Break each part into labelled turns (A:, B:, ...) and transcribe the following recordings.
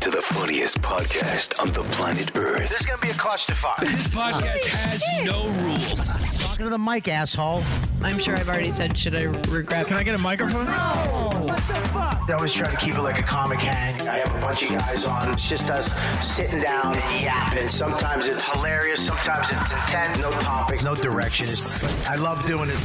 A: to the funniest podcast on the planet Earth.
B: This is gonna be a clutch to five.
C: This podcast has no rules.
D: Talking to the mic, asshole.
E: I'm sure I've already said, should I regret?
D: Can I get a microphone?
B: I always try to keep it like a comic hang. I have a bunch of guys on. It's just us sitting down and yapping. Sometimes it's hilarious. Sometimes it's intent. No topics. No direction. It's- I love doing it.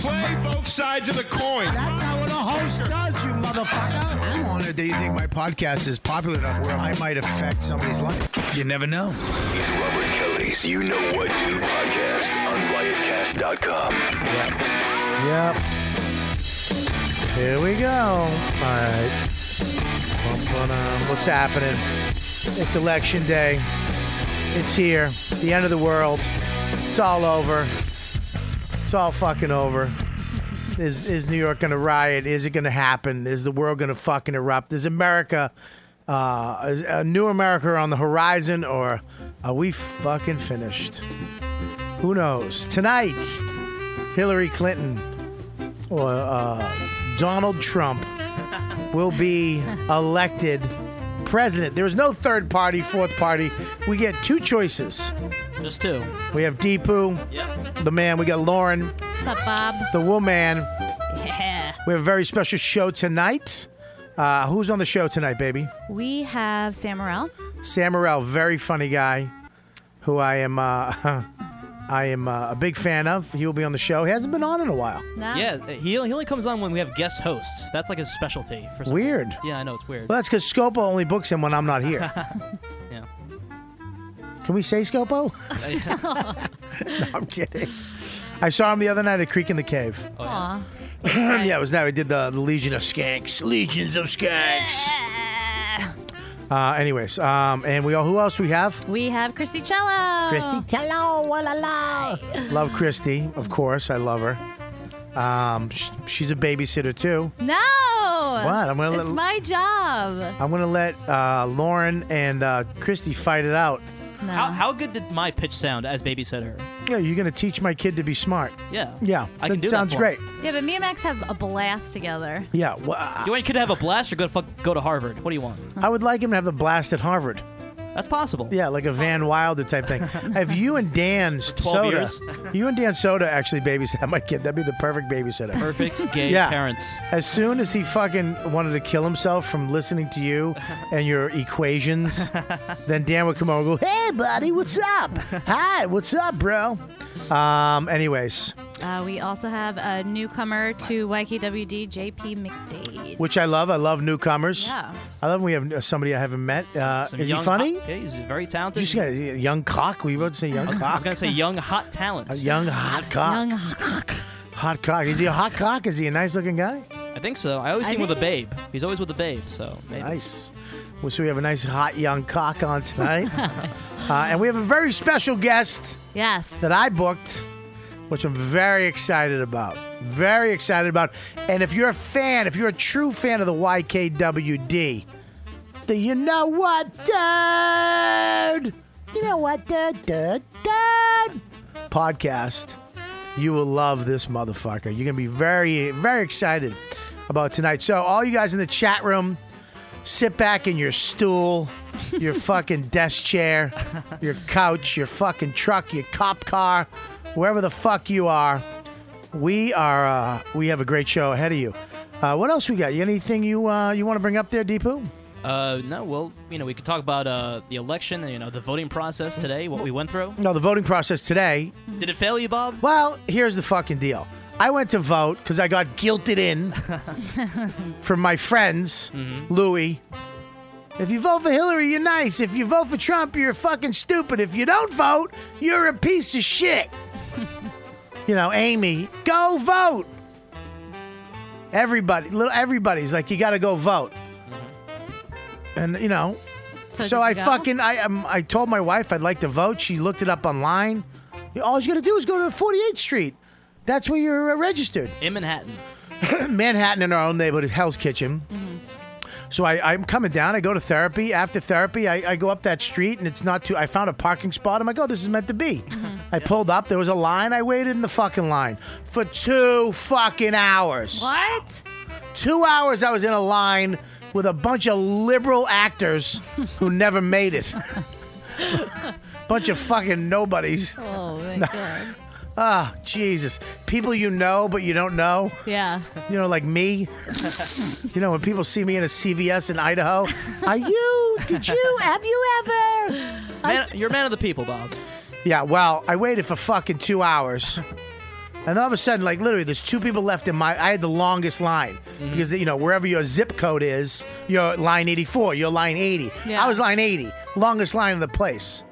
C: Play both sides of the coin.
D: That's how a host does, you motherfucker.
B: I'm honored that you think my podcast is popular enough where I might affect somebody's life.
D: You never know.
A: It's Robert Kelly's You Know What Do podcast on riotcast.com.
F: Yep. Here we go. All right. Bum, bum, um, What's happening? It's election day. It's here. The end of the world. It's all over. It's all fucking over. Is, is New York going to riot? Is it going to happen? Is the world going to fucking erupt? Is America, uh, is a new America on the horizon, or are we fucking finished? Who knows? Tonight, Hillary Clinton or uh, Donald Trump will be elected president. There's no third party, fourth party. We get two choices.
G: Just two.
F: We have Deepu, the man. We got Lauren,
H: What's up, Bob?
F: the woman.
H: Yeah.
F: We have a very special show tonight. Uh, who's on the show tonight, baby?
H: We have Samarel.
F: Samarel, very funny guy, who I am. Uh, I am uh, a big fan of. He will be on the show. He hasn't been on in a while.
H: No?
G: Yeah, he, he only comes on when we have guest hosts. That's like his specialty. For some
F: Weird.
G: reason. Yeah, I know it's weird.
F: Well, that's because Scopo only books him when I'm not here.
G: Yeah.
F: Can we say Scopo? no, I'm kidding. I saw him the other night at Creek in the Cave.
H: Aw.
F: yeah, it was that. We did the, the Legion of Skanks. Legions of Skanks.
H: Ah.
F: Uh, anyways, um, and we all, who else we have?
H: We have Christy Cello.
F: Christy. Hello, wa la la. Love Christy, of course. I love her. Um, sh- she's a babysitter too.
H: No.
F: What? I'm gonna
H: It's
F: let-
H: my job.
F: I'm gonna let uh, Lauren and uh, Christy fight it out.
H: No.
G: How, how good did my pitch sound as babysitter?
F: Yeah, you're gonna teach my kid to be smart.
G: Yeah.
F: Yeah,
G: I
F: that
G: can do
F: sounds
G: that for
F: great.
G: him.
H: yeah, but me and Max have a blast together.
F: Yeah, well, I-
G: Do you want your kid to have a blast or go to fuck, go to Harvard? What do you want?
F: I would like him to have the blast at Harvard.
G: That's possible.
F: Yeah, like a Van Wilder type thing. If you and Dan Soda,
G: years.
F: you and Dan Soda actually babysat my kid, that'd be the perfect babysitter.
G: Perfect gay
F: Yeah.
G: parents.
F: As soon as he fucking wanted to kill himself from listening to you and your equations, then Dan would come over and go, "Hey, buddy, what's up? Hi, what's up, bro?" Um. Anyways,
H: Uh, we also have a newcomer to YKWD, JP McDade.
F: which I love. I love newcomers.
H: Yeah.
F: I love when we have somebody I haven't met. Uh,
G: Some
F: is he
G: young
F: funny?
G: Hot, yeah, he's very talented.
F: You just got a young cock. We about to say young
G: I was
F: cock.
G: gonna say young hot talent.
F: A young hot cock.
H: Young
F: Hot cock. Is he a hot cock? Is he a nice looking guy?
G: I think so. I always
H: I
G: see him with a
H: think-
G: babe. He's always with a babe. So maybe.
F: Nice. Well, so we have a nice hot young cock on tonight. uh, and we have a very special guest
H: Yes.
F: that I booked, which I'm very excited about. Very excited about. And if you're a fan, if you're a true fan of the YKWD, the you know what, dude? You know what, dude, dude, dude? Podcast. You will love this motherfucker. You're going to be very, very excited about tonight. So, all you guys in the chat room, sit back in your stool, your fucking desk chair, your couch, your fucking truck, your cop car, wherever the fuck you are. We are. Uh, we have a great show ahead of you. Uh, what else we got? Anything you uh, you want to bring up there, Deepu?
G: Uh, no. Well, you know, we could talk about uh the election. You know, the voting process today. What we went through.
F: No, the voting process today.
H: Mm-hmm.
G: Did it fail you, Bob?
F: Well, here's the fucking deal. I went to vote because I got guilted in from my friends,
H: Mm-hmm.
F: Louis. If you vote for Hillary, you're nice. If you vote for Trump, you're fucking stupid. If you don't vote, you're a piece of shit. you know, Amy, go vote. Everybody, little everybody's like, you got to go vote. And you know,
H: Mm-hmm. did
F: so
H: you
F: I
H: go?
F: fucking I um, I told my wife I'd like to vote. She looked it up online. All you got to do is go to 48th Street. That's where you're uh, registered.
G: In Manhattan.
F: Manhattan in our own neighborhood, Hell's Kitchen.
H: Mm-hmm.
F: So I, I'm coming down. I go to
H: Mm-hmm.
F: therapy. After therapy, I, I go up that street, and it's not too. I found a parking spot. I'm like, oh, this is meant to be. I pulled up. There was a line. I waited in the fucking line for two fucking hours.
H: What?
F: Two hours I was in a line with a bunch of liberal actors who never made it. bunch of fucking nobodies.
H: Oh my god.
F: Ah, Jesus. People you know but you don't know.
H: Yeah.
F: You know, like me. you know, when people see me in a CVS in Idaho, are you? Did you? Have you ever?
G: Man, you're a man of the people, Bob.
F: Yeah, well, I waited for fucking two hours. And all of a sudden, like literally, there's two people left in my. I had the longest line
G: Mm-hmm.
F: because you know wherever your zip code is, you're line 84, you're line 80.
H: Yeah.
F: I was line 80, longest line in the place.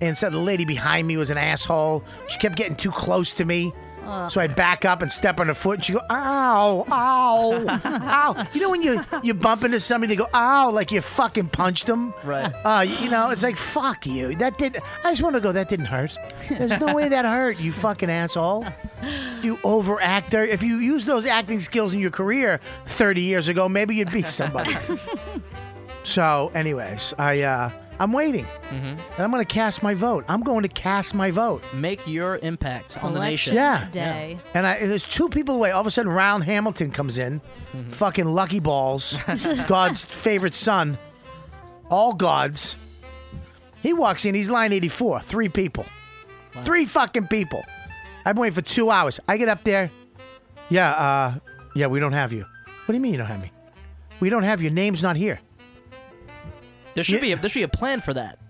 F: And so the lady behind me was an asshole. She kept getting too close to me, so I back up and step on her foot. And she go, ow, ow, ow. You know when you you bump into somebody, they go, ow, like you fucking punched them.
G: Right.
F: Uh, you, you know, it's like fuck you. That did. I just want to go. That didn't hurt. There's no way that hurt. You fucking asshole. You overactor. If you used those acting skills in your career 30 years ago, maybe you'd be somebody. so, anyways, I uh, I'm waiting,
G: Mm-hmm.
F: and I'm gonna cast my vote. I'm going to cast my vote.
G: Make your impact on the nation.
F: Yeah.
H: Day.
F: And, I, and there's two people away. All of a sudden, Round Hamilton comes in,
G: Mm-hmm.
F: fucking Lucky Balls, God's favorite son, all gods. He walks in. He's line 84. Three people, three fucking people. I've been waiting for two hours. I get up there. Yeah, uh, yeah, we don't have you. What do you mean you don't have me? We don't have your name's not here.
G: There should be a, there should be a plan for that.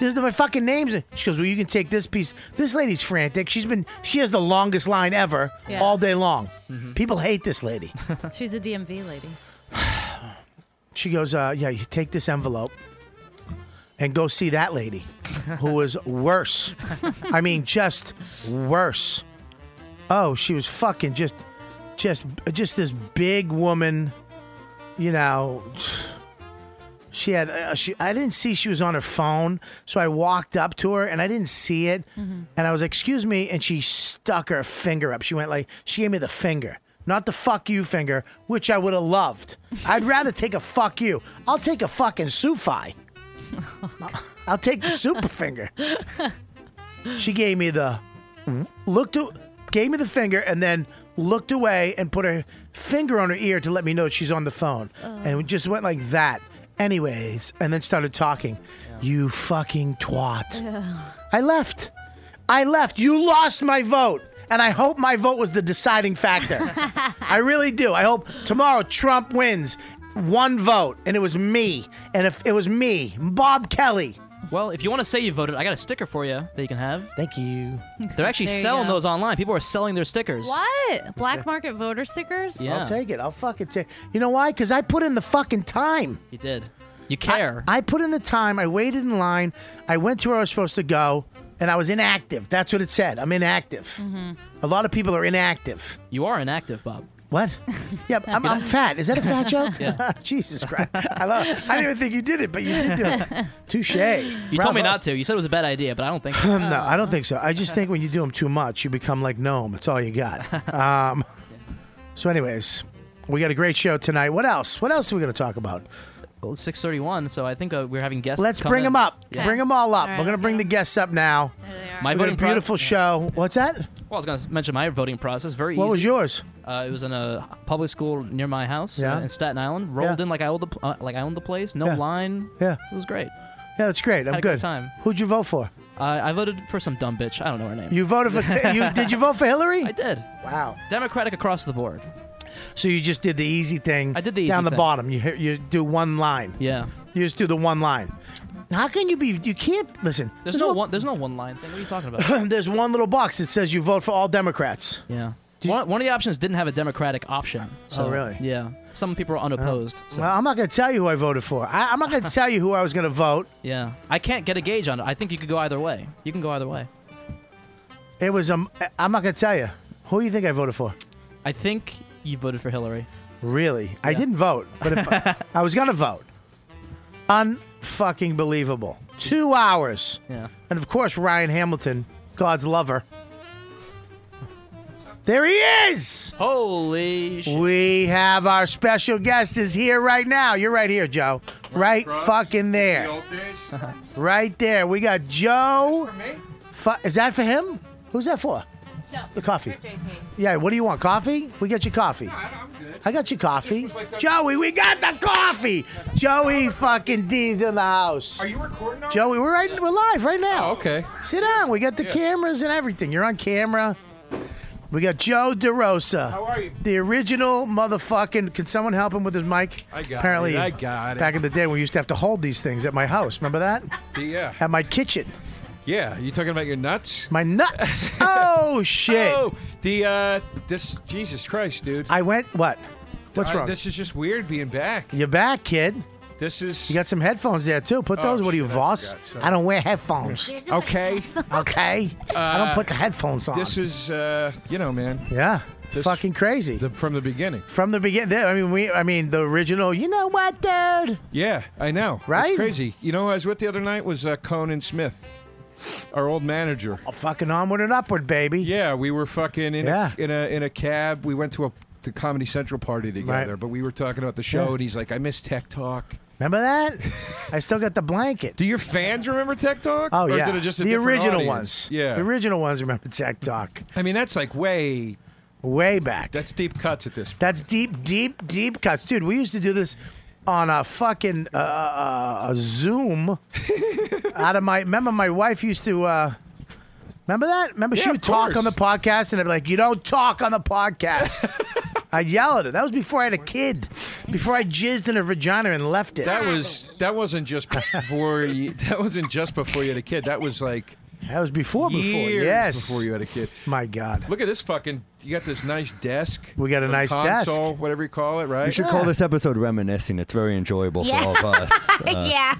F: There's my fucking names. She goes, well, you can take this piece. This lady's frantic. She's been, she has the longest line ever
H: Yeah.
F: all day long. People hate this lady.
H: She's a DMV lady.
F: she goes, uh, yeah, you take this envelope and go see that lady who was worse. I mean, just worse. Oh, she was fucking just, just, just this big woman, you know. She had, uh, she, I didn't see she was on her phone. So I walked up to her and I didn't see it. And I was, excuse me. And she stuck her finger up. She went like, she gave me the finger, not the fuck you finger, which I would have loved. I'd rather take a fuck you. I'll take a fucking Sufi. I'll take the super finger. She gave me the looked a- gave me the finger and then looked away and put her finger on her ear to let me know she's on the phone. And it just went like that. Anyways, and then started talking. You fucking twat. I left. I left. You lost my vote. And I hope my vote was the deciding factor. I really do. I hope tomorrow Trump wins one vote and it was me. And if it was me, Bob Kelly.
G: Well, if you want to say you voted, I got a sticker for you that you can have.
F: Thank you.
G: They're actually
H: There you
G: selling
H: go.
G: those online. People are selling their stickers.
H: What? Black market voter stickers?
G: Yeah,
F: I'll take it. I'll fucking take. You know why? Because I put in the fucking time.
G: you did. You care.
F: I put in the time. I waited in line. I went to where I was supposed to go, and I was inactive. That's what it said. I'm inactive. A lot of people are inactive.
G: Mm-hmm. you are inactive, Bob.
F: What? Yeah, I'm, I'm fat. Is that a fat joke?
G: Yeah.
F: Jesus Christ! I love. I didn't even think you did it, but you did do it. Touche. You
G: You told me not to. You said it was a bad idea, but I don't think. so.
F: no, I don't think so. I just think when you do them too much, you become like gnome. It's all you got. Um, so, anyways, we got a great show tonight. What else? What else are we going to talk about?
G: Well, it's 6:31, so I think uh, we're having guests.
F: Let's
G: come
F: bring
G: in.
F: them up.
G: Yeah.
F: Bring them all up.
H: All right,
F: We're going to bring the guests up now.
G: My
F: We got a
G: voting pro-
F: beautiful show. What's that?
G: Well, I was gonna mention my voting process. Very
F: What
G: easy.
F: was yours?
G: Uh, it was in a public school near my house
F: Yeah.
G: uh, in Staten Island. Rolled
F: Yeah.
G: in like I owned the pl- uh, like I owned the place. No
F: Yeah.
G: line.
F: Yeah.
G: It was great.
F: Yeah, that's great. I'm
G: Had a
F: good.
G: good time.
F: Who'd you vote for?
G: Uh, I voted for some dumb bitch. I don't know her name.
F: You voted for. you did you vote for Hillary?
G: I did.
F: Wow.
G: Democratic across the board.
F: So you just did the easy thing.
G: I did the
F: down
G: easy
F: the
G: thing.
F: bottom. You you do one line.
G: Yeah.
F: You just do the one line. How can you be? You can't listen.
G: There's no one. There's no one line thing. What are you talking about?
F: There's one little box that says you vote for all Democrats.
G: yeah. One, one of the options didn't have a Democratic option. So,
F: Oh, really? Oh.
G: Yeah. Some people are unopposed. so,
F: Well, I'm not going to tell you who I voted for. I, I'm not going to tell you who I was going to vote.
G: yeah. I can't get a gauge on it. I think you could go either way. You can go either way.
F: It was um. I'm not going to tell you. Who do you think I voted for?
G: I think you voted for Hillary.
F: Really? I didn't vote, but if I, I was going to vote. Unfucking believable. Two hours.
G: Yeah.
F: And of course, Ryan Hamilton, God's lover. There he is!
G: Holy shit.
F: We have our special guest is here right now. You're right here, Joe. Right fucking there. Right there. We got Joe Fu- Is that for him? Who's that for?
H: No,
F: The coffee.
H: JP.
F: Yeah, what do you want? Coffee? We get you coffee.
C: I'm good.
F: I got you coffee.
C: Just was like that-
F: Joey, we got the coffee. Joey fucking D's in the house.
C: Are you recording? already?
F: Joey, we're right we're live right now.
C: Oh, okay.
F: Sit down. We got the cameras and everything. You're on camera. We got Joe DeRosa.
C: How are you?
F: The original motherfucking. Can someone help him with his mic?
C: I got
F: Apparently,
C: it. I got it.
F: Back in the day, we used to have to hold these things at my house. Remember that?
C: Yeah.
F: At my kitchen.
C: Yeah. You talking about your nuts?
F: My nuts. oh shit.
C: Oh, the uh, this Jesus Christ, dude.
F: I went. What? What's
C: I-
F: wrong?
C: This is just weird being back.
F: You're back, kid.
C: This is Oh,
F: You got some headphones there too. Put those. what are you,
C: shit, I
F: Voss?
C: forgot, sorry.
F: I don't wear headphones.
C: okay.
F: okay. I don't put the headphones on.
C: Uh, this is uh, you know, man,
F: yeah.
C: this-
F: fucking crazy.
C: the, from the beginning.
F: From the beginning, I mean, we, I mean, the original. You know what, dude?
C: Yeah, I know.
F: Right?
C: It's crazy. You know, who I was with the other night was uh, Conan Smith, our old manager.
F: A Oh, fucking onward and upward, baby.
C: Yeah, we were fucking in
F: Yeah.
C: a, in a in a cab. We went to a the Comedy Central party together, but we were talking about the show,
F: Yeah.
C: and he's like, "I miss Tech Talk."
F: Remember that? I still got the blanket.
C: Do your fans remember Tech Talk?
F: Oh
C: or
F: yeah,
C: is it just a
F: the
C: different
F: original
C: audience?
F: ones.
C: Yeah,
F: the original ones. Remember Tech Talk?
C: I mean, that's like way
F: Way back.
C: that's deep cuts at this. point.
F: That's deep, deep, deep cuts, dude. We used to do this on a fucking uh, uh, a Zoom. out of my, remember my wife used to. Uh, remember that? Remember she
C: Yeah,
F: would
C: of
F: talk
C: course.
F: on the podcast, and I'd be like, "You don't talk on the podcast." I yell at her. That was before I had a kid. Before I jizzed in her vagina and left it.
C: That was that wasn't just before you, that wasn't just before you had a kid. That was like
F: That was before, before.
C: years
F: yes.
C: before you had a kid.
F: My God.
C: Look at this fucking. You got this nice desk.
F: We got a
C: or
F: nice desk.
C: console, whatever you call it, right?
I: You should call this episode reminiscing. It's very enjoyable for all of us. Uh,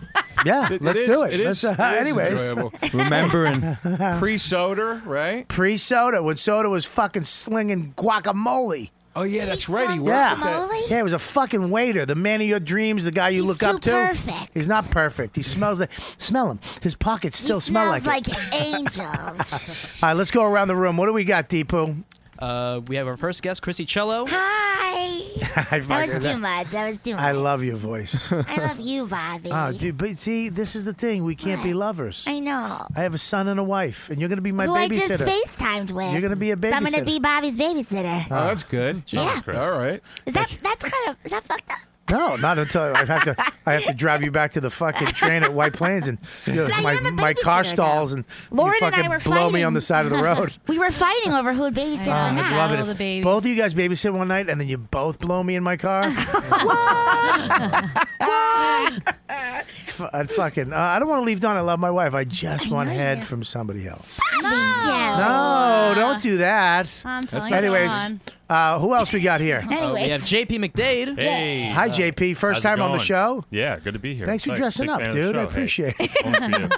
F: Yeah,
C: It- it
F: let's
C: is-
F: do it.
C: It
F: let's,
C: is.
F: uh,
C: it is
F: anyways,
C: enjoyable.
I: remembering
C: pre-soda, right?
F: pre-soda when soda was fucking slinging guacamole.
C: Oh yeah, that's right. He worked
F: Yeah.
C: with that.
F: Yeah, he was a fucking waiter. The man of your dreams, the guy you look up to. Perfect. He's not perfect. He smells like smell him. His pockets still smell like, it. angels. All right, let's go around the room. What do we got, Deepu?
G: Uh, we have our first guest, Chrissy Uh, Cello.
F: I that was too much. That was too much. I love your voice.
J: I love you, Bobby.
F: oh, dude, but see, this is the thing. We can't be lovers.
J: I know.
F: I have a son and a wife, and you're gonna be my
J: Who I just
F: babysitter.
J: FaceTimed with.
F: You're gonna be a
J: I'm gonna
F: babysitter.
J: be Bobby's babysitter.
F: Ah.
K: Uh,
C: Oh, that's good.
J: Yeah.
C: All right.
J: Is that that's kind of is that fucked up?
F: No, not until I have to. I have to drive you back to the fucking train at White Plains and you know,
J: I
F: my
J: am a
F: my car
J: babysitter, though.
F: stalls and
J: Lauren
F: you
J: and I
F: fucking
J: were
F: blow me on the side of the road. Oh,
J: We were fighting over who would babysit
H: I
J: or
H: know.
J: not.
H: I'd
F: Love it.
H: All the
F: If
H: babies.
F: Both of you guys babysit one night, and then you both blow me in my car. what? F- I'd fucking. Uh, I don't want to leave Dawn. I love my wife. I just want head from somebody else.
J: Yeah.
F: No, don't do that.
H: I'm telling you.
F: Anyways,
H: Anyways.
F: uh, who else we got here?
G: Uh, we
J: Anyways.
G: have JP McDade.
K: Hey.
F: Hi, JP. First time on the show.
K: Yeah, good to be here.
F: Thanks for
K: Excited-
F: dressing
K: big
F: up,
K: fan of the
F: dude. I
K: show. Hey,
F: appreciate it.
K: only for you.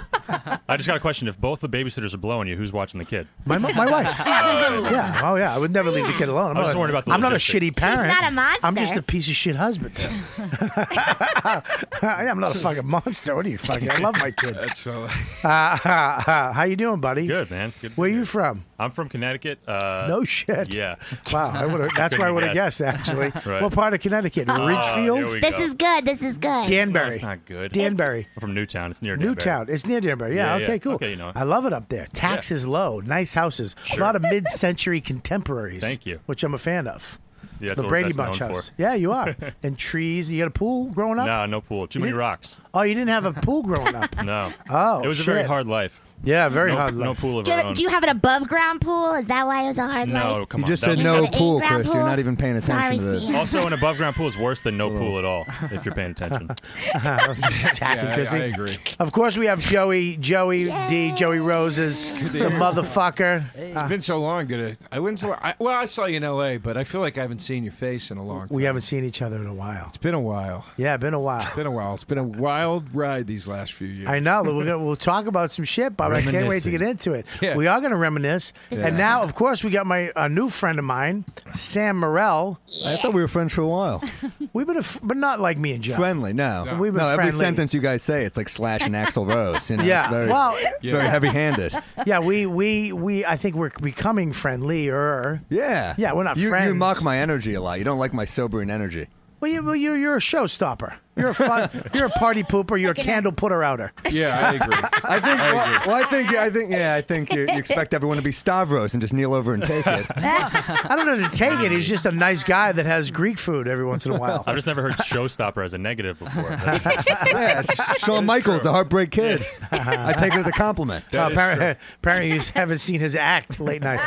K: I just got a question. If both the babysitters are blowing you, who's watching the kid?
F: My, mo- my wife. yeah. Oh, yeah. I would never leave the kid alone. I'm,
K: I was
F: not,
K: just
F: a-
K: worried about the
F: I'm not a
K: logistics.
F: shitty parent.
J: He's not a monster.
F: I'm just a piece of shit husband. I'm not a fucking monster. What are you fucking? I love my kid. Uh,
C: That's uh,
F: how you doing, buddy?
K: Good, man. Good to
F: Where
K: be
F: you
K: here.
F: from?
K: I'm from Connecticut. Uh,
F: No shit.
K: Yeah.
F: Wow. I would've- that's where I
K: Couldn't
F: would have
K: guess.
F: guessed, actually.
K: Right.
F: What part of Connecticut?
K: Oh, here
F: Ridgefield?
K: we
J: This
K: go.
J: is good. This is good.
K: No,
F: Danbury.
K: it's not good.
F: Danbury.
K: I'm from Newtown. It's near Danbury.
F: Newtown. It's near Danbury. Yeah.
K: Yeah, yeah.
F: okay. Cool.
K: Okay, you know it.
F: I love it up there. Taxes low. Nice houses. A lot of mid-century contemporaries.
K: Thank you.
F: Which I'm a fan of.
K: Yeah, that's
F: the
K: what we're
F: Brady
K: best
F: Bunch
K: known
F: house.
K: for.
F: Yeah, you are. and trees. You got a pool growing up?
K: No, no pool. Too many
F: didn't-
K: rocks.
F: Oh, you didn't have a pool growing up.
K: No.
F: Oh,
K: It was a
F: shit.
K: very hard life.
F: yeah, very
K: no,
F: hard.
K: No
F: life.
K: pool of
J: Do you,
K: our
J: have,
K: own.
J: do you have an above ground pool? Is that why it was a hard
K: no,
J: life?
K: come
I: You
K: on.
I: just
K: that
I: said
K: was-
I: no
J: Is it an
I: pool,
J: eight-ground
I: Chris. You're
J: pool?
I: not even paying attention
J: Sorry,
I: to this.
J: Sia.
K: Also, an above ground pool is worse than no pool at all, if you're paying attention.
F: Tacky
C: yeah, I, I
F: Chrissy.
C: agree.
F: Of course, we have Joey, Joey D, Joey Roses, the motherfucker.
C: It's been so long that it, I wouldn't. say- I, well, I saw you in L.A., but I feel like I haven't seen your face in a long time.
F: We haven't seen each other in a while.
C: It's been a while.
F: Yeah, been a while.
C: Been a while. It's been a wild ride these last few years.
F: I know. We're gonna, we'll talk about some shit, Bob. I can't wait to get into it. We are going to reminisce. And now, of course, we got my a new friend of mine, Sam Morrell.
I: I thought we were friends for a while.
F: We've been, a f but not like me and Joe.
I: friendly, no.
F: We've been
I: no, every
F: friendly.
I: sentence you guys say, it's like Slash and Axl Rose. You know,
F: Yeah,
I: It's very,
F: well-
I: it's very heavy-handed.
F: Yeah, we we we. I think we're becoming friendlier.
I: Yeah.
F: Yeah, we're not
I: you, You
F: friends.
I: mock my energy a lot. You don't like my sobering energy.
F: Well, you, well, you you're a showstopper. You're a fun, you're a party pooper. You're a candle putter outer.
C: Yeah, I agree.
I: I think.
C: I
I: well,
C: agree.
I: well, I think. I think. Yeah, I think you, you expect everyone to be Stavros and just kneel over and take it.
F: I don't know to take it. He's just a nice guy that has Greek food every once in a while.
K: I've just never heard showstopper as a negative before.
I: yeah, Shawn Michaels, the Heartbreak Kid. I take it as a compliment.
F: No, apparently, apparently you haven't seen his act late night.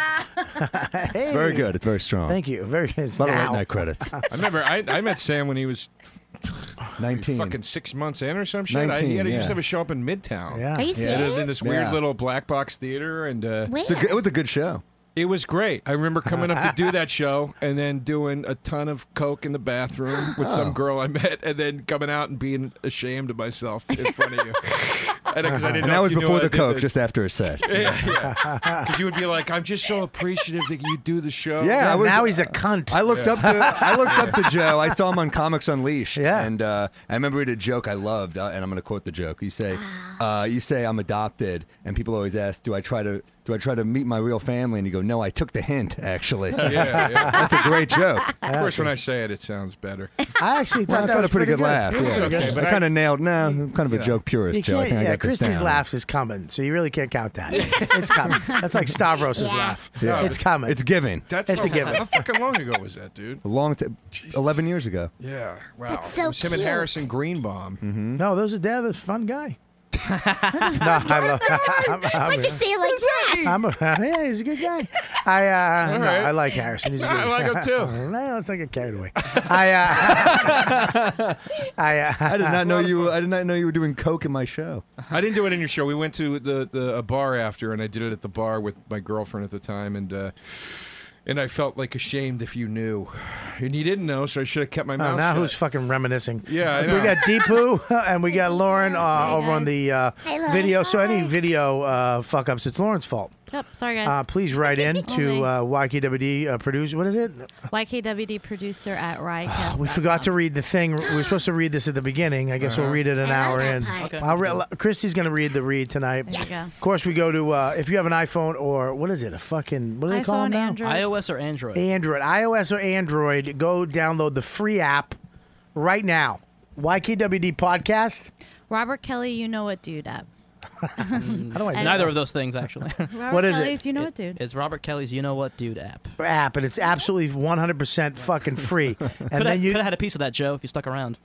F: Hey.
I: Very good. It's very strong.
F: Thank you. Very good.
I: A lot of late night credits.
C: I remember I, I met Sam when he was
I: 19.
C: fucking six months in or some shit. I, he had,
I: 19,
C: he used
I: yeah.
C: to have a show up in Midtown.
I: Yeah. Are you
C: It was
I: serious?
C: in this weird
I: Yeah.
C: little black box theater, and uh,
I: It's a good- it was a good show.
C: It was great. I remember coming up to do that show and then doing a ton of coke in the bathroom with
I: Oh.
C: some girl I met, and then coming out and being ashamed of myself in front of you. And, 'cause I didn't
I: And
C: know
I: that
C: if
I: was
C: you knew
I: before
C: I
I: the
C: did
I: Coke,
C: it.
I: just after a set.
C: Yeah, because you would be like, "I'm just so appreciative that you do the show."
I: Yeah, I was-
F: cunt.
I: I looked
C: Yeah.
I: up to I looked up to Joe. I saw him on Comics Unleashed. Yeah, and uh, I remember he did a joke I loved, uh, and I'm going to quote the joke. You say,
C: Ah.
I: uh, "You say I'm adopted," and people always ask, "Do I try to do I try to meet my real family?" And you go, "No, I took the hint. Actually,
C: Yeah, yeah.
I: that's a great joke."
C: Of course, when I say it, it sounds better.
F: I actually
I: Well,
F: thought
I: I
F: that
I: got
F: was
I: a pretty good, laugh.
F: It was
I: Yeah,
F: okay, but
I: I
F: I-
I: kind of nailed. No, I'm kind of a
F: you know.
I: joke purist,
F: You
I: Joe. I
F: can't-
I: think I
F: yeah,
I: got this
F: Christie's
I: down.
F: laugh is coming, so you really can't count that. It's coming. That's like Stavros' laugh.
I: Yeah.
F: It's coming.
I: It's giving.
C: That's
F: it's a
C: how- How
F: given.
C: fucking long ago was that, dude?
I: A long time, eleven years ago.
C: Yeah. Wow.
F: That's so
C: it was him and
F: cute.
C: Harrison Greenbaum.
I: Mm-hmm.
F: No, those are dad. That's a fun guy. no, I love. I'm, I'm,
J: you say it like that?
F: I'm a, yeah, he's a good guy. I uh,
J: All
F: no,
J: right.
F: I like Harrison. He's a
J: I
F: good
J: like him, too.
F: no, let's not get carried away. I uh, I, uh,
I: I did not know you. I did not know you were doing coke in my show.
C: I didn't do it in your show. We went to the, the a bar after, and I did it at the bar with my girlfriend at the time, and uh, and I felt like ashamed if you knew, and you didn't know, so I should have kept my
F: Oh,
C: mouth
F: now
C: shut.
F: who's fucking reminiscing?
C: Yeah, I know.
F: we got Deepu and we got Lauren uh, over on the uh,
H: Hey, Lauren.
F: video. So any video uh, fuck ups, it's Lauren's fault.
H: Yep, sorry guys.
F: Uh, please
J: Oh
F: write in to uh, YKWd uh, producer. What is it?
H: YKWD producer at Riotcast.
F: We forgot to read the thing. We were supposed to read this at the beginning. I guess we'll
H: Uh-huh.
F: read it an
H: I
F: hour
H: love that
F: in.
H: part. Okay.
F: I'll re- Christy's going to read the read tonight.
H: There you go.
F: Of course, we go to uh, if you have an iPhone or what is it? A fucking what do they call them
G: iPhone,
F: now?
G: Android. iOS or Android?
F: Android, iOS or Android. Go download the free app right now. YKWd podcast.
H: Robert Kelly, you know what dude up.
F: How do I?
G: It's
F: do
G: Hmm. neither
F: that?
G: of those things actually.
H: Robert Kelly's You know what dude.
G: It's Robert Kelly's You Know What Dude app.
F: app, and it's absolutely 100% fucking free. And
G: could
F: then you
G: could have had a piece of that, Joe, if you stuck around.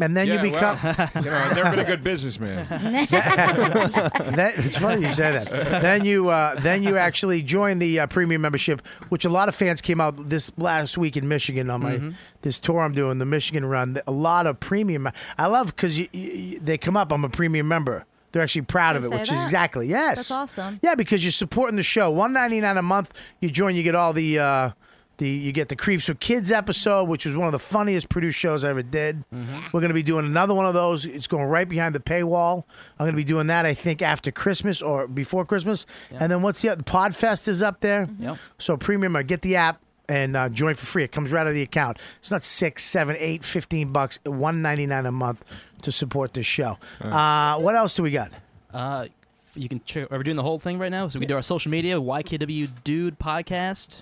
F: and then
G: Yeah,
F: you become.
G: well,
C: you know, I've never been a good businessman.
F: that, it's funny you say that. Then you uh, then you actually join the uh, premium membership, which a lot of fans came out this last week in Michigan on my
G: Mhm.
F: this tour I'm doing the Michigan run. A lot of premium. I love because you, you, they come up. I'm a premium member. They're actually proud of
H: They
F: it,
H: say
F: which is
H: that.
F: exactly yes.
H: That's awesome.
F: Yeah, because you're supporting the show. One ninety nine a month. You join, you get all the uh, the you get the creeps with kids episode, which was one of the funniest produced shows I ever did. We're going to be doing another one of those. It's going right behind the paywall. I'm going to be doing that. I think after Christmas or before Christmas. And then what's the other? Podfest is up there.
G: Yep.
F: So premium, uh, get the app. And uh, join for free. It comes right out of the account. It's not six, seven, eight, fifteen bucks, one ninety nine a month to support this show. Uh, what else do we got?
G: Uh, you can check. Are we doing the whole thing right now? So we do our social media, YKW Dude Podcast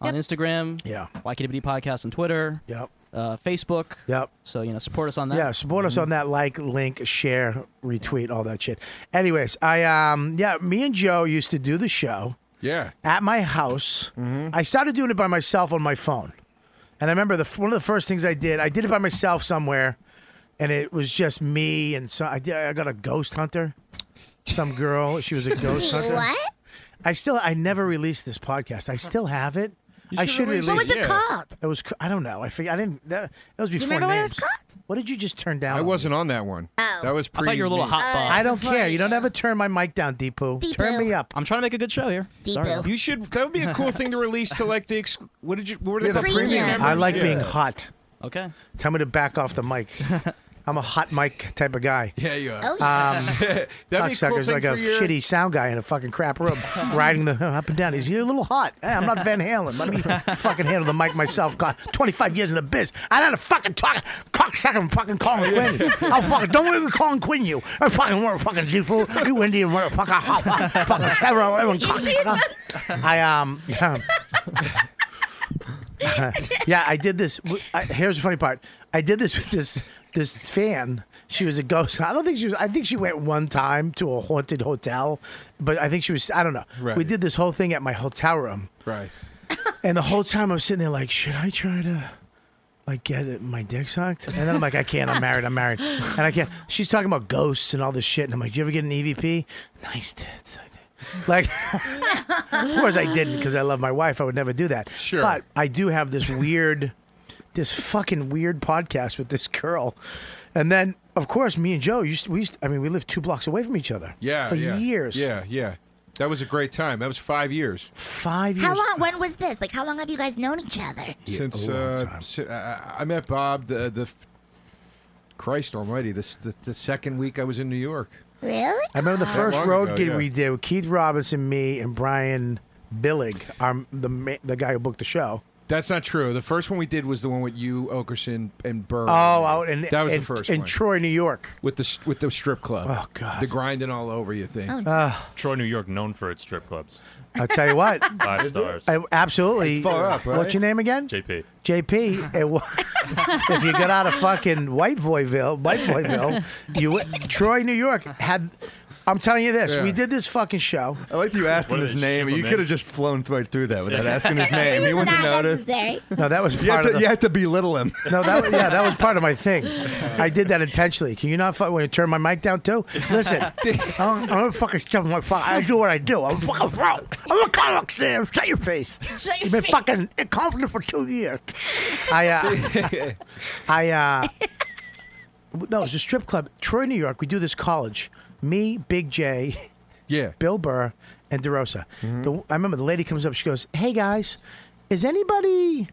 G: on
F: Yep.
G: Instagram. Yeah. YKWD Podcast on Twitter.
F: Yep.
G: Uh, Facebook.
F: Yep.
G: So you know, support us on that. Mm-hmm.
F: Yeah, support us on that. Like, link, share, retweet, all that shit. Anyways, I um yeah, me and Joe used to do the show
C: Yeah.
F: at my house. I started doing it by myself on my phone, and I remember the one of the first things I did. I did it by myself somewhere, and it was just me and so I did, I got a ghost hunter, some girl. She was a ghost hunter.
J: What?
F: I still I never released this podcast. I still have it.
J: You
F: I
J: should
F: should
J: release
F: release.
J: it. What was it called?
F: It was I don't know. I forget. I didn't. That, that was
J: You
F: before
J: remember what it was
F: names. What did you just turn down?
C: I wasn't on that one. Oh. That was
G: I
C: pre.
G: thought you were a little
C: me.
G: hot
J: Oh,
G: bob.
F: I don't care. You don't ever turn my mic down, Deepu. Turn me up.
G: I'm trying to make a good show here. Sorry.
C: You should. That would be a cool thing to release to like the. Ex- what did you? What were they
G: Yeah, the
C: called?
G: premium.
C: members?
F: I like
C: Yeah.
F: being hot.
G: Okay.
F: Tell me to back off the mic. I'm a hot mic type of guy.
C: Yeah, you are.
F: Oh, yeah.
C: That'd be a cool
F: Cocksucker's
C: thing
F: like a
C: for your-
F: shitty sound guy in a fucking crap room, riding the up and down. He's you're a little hot. Hey, I'm not Van Halen. Let me fucking handle the mic myself. God, 25 years in the biz. I know how to fucking talk. Cocksucker, fucking Colin Quinn. I'll fucking don't even Colin Quinn you. I fucking want to fucking Deepu. You Indian motherfucker. Hot, hot, fucking Sarah, everyone cocksucker. I um. Yeah. yeah, I did this. I, here's the funny part. I did this with this this fan. She was a ghost. I don't think she was. I think she went one time to a haunted hotel, but I think she was. I don't know. We
C: Right.
F: did this whole thing at my hotel room,
C: Right.
F: and the whole time I'm sitting there like, should I try to? Like get it, my dick sucked, and then I'm like, I can't. I'm married. I'm married, and I can't. She's talking about ghosts and all this shit, and I'm like, do you ever get an EVP? Nice tits. Like, of course I didn't because I love my wife. I would never do that. Sure. But I do have this weird, this fucking weird podcast with this girl. And then, of course, me and Joe used we used, I mean, we lived two blocks away from each other.
C: Yeah.
F: For
C: yeah.
F: years.
C: Yeah, yeah. That was a great time. That was five years.
F: Five
L: How long? When was this? Like, how long have you guys known each other?
C: Since uh, si- I, I- I met Bob the, the f- Christ Almighty this the, the second week I was in New York.
L: Really?
F: I remember the
C: That
F: first
C: long
F: road
C: ago,
F: gig
C: yeah.
F: we did with Keith Robinson, me, and Brian Billig, our, the ma- the guy who booked the show.
C: That's not true. The first one we did was the one with you, Okerson, and Burr.
F: Oh, out in
C: that was
F: in,
C: the first
F: in
C: one
F: Troy, New York.
C: with the s- with the strip club.
F: Oh, God.
C: the grinding all over you thing.
F: Oh, no. Ah.
K: Troy, New York, known for its strip clubs.
F: I'll tell you what.
K: Five stars.
F: I, absolutely.
K: It's far up, right?
F: What's your name again?
K: JP.
F: JP. it wa- if you get out of fucking White Boyville, White Boyville, you would- Troy, New York had. I'm telling you this. We
I: Yeah.
F: did this fucking show.
I: I like you asked him his name. You could have just flown right through that without asking
F: It
I: his name.
F: was
I: he wouldn't
F: not
I: have noticed.
L: necessary.
F: No, that was
I: You had
F: part
I: to,
F: of the-
I: you had to belittle him.
F: No, that was, yeah, that was part of my thing. I did that intentionally. Can you not fu- when you turn my mic down too? Listen, I'm, I'm gonna fucking stuff my fu- I do what I do. I'm a fucking pro. I'm a comic stand. Shut your face.
J: Shut your
F: You've been
J: face.
F: fucking incompetent for two years. I uh, I uh, no, it was a strip club, Troy, New York. We do this college. Me, Big J,
C: yeah, Mm-hmm.
F: Bill Burr, and DeRosa. The, I remember the lady comes up. She goes, "Hey guys, is anybody?"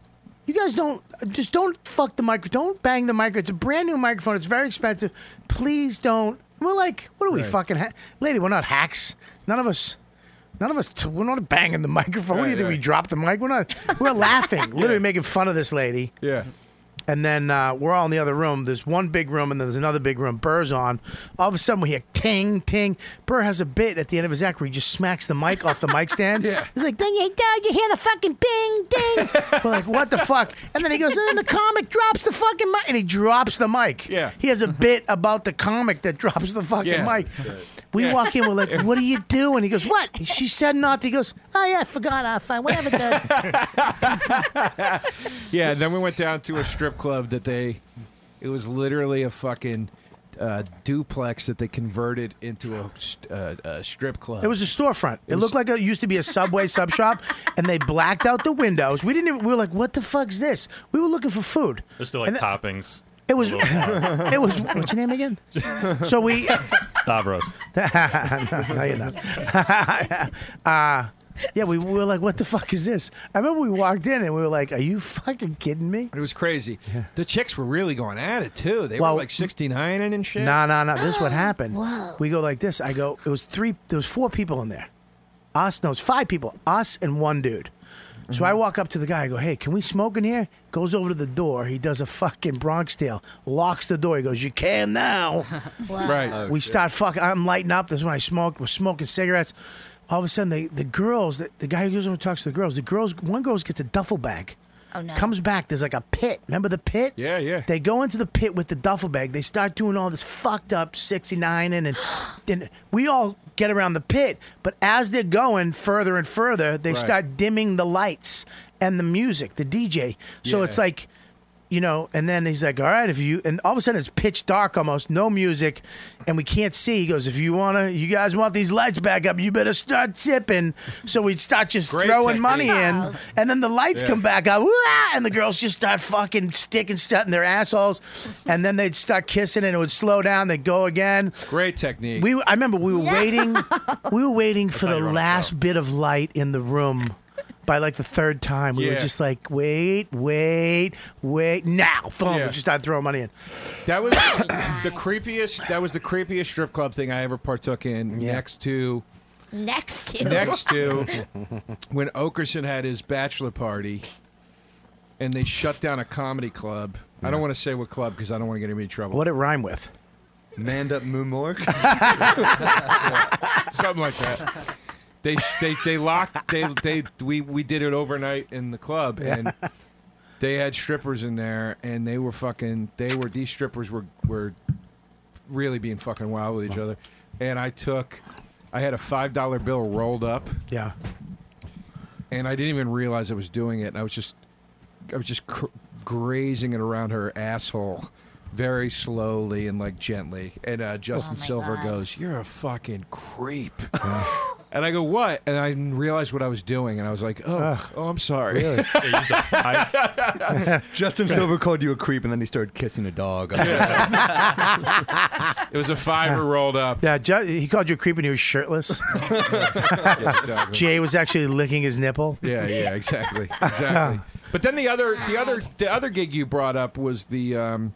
F: You guys don't just don't fuck the mic. Don't bang the mic. It's a brand new microphone. It's very expensive. Please don't. We're like, what are we
C: Right.
F: fucking, ha- lady? We're not hacks. None of us. None of us. T- we're not banging the microphone. what do
C: Right,
F: you think we
C: right.
F: dropped the mic? We're not. We're laughing, literally making fun of this lady.
C: Yeah.
F: And then uh, we're all in the other room. There's one big room, and then there's another big room. Burr's on. All of a sudden, we hear ting, ting. Burr has a bit at the end of his act where he just smacks the mic off the mic stand. yeah. He's like, ding, hey, dog, you hear the fucking bing, ding. we're like, what the fuck? And then he goes, and then the comic drops the fucking mic. And he drops the mic.
C: Yeah.
F: He has a bit about the comic that drops the fucking
C: Yeah.
F: mic. We
C: Yeah.
F: walk in, we're like, what do you do? And he goes, what? She said not. to." He goes, oh, yeah, I forgot. I'll find whatever, does.
C: Yeah, and then we went down to a strip club that they, it was literally a fucking uh, duplex that they converted into a, st- uh, a strip club.
F: It was a storefront. It,
C: It was-
F: looked like it used to be a Subway sub shop, and they blacked out the windows. We didn't. Even, we were like, "What the fuck's this?" We were looking for food.
K: There's still like
F: And
K: toppings.
F: It was.
K: A little-
F: it was. What's your name again? so we.
K: Stavros.
F: no, no, you're not. uh, yeah, we were like, "What the fuck is this?" I remember we walked in and we were like, "Are you fucking kidding me?"
C: It was crazy. The chicks were really going at it too. They
F: Well-
C: were like 69 and shit.
F: No, no, no. This is what happened. We go like this. I go, it was three, there was four people in there. Us, no, it's five people. Us and one dude. So I walk up to the guy. I go, hey, can we smoke in here? Goes over to the door. He does a fucking Bronx tail. Locks the door. He goes, you can now.
C: Right. Oh,
F: we
C: shit.
F: start fucking. I'm lighting up. This is when I smoked. We're smoking cigarettes. All of a sudden, they, the girls, the, the guy who goes over and talks to the girls, the girls, one girl gets a duffel bag.
L: Oh, no.
F: Comes back. There's like a pit. Remember the pit? Yeah, yeah. They go into the pit with the duffel bag. They start doing all this fucked up 69 and and, and we all get around the pit. But as they're going further and further, they
C: Right.
F: start dimming the lights and the music, the DJ. So
C: Yeah.
F: it's like, you know, and then he's like, "All right, if you," and all of a sudden it's pitch dark, almost no music, and we can't see. He goes, "If you wanna, you guys want these lights back up, you better start tipping." So we'd start just throwing money in, and then the lights
J: Yeah.
F: come back up, "Wah!" and the girls just start fucking sticking, stuff in their assholes, and then they'd start kissing, and it would slow down. They'd go again.
C: Great technique.
F: We, I remember we were waiting, we were waiting for the last bit of light in the room. By like the third time, we were
C: Yeah.
F: just like, wait, wait, wait, now, phone.
C: Yeah.
F: We just started throwing money in.
C: That was the creepiest. That was the creepiest strip club thing I ever partook in. Next to,
L: Next to.
C: next to, when Okerson had his bachelor party, and they shut down a comedy club. I don't want to say what club because I don't want to get anybody in trouble.
F: What it rhyme with?
I: Manned up Moomork?
C: Something like that. They they they locked. They they we we did it overnight in the club
F: Yeah.
C: and. They had strippers in there, and they were fucking. They were these strippers were were really being fucking wild with each other. And I took, I had a five dollar bill rolled up.
F: Yeah.
C: And I didn't even realize I was doing it. And I was just, I was just cr- grazing it around her asshole, very slowly and like gently. And uh, Justin Silver goes, "You're a fucking creep." and I go, "What?" And I didn't realize what I was doing. And I was like, "Oh, oh, I'm sorry."
I: Really? Justin Silver called you a creep, and then he started kissing a dog.
C: it was a fiver rolled up.
F: Yeah, Ju- he called you a creep and he was shirtless.
C: exactly.
F: Jay was actually licking his nipple.
C: Yeah, yeah, exactly, exactly. but then the other, the other, the other gig you brought up was the, um,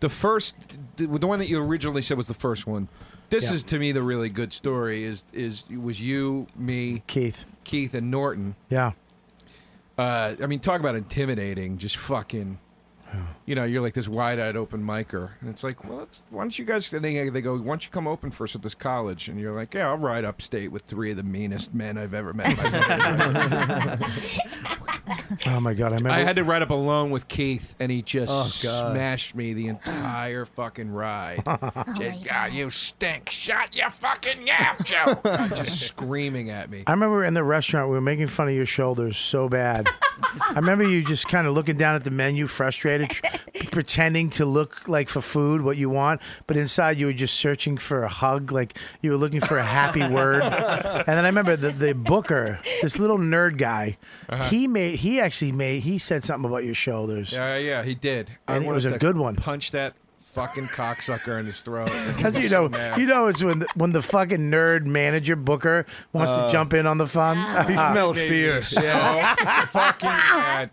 C: the first, the, the one that you originally said was the first one. This
F: Yeah.
C: is to me the really good story. Is is was you, me,
F: Keith,
C: Keith, and Norton.
F: Yeah.
C: Uh, I mean, talk about intimidating. Just fucking. You know, you're like this wide-eyed open micer, and it's like, well, it's, why don't you guys? And they, they go, why don't you come open for us at this college? And you're like, yeah, I'll ride upstate with three of the meanest men I've ever met. in my
F: Oh my god, I remember.
C: I had to ride up alone with Keith, and he just
F: Oh, God.
C: smashed me the entire fucking ride. Said, God, you stink! Shut your fucking yap, Joe! God, just screaming at me.
F: I remember in the restaurant we were making fun of your shoulders so bad. I remember you just kind of looking down at the menu, frustrated, tr- pretending to look like for food what you want, but inside you were just searching for a hug, like you were looking for a happy word. And then I remember the, the booker, this little nerd guy,
C: Uh-huh.
F: he made he actually made he said something about your shoulders.
C: Yeah, yeah, he did.
F: And it
C: wanted
F: was a
C: to
F: good one.
C: Punch that fucking cocksucker in his throat.
F: That's you know,
C: Man.
F: you know, it's when the, when the fucking nerd manager booker wants
C: Uh,
F: to jump in on the fun. Ah.
I: He smells
C: Made me
I: fierce.
C: so fucking mad.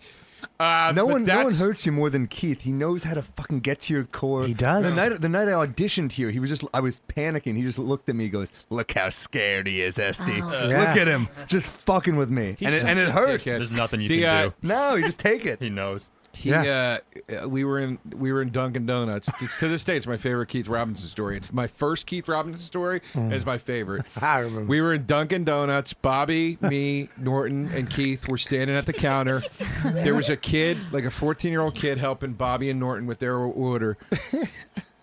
C: Uh,
I: no
C: but
I: one, no
C: that's-
I: one hurts you more than Keith. He knows how to fucking get to your core. He
F: does.
I: The night, the night I auditioned here, he was just, I was panicking. He just looked at me. He goes, "Look how scared he is, Esty.
F: Oh.
I: Uh,
K: Yeah.
I: Look at him, just fucking with me."
K: He's
I: and it,
K: such
I: and it
K: a
I: hurt.
K: dickhead. There's nothing you
I: The,
K: can
I: uh,
K: do.
I: No, you just take it.
K: he knows.
C: He, uh, we were in we were in Dunkin' Donuts. To- to this day, it's my favorite Keith Robinson story. It's my first Keith Robinson story.
I: Hmm.
C: and It's my favorite.
F: I remember.
C: We were in Dunkin' Donuts. Bobby, me, Norton, and Keith were standing at the counter. There was a kid, like a 14 year old kid, helping Bobby and Norton with their order.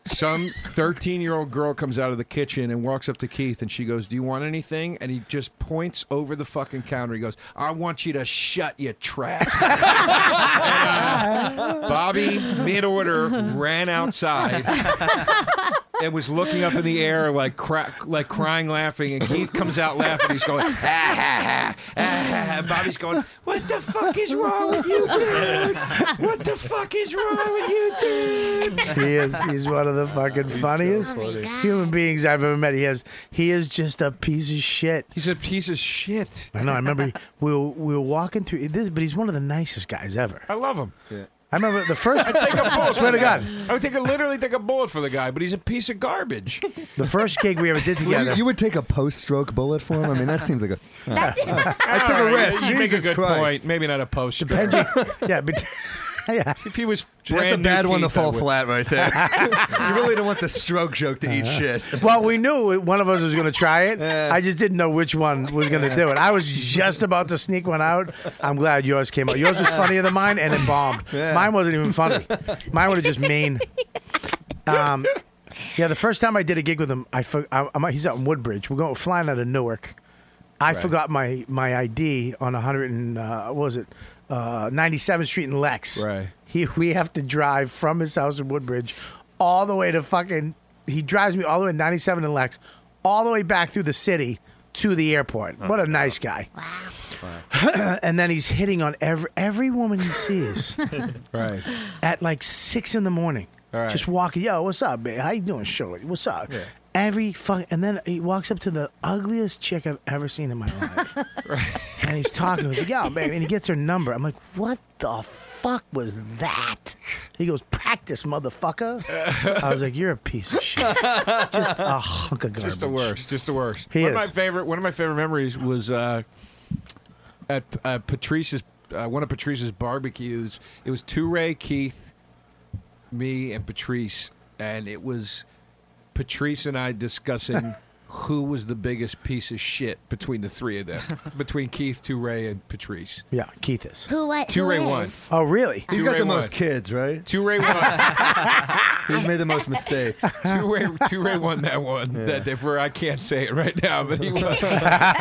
C: Some 13 year old girl comes out of the kitchen and walks up to Keith and she goes, Do you want anything? And he just points over the fucking counter. He goes, I want you to shut your trap. Bobby, mid order, ran outside and was looking up in the air like cra- like crying, laughing. And Keith comes out laughing. He's going, ah, ha, ha, ah, ha, ha. And Bobby's going, What the fuck is wrong with you, dude? What the fuck is wrong with you, dude?
F: he is he's one of the fucking funniest human beings I've ever met. He has he is just a piece of shit.
C: He's a piece of shit.
F: I know. I remember we were, we were walking through this, but he's one of the nicest guys ever.
C: I love him.
F: I remember the first.
C: I'd take a bullet.
F: swear
C: for
F: to
C: the guy.
F: God,
C: I would take a literally take a bullet for the guy, but he's a piece of garbage.
F: the first gig we ever did
I: Well, you-
F: together.
I: you, would take a post-stroke bullet for him. I mean, that seems like a.
C: I
I: took a risk.
C: You make a
I: Jesus
C: good
I: Christ.
C: point. Maybe not a post.
F: yeah, but yeah.
C: If he was
I: That's a
C: brand new
I: bad one to
C: Keith, I
I: fall
C: would.
I: flat right there. you really don't want the stroke joke to eat
F: Uh-huh.
I: shit.
F: well, we knew one of us was going to try it. I just didn't know which one was going to do it. I was just about to sneak one out. I'm glad yours came out. Yours was funnier than mine, and it bombed. Mine wasn't even funny. Mine would have just mean. Um, yeah, the first time I did a gig with him, I, for, I I'm, he's out in Woodbridge. We're going flying out of Newark. I
M: Right.
F: forgot my my ID on 100 and uh, what was it uh, 97th Street in Lex.
C: Right.
F: He we have to drive from his house in Woodbridge all the way to fucking. He drives me all the way to 97 and Lex, all the way back through the city to the airport. what a nice guy. and then he's hitting on every every woman he sees.
C: Right.
F: At like six in the morning.
C: All right.
F: Just walking. Yo, what's up, man? How you doing, Shirley? What's up? Every fuck, and then he walks up to the ugliest chick I've ever seen in my life, and he's talking. He's like, "Yo, baby," and he gets her number. I'm like, "What the fuck was that?" He goes, "Practice, motherfucker." I was like, "You're a piece of shit, just a hunk of garbage."
C: Just the worst. Just the worst.
F: He
C: one
F: is.
C: of my favorite. One of my favorite memories was uh, at uh, Patrice's. Uh, one of Patrice's barbecues. It was Toure, Keith, me, and Patrice, and it was Patrice and I discussing who was the biggest piece of shit between the three of them, between Keith, Toure, and Patrice.
F: Yeah, Keith is.
L: Who what?
C: Toure
L: who
C: won.
L: is?
F: Oh, really?
I: He's
C: Two
I: got
C: Ray
I: the most
C: won.
I: kids, right?
C: Two Ray won.
I: He's made the most mistakes.
C: Toure, Toure won that one that day. For I can't say it right now, but he won.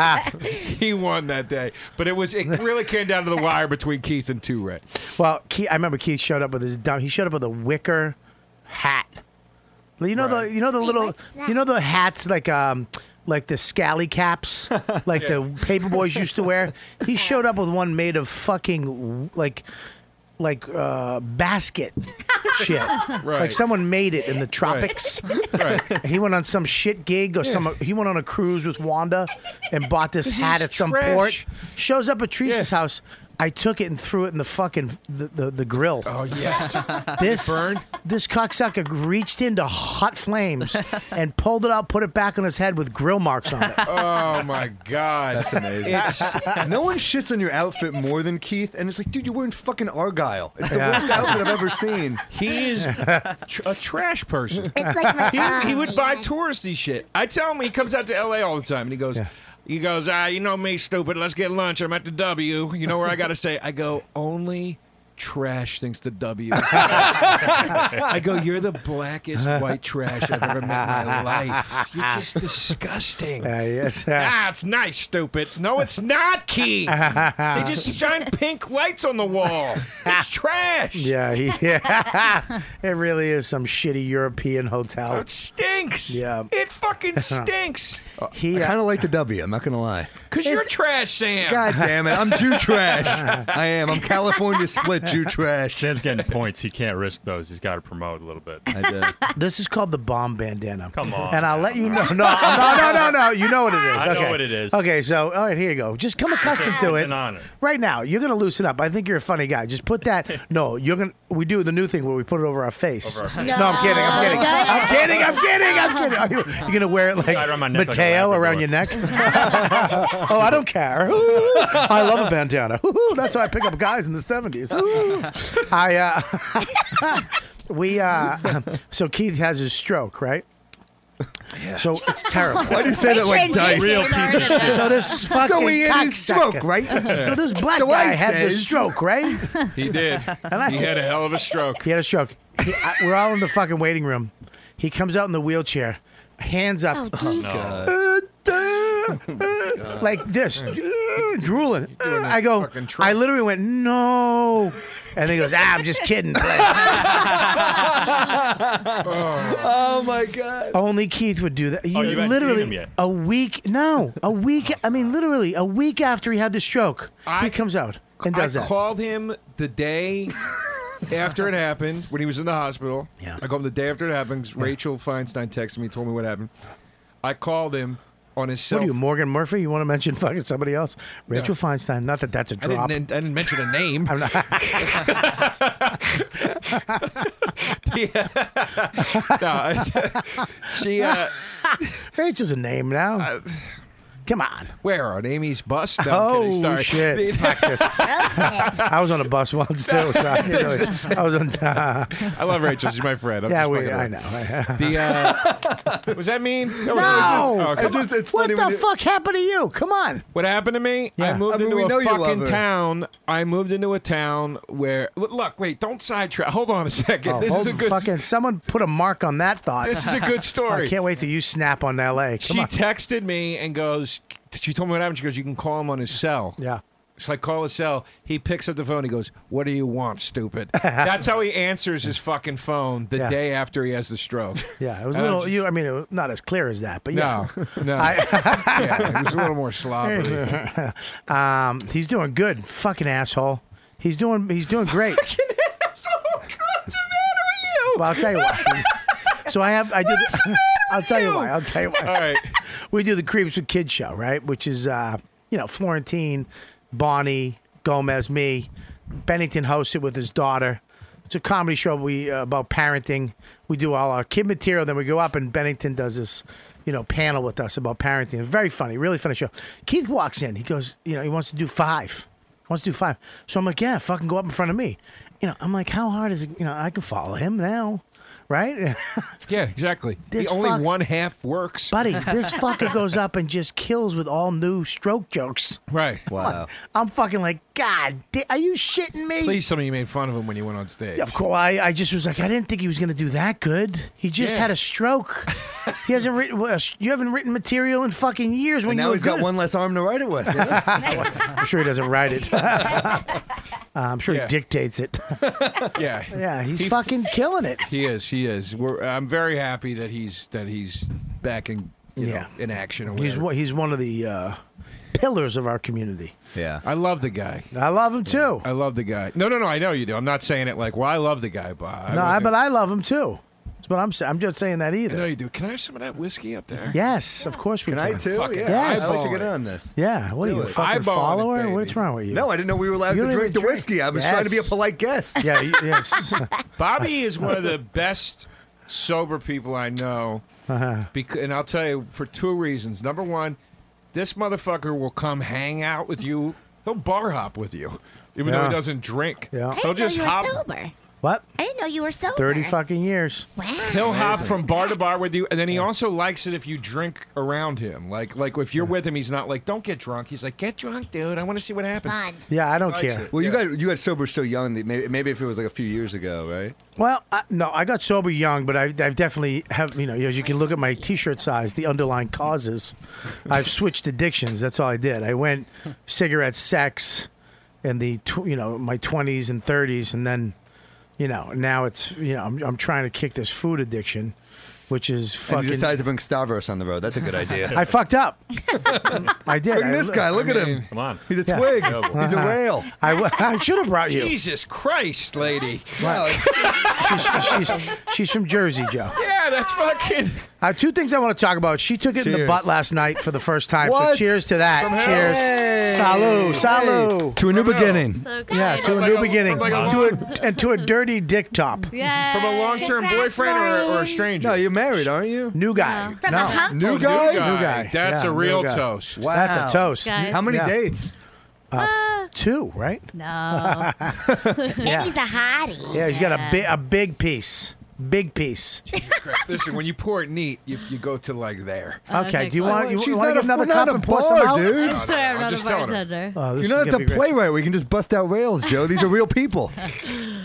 C: he won that day. But it was it really came down to the wire between Keith and Toure.
F: Well, Keith, I remember Keith showed up with his dumb. He showed up with a wicker hat. You know the you know the little you know the hats like um like the scally caps like the paper boys used to wear. He showed up with one made of fucking like like uh basket shit. Like
J: Right.
F: someone made it in the tropics. He went on some shit gig or some he went on a cruise with Wanda and bought this
J: This is
F: hat at some
J: trash.
F: port. Shows up at Teresa's house. I took it and threw it in the fucking the, the, the grill. Oh
C: yes.
F: this
C: burn?
F: this cocksucker reached into hot flames and pulled it out, put it back on his head with grill marks on it.
C: Oh my god,
I: that's amazing.
C: It's-
I: no one shits on your outfit more than Keith, and it's like, dude, you're wearing fucking Argyle. It's the
C: Yeah.
I: worst outfit I've ever seen.
C: He is tr- a trash person.
I: It's like my
C: he, he would buy touristy shit. I tell him he comes out to L.A. all the time, and he goes. He goes, ah, you know me, stupid. Let's get lunch. I'm at the W. You know where I got to stay. I go, only trash thinks the W. I go, you're the blackest white trash I've ever met in my life. You're just disgusting.
F: Uh, yes.
C: Ah, it's nice, stupid. No, it's not, Key. they just shine pink lights on the wall. Ah, It's trash.
F: Yeah, he, yeah. it really is some shitty European hotel.
C: It stinks.
F: Yeah.
C: It fucking stinks.
F: He uh,
I: I kind of like the W. I'm not gonna lie.
C: Because you're trash, Sam.
I: God damn it! I'm Jew trash. I am. I'm California split Jew trash.
K: Sam's getting points. He can't risk those. He's got to promote a little bit.
I: I did.
F: This is called the bomb bandana. Come
K: on.
F: And I'll let you know. No, no, no, no, no. You know what it is.
K: I know
F: Okay.
K: what it is.
F: Okay, so all right, here you go. Just come accustomed to it.
K: an honor.
F: Right now, you're gonna loosen up. I think you're a funny guy. Just put that. No, you're gonna. We do the new thing where we put it over our face.
K: Over our
F: No,
K: face.
F: I'm kidding. I'm kidding.
K: No.
F: I'm kidding. I'm kidding. I'm kidding. Are you, you're gonna wear it like
K: got it around my neck like a
F: Mateo around your neck? oh, I don't care. Ooh, I love a bandana. Ooh, that's how I pick up guys in the seventies. I uh, we uh, so Keith has his stroke, right? So it's terrible.
I: Why do you say that like dice?
F: So this fucking
I: So he had his
F: cocksucker-
I: stroke, right?
F: So this black
I: So I
F: guy had the
I: says-
F: stroke, right?
C: He did.
F: I-
C: he had a hell of a stroke.
F: He had a stroke. He- I- we're all in the fucking waiting room. He comes out in the wheelchair, hands up,
I: Oh,
F: like this, drooling. I go, I literally went, no. And he goes, ah, I'm just kidding.
I: oh my god.
F: Only Keith would do that. You,
I: Oh, you haven't
F: literally
I: seen him yet.
F: a week. No, a week. I mean, literally a week after he had the stroke, he comes out and does
C: I
F: that.
C: called him the day after it happened when he was in the hospital. Yeah. I called him the day after it happened. 'cause Rachel Feinstein texted me, told me what happened. I called him on his cell.
F: What are you, Morgan Murphy? You want to mention fucking somebody else? Rachel Feinstein. Not that that's a
C: I
F: drop.
C: didn't, I didn't mention a name.
F: I'm not-
C: no, Uh, she. Uh,
F: Rachel's a name now. Come on.
C: Where on Amy's bus? No, I'm
F: oh
C: kidding. Sorry.
F: shit! Fuck it. I was on a bus once too. So I, you know, I was on.
C: I love Rachel. She's my friend. I'm
F: yeah,
C: just
F: we,
C: fucking
F: I
C: around.
F: know. I-
C: The, uh, was that mean? That was
F: no,
C: racist. Oh, okay.
F: Come on. what the fuck happened to you? Come on.
C: What happened to me? I moved
F: I mean, we
C: into
F: know
C: a
F: you love
C: fucking
F: her.
C: town. I moved into a town where. look, Look, wait, don't sidetrack. Hold on a second.
F: Oh,
C: this is
F: hold
C: a good.
F: fucking. Someone put a mark on that thought.
C: This is a good story.
F: I can't wait till you snap on L.A. Come
C: she
F: on.
C: texted me and goes. She told me what happened. She goes, "You can call him on his cell."
F: Yeah.
C: So I call his cell. He picks up the phone. He goes, "What do you want, stupid?" That's how he answers his fucking phone the
F: Yeah.
C: day after he has the stroke.
F: yeah, it was a
C: And I'm
F: little. You, I mean, it was not as clear as that, but yeah.
C: No, no. yeah, it was a little more sloppy.
F: um, he's doing good. Fucking asshole. He's doing. He's doing great. Well, I'll tell you why. so I have I do. The, I'll tell you why. I'll tell you why. All
C: right.
F: We do the Creeps with Kids show, right? Which is uh, you know Florentine, Bonnie, Gomez, me. Bennington hosts it with his daughter. It's a comedy show we uh, about parenting. We do all our kid material, then we go up and Bennington does this, you know, panel with us about parenting. It's very funny, really funny show. Keith walks in. He goes, you know, he wants to do five. wants to do five. So I'm like, yeah, fucking go up in front of me. You know, I'm like, how hard is it? You know, I can follow him now, right?
C: Yeah, exactly.
F: This
C: the only
F: fuck-
C: one half works,
F: Buddy, this fucker goes up and just kills with all new stroke jokes.
C: Right.
F: Wow. I'm fucking like, God, da- are you shitting me?
C: Please, tell me you made fun of him when you went on stage.
F: Yeah, Of course, I, I just was like, I didn't think he was going to do that good. He just
C: Yeah.
F: had a stroke. he hasn't written. well, You haven't written material in fucking years. When
I: And now
F: you were
I: he's got
F: good.
I: one less arm to write it with. you know?
F: I'm sure he doesn't write it. Uh, I'm sure he dictates it.
C: yeah,
F: yeah, he's fucking killing it.
C: He is. He is. We're, I'm very happy that he's that he's back in you know, in action. Or
F: He's
C: whatever.
F: one- he's one of the uh, pillars of our community.
I: Yeah,
C: I love the guy.
F: I love him too.
C: I love the guy. No, no, no. I know you do. I'm not saying it like, well, I love the guy, Bob.
F: no, I,
C: wasn't-
F: but I love him too. That's what I'm saying. I'm just saying that
C: I
F: either.
C: know you do. Can I have some of that whiskey up there?
F: Yes, of course we
I: Can
F: can.
I: I too?
F: Fucking
I: yeah,
F: Yes.
I: I'd like to get in on this.
F: Yeah, what
I: do
F: are you, a
I: it.
F: fucking
I: Eyeball it,
F: follower?
I: baby.
F: What's wrong with you?
I: No, I didn't know we were allowed
F: You
I: to
F: don't
I: drink the
F: even
I: whiskey. I was trying to be a
F: Yes.
I: polite guest.
F: Yeah, y- yes.
C: Bobby is one of the best sober people I know.
F: Uh-huh.
C: Because, and I'll tell you for two reasons. Number one, this motherfucker will come hang out with you. He'll bar hop with you, even though
F: Yeah.
C: he doesn't drink.
F: Yeah. I didn't
C: He'll
L: I didn't
C: just
L: know you
C: hop.
L: were sober.
F: What?
L: I didn't know you were sober.
F: Thirty fucking years.
C: He'll hop from bar to bar with you, and then he also likes it if you drink around him. Like, like if you're with him, he's not like, "Don't get drunk." He's like, "Get drunk, dude. I want to see what happens."
F: Yeah, I don't
C: Likes
F: care.
C: it.
I: Well, you got you got sober so young that maybe, maybe if it was like a few years ago, right?
F: Well, I, no, I got sober young, but I've, I've definitely have you know as you can look at my T-shirt size, the underlying causes. I've switched addictions. That's all I did. I went cigarette, sex, and the tw- you know my twenties and thirties, and then you know now it's you know I'm, I'm trying to kick this food addiction, which is
I: and
F: fucking.
I: you decided to bring Stavros on the road. That's a good idea.
F: I fucked up. I did.
I: Look
F: I
I: at this
F: li-
I: guy. Look at him.
K: Come on.
I: He's a
F: Yeah.
I: twig. He's a
F: Uh-huh.
I: whale.
F: I, w- I should have brought you.
C: Jesus Christ, lady.
F: she's, she's, she's from Jersey, Joe.
C: Yeah, that's fucking.
F: Uh, two things I want to talk about. She took it in the
I: Cheers.
F: butt last night for the first time.
I: What?
F: So cheers to
C: From
F: that.
C: hell.
F: Cheers. Salud. Salud.
I: To a new beginning.
F: Yeah, to a
C: Like
F: new
C: a-
F: beginning.
C: like a
F: to a, and to a dirty dick top.
H: Yeah.
C: From a long-term boyfriend or, a- or a stranger?
I: No, you're married, aren't you?
F: New guy.
L: From a hunk.
I: New
C: New
I: guy?
C: guy.
F: New guy.
C: That's
F: Yeah,
C: a real
F: new guy.
C: toast.
I: Wow.
F: That's a toast.
H: Guys.
I: How many
F: Yeah. Uh,
I: dates?
F: Two, right?
H: No.
L: And he's a hottie.
F: Yeah, he's got a big a big piece. Big piece.
C: Listen, when you pour it neat, you, you go to like there.
F: Okay, do you
H: like-
F: want you
I: She's
F: want to
I: not
F: get
I: a-
F: another
I: we're not
F: cup
I: a
F: and pour some
I: bar,
F: out?
I: dude.
H: I'm sorry, I'm
C: I'm
H: not
C: just
H: a
C: telling her.
H: bartender.
F: Oh, this
I: You
F: is
I: don't
F: gonna
I: have
F: be
I: to
F: great.
I: play right. We can just bust out rails, Joe. These are real people.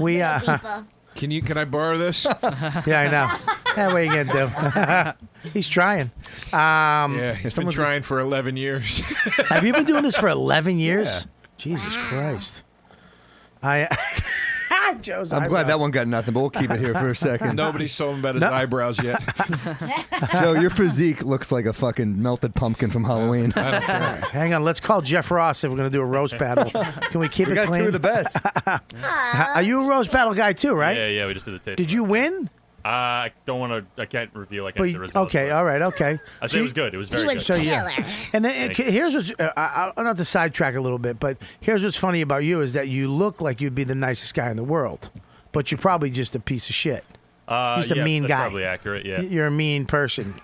F: We uh,
L: People.
C: Can you? Can I borrow this?
F: yeah, I know. That way you gonna do. he's trying. Um,
C: yeah, he's been
I: someone's-
C: trying for 11 years.
F: Have you been doing this for 11 years? Jesus Christ. I. Joe's
I: I'm glad that
F: eyebrows.
I: one got nothing, but we'll keep it here for a second.
C: Nobody's told him about his eyebrows yet.
I: Joe, your physique looks like a fucking melted pumpkin from Halloween.
F: All right, hang on, let's call Jeff Ross if we're going to do a roast battle. Can we keep
I: we
F: it
I: got
F: clean?
I: two of the best.
F: Are you a roast battle guy too, right?
K: Yeah, yeah, we just did the taste.
F: Did you win?
K: Uh, I don't want to. I can't reveal. I can't. the
F: But, oh,
K: results.
F: okay, all right, okay. So
K: I say it
F: you-
K: was good. It was very
L: He
K: good.
L: was
F: So yeah,
L: killer.
F: and then,
K: Thank you.
F: here's what's uh, I, I- not to sidetrack a little bit, but here's what's funny about you is that you look like you'd be the nicest guy in the world, but you're probably just a piece of shit.
K: Uh,
F: Just a
K: yes,
F: mean
K: that's
F: guy.
K: Probably accurate. Yeah.
F: Y- You're a mean person.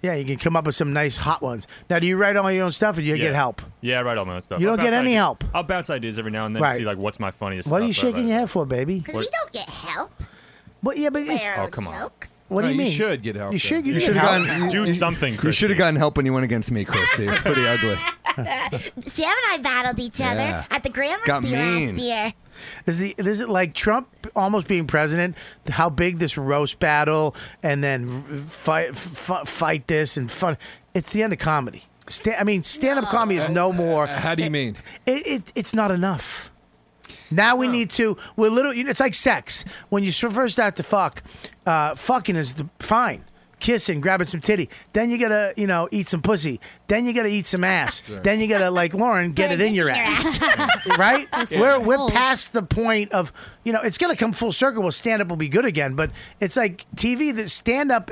F: Yeah. you can come up with some nice hot ones. Now, do you write all your own stuff or do you
K: yeah.
F: get help?
K: Yeah, I write all my own stuff.
F: You don't
K: I'll
F: get
K: bounce
F: any
K: ideas-
F: help.
K: I'll bounce ideas every now and then
F: Right.
K: to see like what's my funniest.
F: What are you
K: stuff, but I
F: shaking
K: write-
F: your head for, baby?
L: Because we don't get help.
F: Well, yeah, but it's-
L: There
K: Oh,
L: are
K: come on.
L: jokes.
F: what do
C: No,
F: you
C: you
F: mean?
C: should get help,
F: You
C: though.
F: should.
C: You
F: You,
I: should've
F: shoould've
I: gotten-
K: Do something.
I: You
K: Christy.
I: should have gotten help when you went against me, Christy. It was pretty ugly.
L: Sam and I battled each
I: Yeah.
L: other at the grammar
I: Got
L: Sea
I: mean.
L: last year.
F: Is the is it like Trump almost being president? How big this roast battle and then r- fight f- fight this and fun? It's the end of comedy. Sta- I mean, stand up comedy is no more.
C: Uh, How do you mean?
F: It, it it's not enough. Now we need to. We're little. you know, It's like sex. When you first start to fuck, uh, fucking is the, fine. Kissing, grabbing some titty. Then you gotta, you know, eat some pussy. Then you gotta eat some ass. Then you gotta, like Lauren, get it in your ass. right? We're we're past the point of, you know, it's gonna come full circle. Well, stand up will be good again, but it's like TV. That stand up,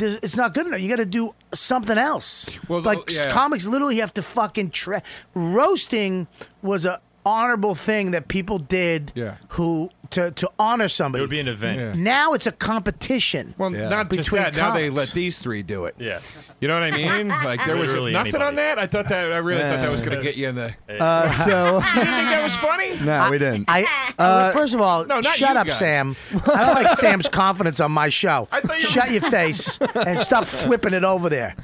F: it's not good enough. You gotta do something else.
C: Well, the-
F: like
C: yeah.
F: comics literally have to fucking tra- roasting was a honorable thing that people did
C: Yeah.
F: who to, to honor somebody. It would
K: be an event. Yeah.
F: Now it's a competition.
C: Well, Not just
F: between
C: that. Now they
F: comics.
C: let these three do it. Yeah. You know what I mean? Like there was
K: Literally
C: nothing on
K: anybody.
C: that. I thought that I really thought that was going to get you in the.
I: Uh, so-
C: you didn't think that was funny?
I: No, we didn't. Uh,
F: I, first of all,
C: No, not
F: shut
C: you
F: up,
C: guys.
F: Sam. I don't like Sam's confidence on my show. shut your face and stop flipping it over there.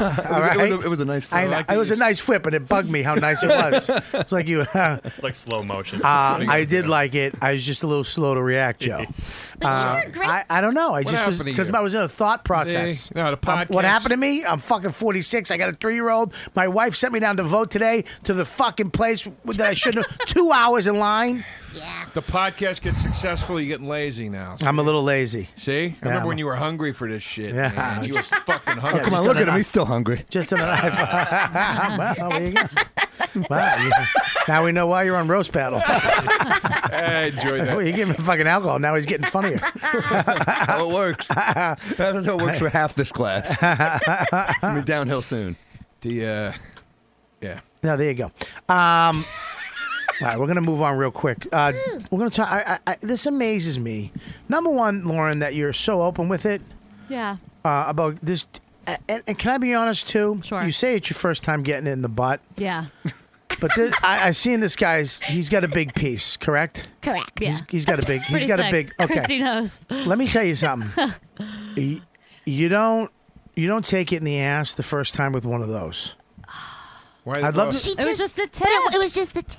F: All right?
I: it was a- it was a nice
F: I
I: flip.
F: know,
I: I like
F: it was a nice flip, and it bugged me how nice it was. it's like you. Uh,
K: It's like slow motion.
F: I did like it. I was just a little slow to react, Joe. Uh, I, I don't know. I
C: What
F: just was
C: happened to
F: because
C: you?
F: I was in a thought process.
C: See? No, the
F: Um, what
C: podcast-
F: happened to me? I'm fucking 46. I got a three year old. My wife sent me down to vote today to the fucking place that I shouldn't. have. Two hours in line.
C: The podcast gets successful. You're getting lazy now.
F: I'm a little lazy.
C: See, I
F: Yeah.
C: remember when you were hungry for this shit.
F: Yeah.
C: man. You was fucking
I: Oh,
C: hungry.
I: come on, look at him. He's still hungry.
F: Just an eye. well, there you go. Wow, you- now we know why you're on roast battle.
C: I enjoyed
F: Well,
C: that.
F: you give him fucking alcohol. Now he's getting funnier.
I: how it works. That's how it works for half this class. it's gonna be downhill soon.
C: The uh, yeah.
F: No, there you go. Um, all right, we're gonna move on real quick. Uh, we're gonna talk. I, I, I, this amazes me. Number one, Lauren, that you're so open with it
H: Yeah.
F: uh, about this. a- And, and can I be honest too? Sure. You say it's your first time getting it in the butt,
H: Yeah.
F: but this, I, I seen this guy's. He's got a big piece, correct?
L: Correct.
H: Yeah.
F: He's- he's got a big. He's
H: Pretty
F: got a
H: thick.
F: big. Okay.
H: Christy knows.
F: Let me tell you something. Y- you don't. You don't take it in the ass the first time with one of those.
C: Why
F: I'd love to.
L: She
H: It was just the
L: but It, it was just the tip.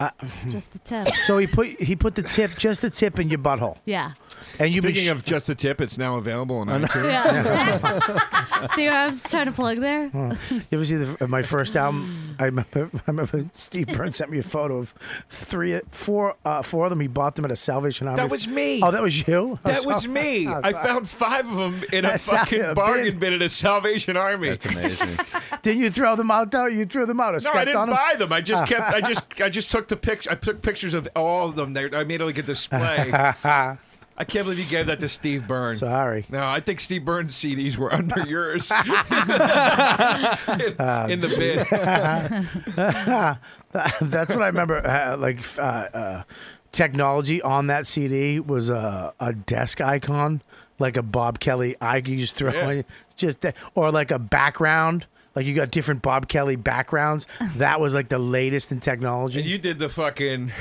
F: Uh,
H: Just the tip.
F: So he put he put the tip, just the tip, in your butthole,
H: Yeah.
F: and you've been
C: Speaking
F: sh-
C: of just a tip, it's now available on iTunes.
H: Yeah. See what I was trying to plug there?
F: Oh. You ever see the, my first album? I remember, I remember Steve Burns sent me a photo of three, four, uh, four of them. He bought them at a Salvation Army.
C: That was me.
F: Oh, that was you. I'm
C: That was
F: sorry.
C: me.
F: I'm
C: I
F: sorry.
C: found five of them in a
F: That's how-
C: fucking
F: yeah,
C: bargain bin at a Salvation Army. That's
I: amazing.
F: Didn't you throw them out? Though you threw them out. Or
C: no,
F: stepped
C: I didn't
F: on them?
C: buy them. I just kept. I just. I just took the picture. I took pictures of all of them. There, I made like a display. I can't believe you gave that to Steve Byrne.
F: Sorry.
C: No, I think Steve Byrne's CDs were under yours in,
F: Oh,
C: in the bin.
F: That's what I remember. Uh, like uh, uh, technology on that CD was a, a desk icon, like a Bob Kelly icon you just throw
C: Yeah.
F: in, just that, or like a background. Like you got different Bob Kelly backgrounds. That was like the latest in technology.
C: And you did the fucking.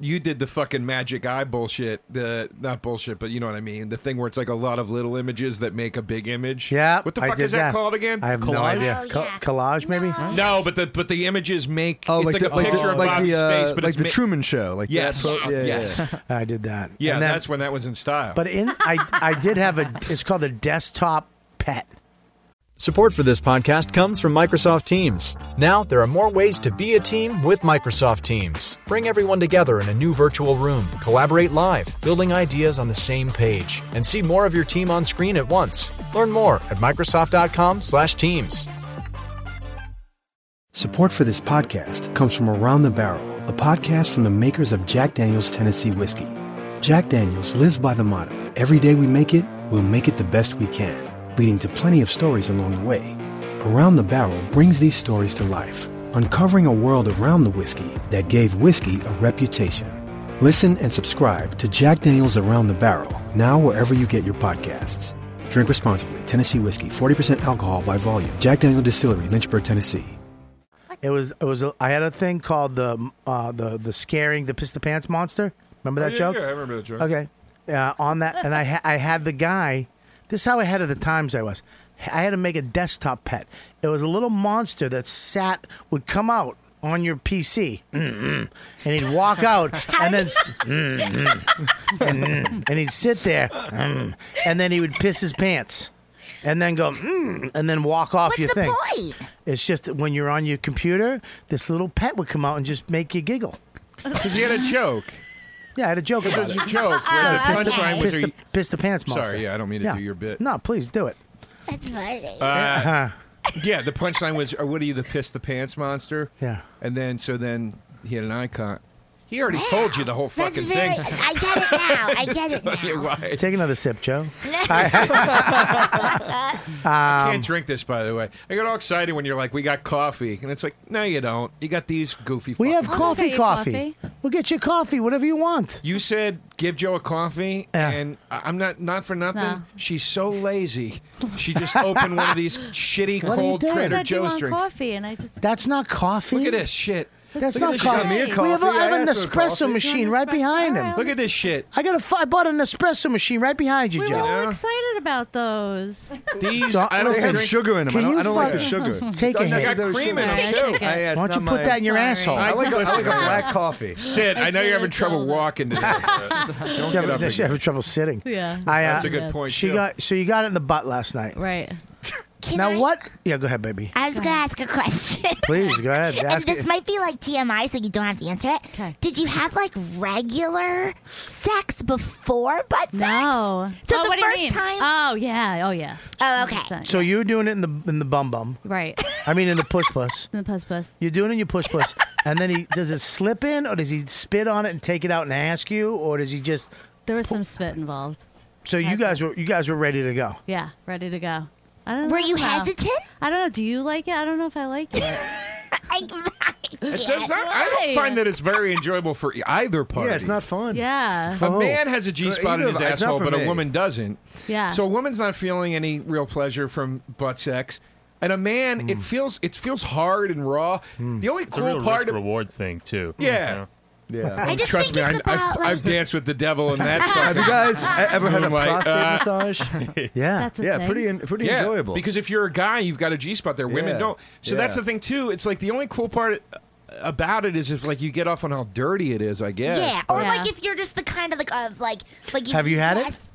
C: You did the fucking magic eye bullshit. The not bullshit, but you know what I mean. The thing where it's like a lot of little images that make a big image.
F: Yeah.
C: What the
F: I
C: fuck
F: did
C: is that, called again?
F: I have no
C: Collage? Oh,
F: idea. Co- Collage, maybe?
C: No, but the but the images make
I: Oh, like
C: it's like,
I: the-
C: a
I: like the-
C: picture of
I: like
C: Bobby's
I: the, uh,
C: face, but
I: like
C: it's
I: the
C: ma-
I: Truman Show, like that
C: yes,
I: pro- yeah, yeah,
C: yes,
I: yeah.
F: I did that.
C: yeah.
F: And then-
C: that's when that was in style.
F: But in I I did have a. It's called a desktop pet.
M: Support for this podcast comes from Microsoft Teams. Now, there are more ways to be a team with Microsoft Teams. Bring everyone together in a new virtual room, collaborate live, building ideas on the same page, and see more of your team on screen at once. Learn more at microsoft.com/teams.
N: Support for this podcast comes from Around the Barrel, a podcast from the makers of Jack Daniels Tennessee Whiskey. Jack Daniels lives by the motto every day we make it, we'll make it the best we can, leading to plenty of stories along the way. Around the Barrel brings these stories to life, uncovering a world around the whiskey that gave whiskey a reputation. Listen and subscribe to Jack Daniels Around the Barrel, now wherever you get your podcasts. Drink responsibly. Tennessee Whiskey, 40% alcohol by volume. Jack Daniel Distillery, Lynchburg, Tennessee.
F: It was it was a, I had a thing called the uh, the the scaring the piss the pants monster. Remember
C: Oh,
F: that
C: yeah,
F: joke?
C: yeah, I remember that joke.
F: Okay, uh, on that, and I ha- I had the guy. This is how ahead of the times I was. I had to make a desktop pet. It was a little monster that sat would come out on your PC, Mm-mm. and he'd walk out, and then s- Mm-mm. and, mm. and he'd sit there, Mm. and then he would piss his pants, and then go, mm, and then walk off
L: What's
F: your
L: the
F: thing.
L: point?
F: It's just that when you're on your computer, this little pet would come out and just make you giggle.
C: Because you had a joke.
F: Yeah, I had a joke
C: It
F: about
C: was
F: it.
C: a joke where the
F: Piss
C: punchline was
F: piss the,
C: you-
F: piss the pants
C: Sorry,
F: monster.
C: yeah, I don't mean to do your bit.
F: No, please do it.
L: That's funny.
I: Uh-huh.
C: Uh, yeah, the punchline was, "Are what are you, the piss the pants monster?"
F: Yeah.
C: And then so then he had an icon. He already told you the whole
L: That's
C: fucking
L: very.
C: thing.
L: I get it now. I get it now.
F: Take another sip, Joe.
C: I
F: Um,
C: can't drink this, by the way. I get all excited when you're like, "We got coffee," and it's like, "No, you don't. You got these goofy."
F: We have coffee,
C: fuckers."
F: coffee, We'll get you coffee, whatever you want.
C: You said give Joe a coffee, and I- I'm not not for nothing.
F: No.
C: She's so lazy. She just opened one of these shitty
F: What are you
C: cold
F: doing?
C: Trader
H: said you
C: Joe's
H: want
C: drinks.
H: coffee, and I just
F: That's not coffee.
C: Look at this shit.
F: That's
C: Look at
F: not
C: this shit.
F: coffee. We have, a, I have an espresso machine right behind him.
C: Look at this shit.
F: I got a. fi- I bought an espresso machine right behind you,
H: we were
F: Joe.
H: all excited about those.
C: These,
F: So,
C: I don't
F: listen,
C: have sugar in 'em. I
F: can
C: don't-
F: you
C: I don't like the
F: fucking
C: sugar.
F: Take
C: It's
F: a hit.
C: unnecessary Got cream in it, sugar. too. I- yeah, it's
F: Why don't you
C: not
F: put
C: my-
F: that in your
C: Sorry.
F: asshole?
C: I like a- I like a black
I: coffee.
C: Sid, I know you're having trouble walking today.
F: She's
C: Don't get up
F: having, she's
C: again.
F: having trouble sitting.
H: Yeah.
F: I, uh,
C: That's a good point,
F: She
C: too.
F: got so you got it in the butt last night.
H: Right.
F: now what? Yeah, go ahead, baby.
L: I was going to ask a question.
F: Please go ahead.
L: and
F: Ask
L: this
F: it.
L: might be like TMI, so you don't have to answer it. Did you have like regular sex before butt sex? No. So
H: Oh,
L: the
H: what do you
L: first
H: mean?
L: time.
H: Oh yeah. Oh yeah.
L: Oh okay.
H: Uh,
F: So you were doing it in the in the bum bum.
H: Right.
F: I mean in the push puss.
H: In the puss puss.
F: You're doing it in your push puss, and then he does it slip in, or does he spit on it and take it out and ask you, or does he just?
H: There was some spit involved.
F: So you guys were you guys were ready to go.
H: Yeah, ready to go. I don't
L: Were
H: know
L: you
H: about-
L: hesitant?
H: I don't know. Do you like it? I don't know if I like it.
C: It's just not- I don't find that it's very enjoyable for e-, either party.
I: Yeah, it's not fun.
H: Yeah.
C: A man has a G spot in his asshole, but a woman doesn't.
H: Yeah.
C: So a woman's not feeling any real pleasure from butt sex, and a man, it feels it feels hard and raw. The only
K: It's a
C: cool
K: real
C: part
K: risk
C: of
K: reward thing too.
C: yeah.
K: Yeah.
C: Oh, trust me, I, I've, I've danced with the devil in that.
I: Have you guys e-,
C: fucking
I: ever had a
C: moonlight.
I: prostate
C: Uh,
I: massage?
F: yeah,
I: That's a Yeah, thing. pretty en- pretty
C: Yeah,
I: enjoyable.
C: Because if you're a guy, you've got a G spot there. Women
I: Yeah,
C: don't. So that's
I: yeah.
C: the thing too. It's like the only cool part about it is if like you get off on how dirty it is. I guess.
L: Yeah. Or
C: But-
L: like if you're just the kind of like of like like.
C: Have you had it?
L: Yes.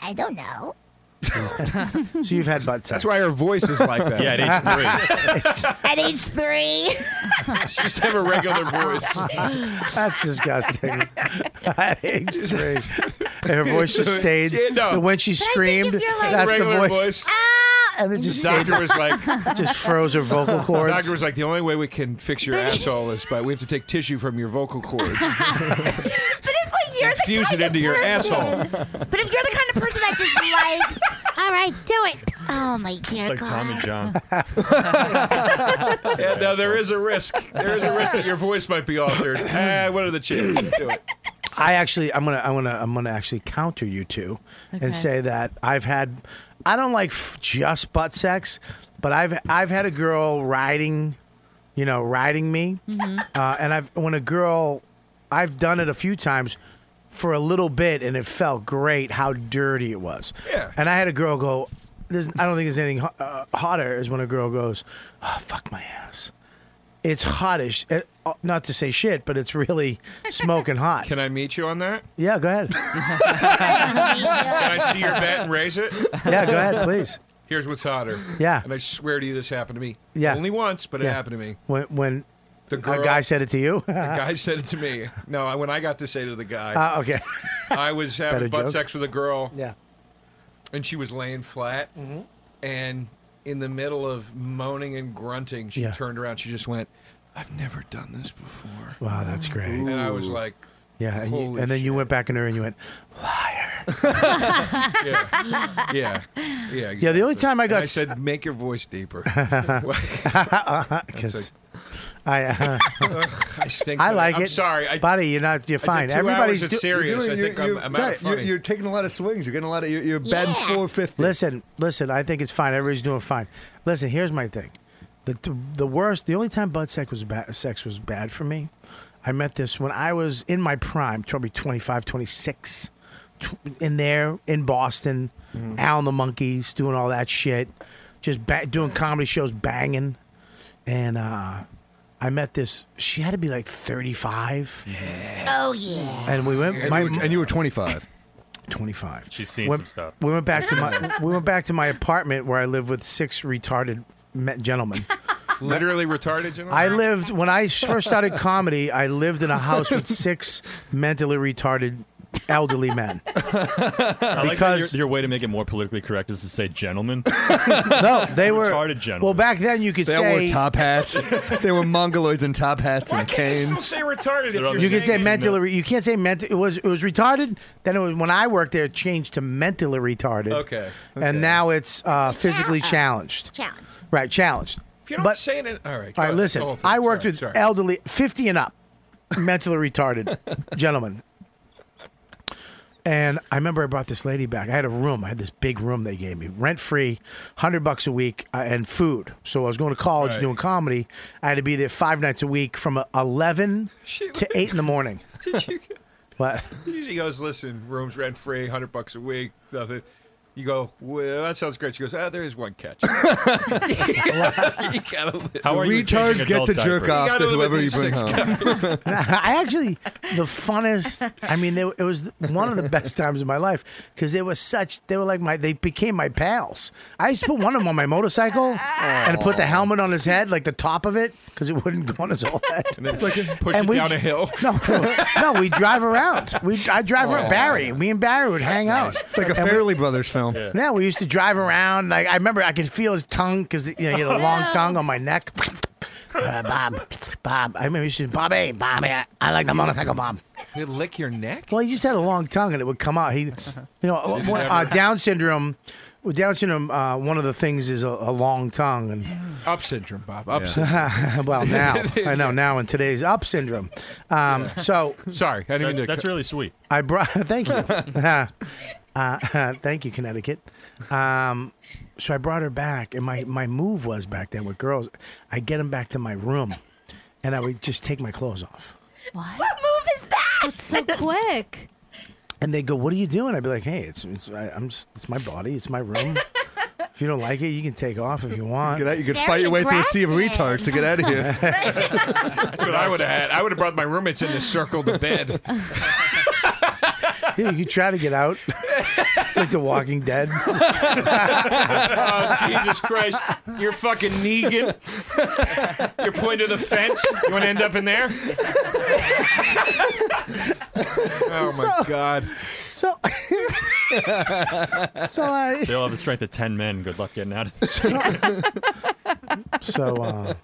L: I don't know.
F: So you've had butt sex.
C: That's why her voice is like that.
K: Yeah,
F: age
K: at
F: three.
L: At age three.
C: she just have a regular voice.
F: That's disgusting. At age three. And her voice just stayed.
C: Yeah, no.
F: But When she
C: But I think
F: screamed,
C: if you're like-
F: that's the
C: Regular
F: voice.
C: voice.
H: Ah!
L: and
F: then just
C: The doctor
F: stayed-
C: was like,
F: just froze her vocal cords.
C: The doctor was like, the only way we can fix your asshole is by we have to take tissue from your vocal cords,
L: But you're the
C: infuse it
L: kind of
C: into your
L: person-
C: asshole.
L: But if you're the kind of person that just likes, all right, do it. Oh my dear
K: Like
L: God.
K: Tommy John.
C: Yeah, no, there is a risk. There is a risk that your voice might be altered. Ah, what are the chances? Do it.
F: I actually, I'm gonna, I'm gonna, I'm gonna actually counter you two
C: Okay.
F: and say that I've had, I don't like f- just butt sex, but I've, I've had a girl riding, you know, riding me,
C: Mm-hmm.
F: uh, and I've when a girl, I've done it a few times for a little bit, and it felt great how dirty it was. Yeah. And I had a girl go, there's, I don't think there's anything ho- uh, hotter is when a girl goes, oh fuck my ass. It's hottish. Uh, uh, not to say shit, but it's really smoking hot.
C: Can I meet you on that?
F: Yeah, go ahead.
C: Can I see your bet and raise it?
F: Yeah, go ahead, please.
C: Here's what's hotter.
F: Yeah.
C: And I swear to you, this happened to me.
F: Yeah.
C: Only once, but it
F: Yeah.
C: happened to me.
F: When when
C: The
F: a
C: girl-
F: guy said it to you.
C: The guy said it to me. No, I- when I got to say to the guy,
F: Ah, okay.
C: I was
F: Better
C: having butt
F: joke.
C: sex with a girl.
F: Yeah. Mm-hmm.
C: And she was laying flat. And in the middle of moaning and grunting, she
F: Yeah.
C: turned around. She just went, I've never done this before.
F: Wow, that's great.
C: And I was like,
F: yeah, and, you,
C: holy
F: and then you went back into her and you went.
C: yeah. Yeah. Yeah.
F: Yeah, the only time I
C: And
F: got
C: I
F: s-
C: said, make your voice deeper.
F: Because I, uh,
C: Ugh, I stink.
F: I
C: today.
F: like
C: I'm
F: it.
C: sorry. I,
F: buddy, you're not. You're
C: I did
F: fine.
C: two
F: Everybody's
C: hours of
F: do-
C: serious. I think I'm-
I: you're,
C: I'm out of
I: you're,
C: funny.
I: you're taking a lot of swings. You're getting a lot of. You're, you're batting
C: Yeah.
I: 450.
F: Listen, listen. I think it's fine. Everybody's doing fine. Listen, here's my thing. The the worst. The only time butt sex was bad. Sex was bad for me. I met this when I was in my prime, probably 25, 26, tw- in there in Boston,
I: Mm-hmm.
F: Al and the Monkeys doing all that shit, just ba- doing comedy shows, banging, and uh, I met this. She had to be like thirty five.
L: Oh yeah.
F: And we went.
I: And
F: my,
I: you were- and you were 25.
F: 25.
K: She's seen
F: Went-
K: some stuff.
F: We went back to my we went back to my apartment where I live with six retarded me- gentlemen.
C: Literally retarded, gentlemen.
F: I lived when I first started comedy. I lived in a house with six mentally retarded elderly men.
K: I like how
F: Because-
K: your, your way to make it more politically correct is to say gentlemen.
F: No, they were
K: Retarded gentlemen.
F: Well, back then you could
I: They all
F: say
I: wore top hats. they were mongoloids in top hats and
C: Don't
I: canes.
C: say retarded. If you're
F: you can say
C: saying it.
F: mentally. re- You can't say mental. It was it was retarded. Then it was when I worked there, it changed to mentally retarded.
C: Okay.
F: And now it's uh, physically challenged.
L: Challenged.
F: Right, challenged.
C: If you're not
F: But-
C: saying it, all right. go
F: All right,
C: ahead.
F: listen.
C: The whole thing.
F: I worked
C: Sorry,
F: with
C: sorry.
F: elderly, fifty and up, mentally retarded gentleman. And I remember I brought this lady back. I had a room. I had this big room they gave me, rent free, hundred bucks a week, uh, and food. So I was going to college
O: Right.
F: doing comedy. I had to be there five nights a week from uh, eleven to eight in the morning.
C: Did you?
F: What?
C: He usually goes, listen, rooms rent free, hundred bucks a week, nothing. You go, well, that sounds great. She goes, ah, there is one catch. you gotta live-
I: How The are you retards changing get adult to jerk diapers? off
C: You gotta
I: to
C: live
I: whoever
C: with
I: you
C: these
I: bring
C: six
I: home.
C: guys.
F: I actually, the funnest. I mean, they, it was one of the best times of my life because they were such. They were like my. They became my pals. I used to put one of them on my motorcycle and put the helmet on his head, like the top of it, because it wouldn't go on his whole head.
C: And then push it down a hill.
F: No, no, we drive around. We I drive
I: Aw.
F: around Barry. Me and Barry would hang out.
I: It's like a
F: And we-
I: Fairley Brothers film.
F: yeah, we used to drive around. Like I remember, I could feel his tongue because you know he had a long
I: Ew.
F: tongue on my neck. Uh, Bob, Bob. I remember he used to Bobby, Bobby. I, I like the motorcycle, Bob.
C: He'd lick your neck.
F: Well, he just had a long tongue, and it would come out. He, you know,
C: Did it
F: one-
C: ever-
F: uh, Down syndrome. With Down syndrome, uh, one of the things is a, a long tongue, and
C: Up syndrome, Bob. Up syndrome.
F: well, now I know now in today's up syndrome. Um, So
C: sorry, I didn't mean to
K: That's
C: cut-
K: really sweet.
F: I brought. Thank you. uh, uh, thank you, Connecticut. Um, so I brought her back, and my my move was back then with girls. I get them back to my room, and I would just take my clothes off,
H: What?
L: move is that?
H: It's so quick.
F: and they would go, "What are you doing?" I'd be like, "Hey, it's it's I, I'm just, it's my body, it's my room. if you don't like it, you can take off if you want.
I: Get out- you could fight your way through a sea of retards to get out of here.
C: That's what I would have had. I would have brought my roommates in to circle the bed.
F: Yeah, you could try to get out. it's like The Walking Dead.
C: oh, Jesus Christ. You're fucking Negan. You're pointing to the fence. You want to end up in there? oh, my God.
F: So, so I.
K: They'll have the strength of 10 men. Good luck getting out of this.
F: So, uh,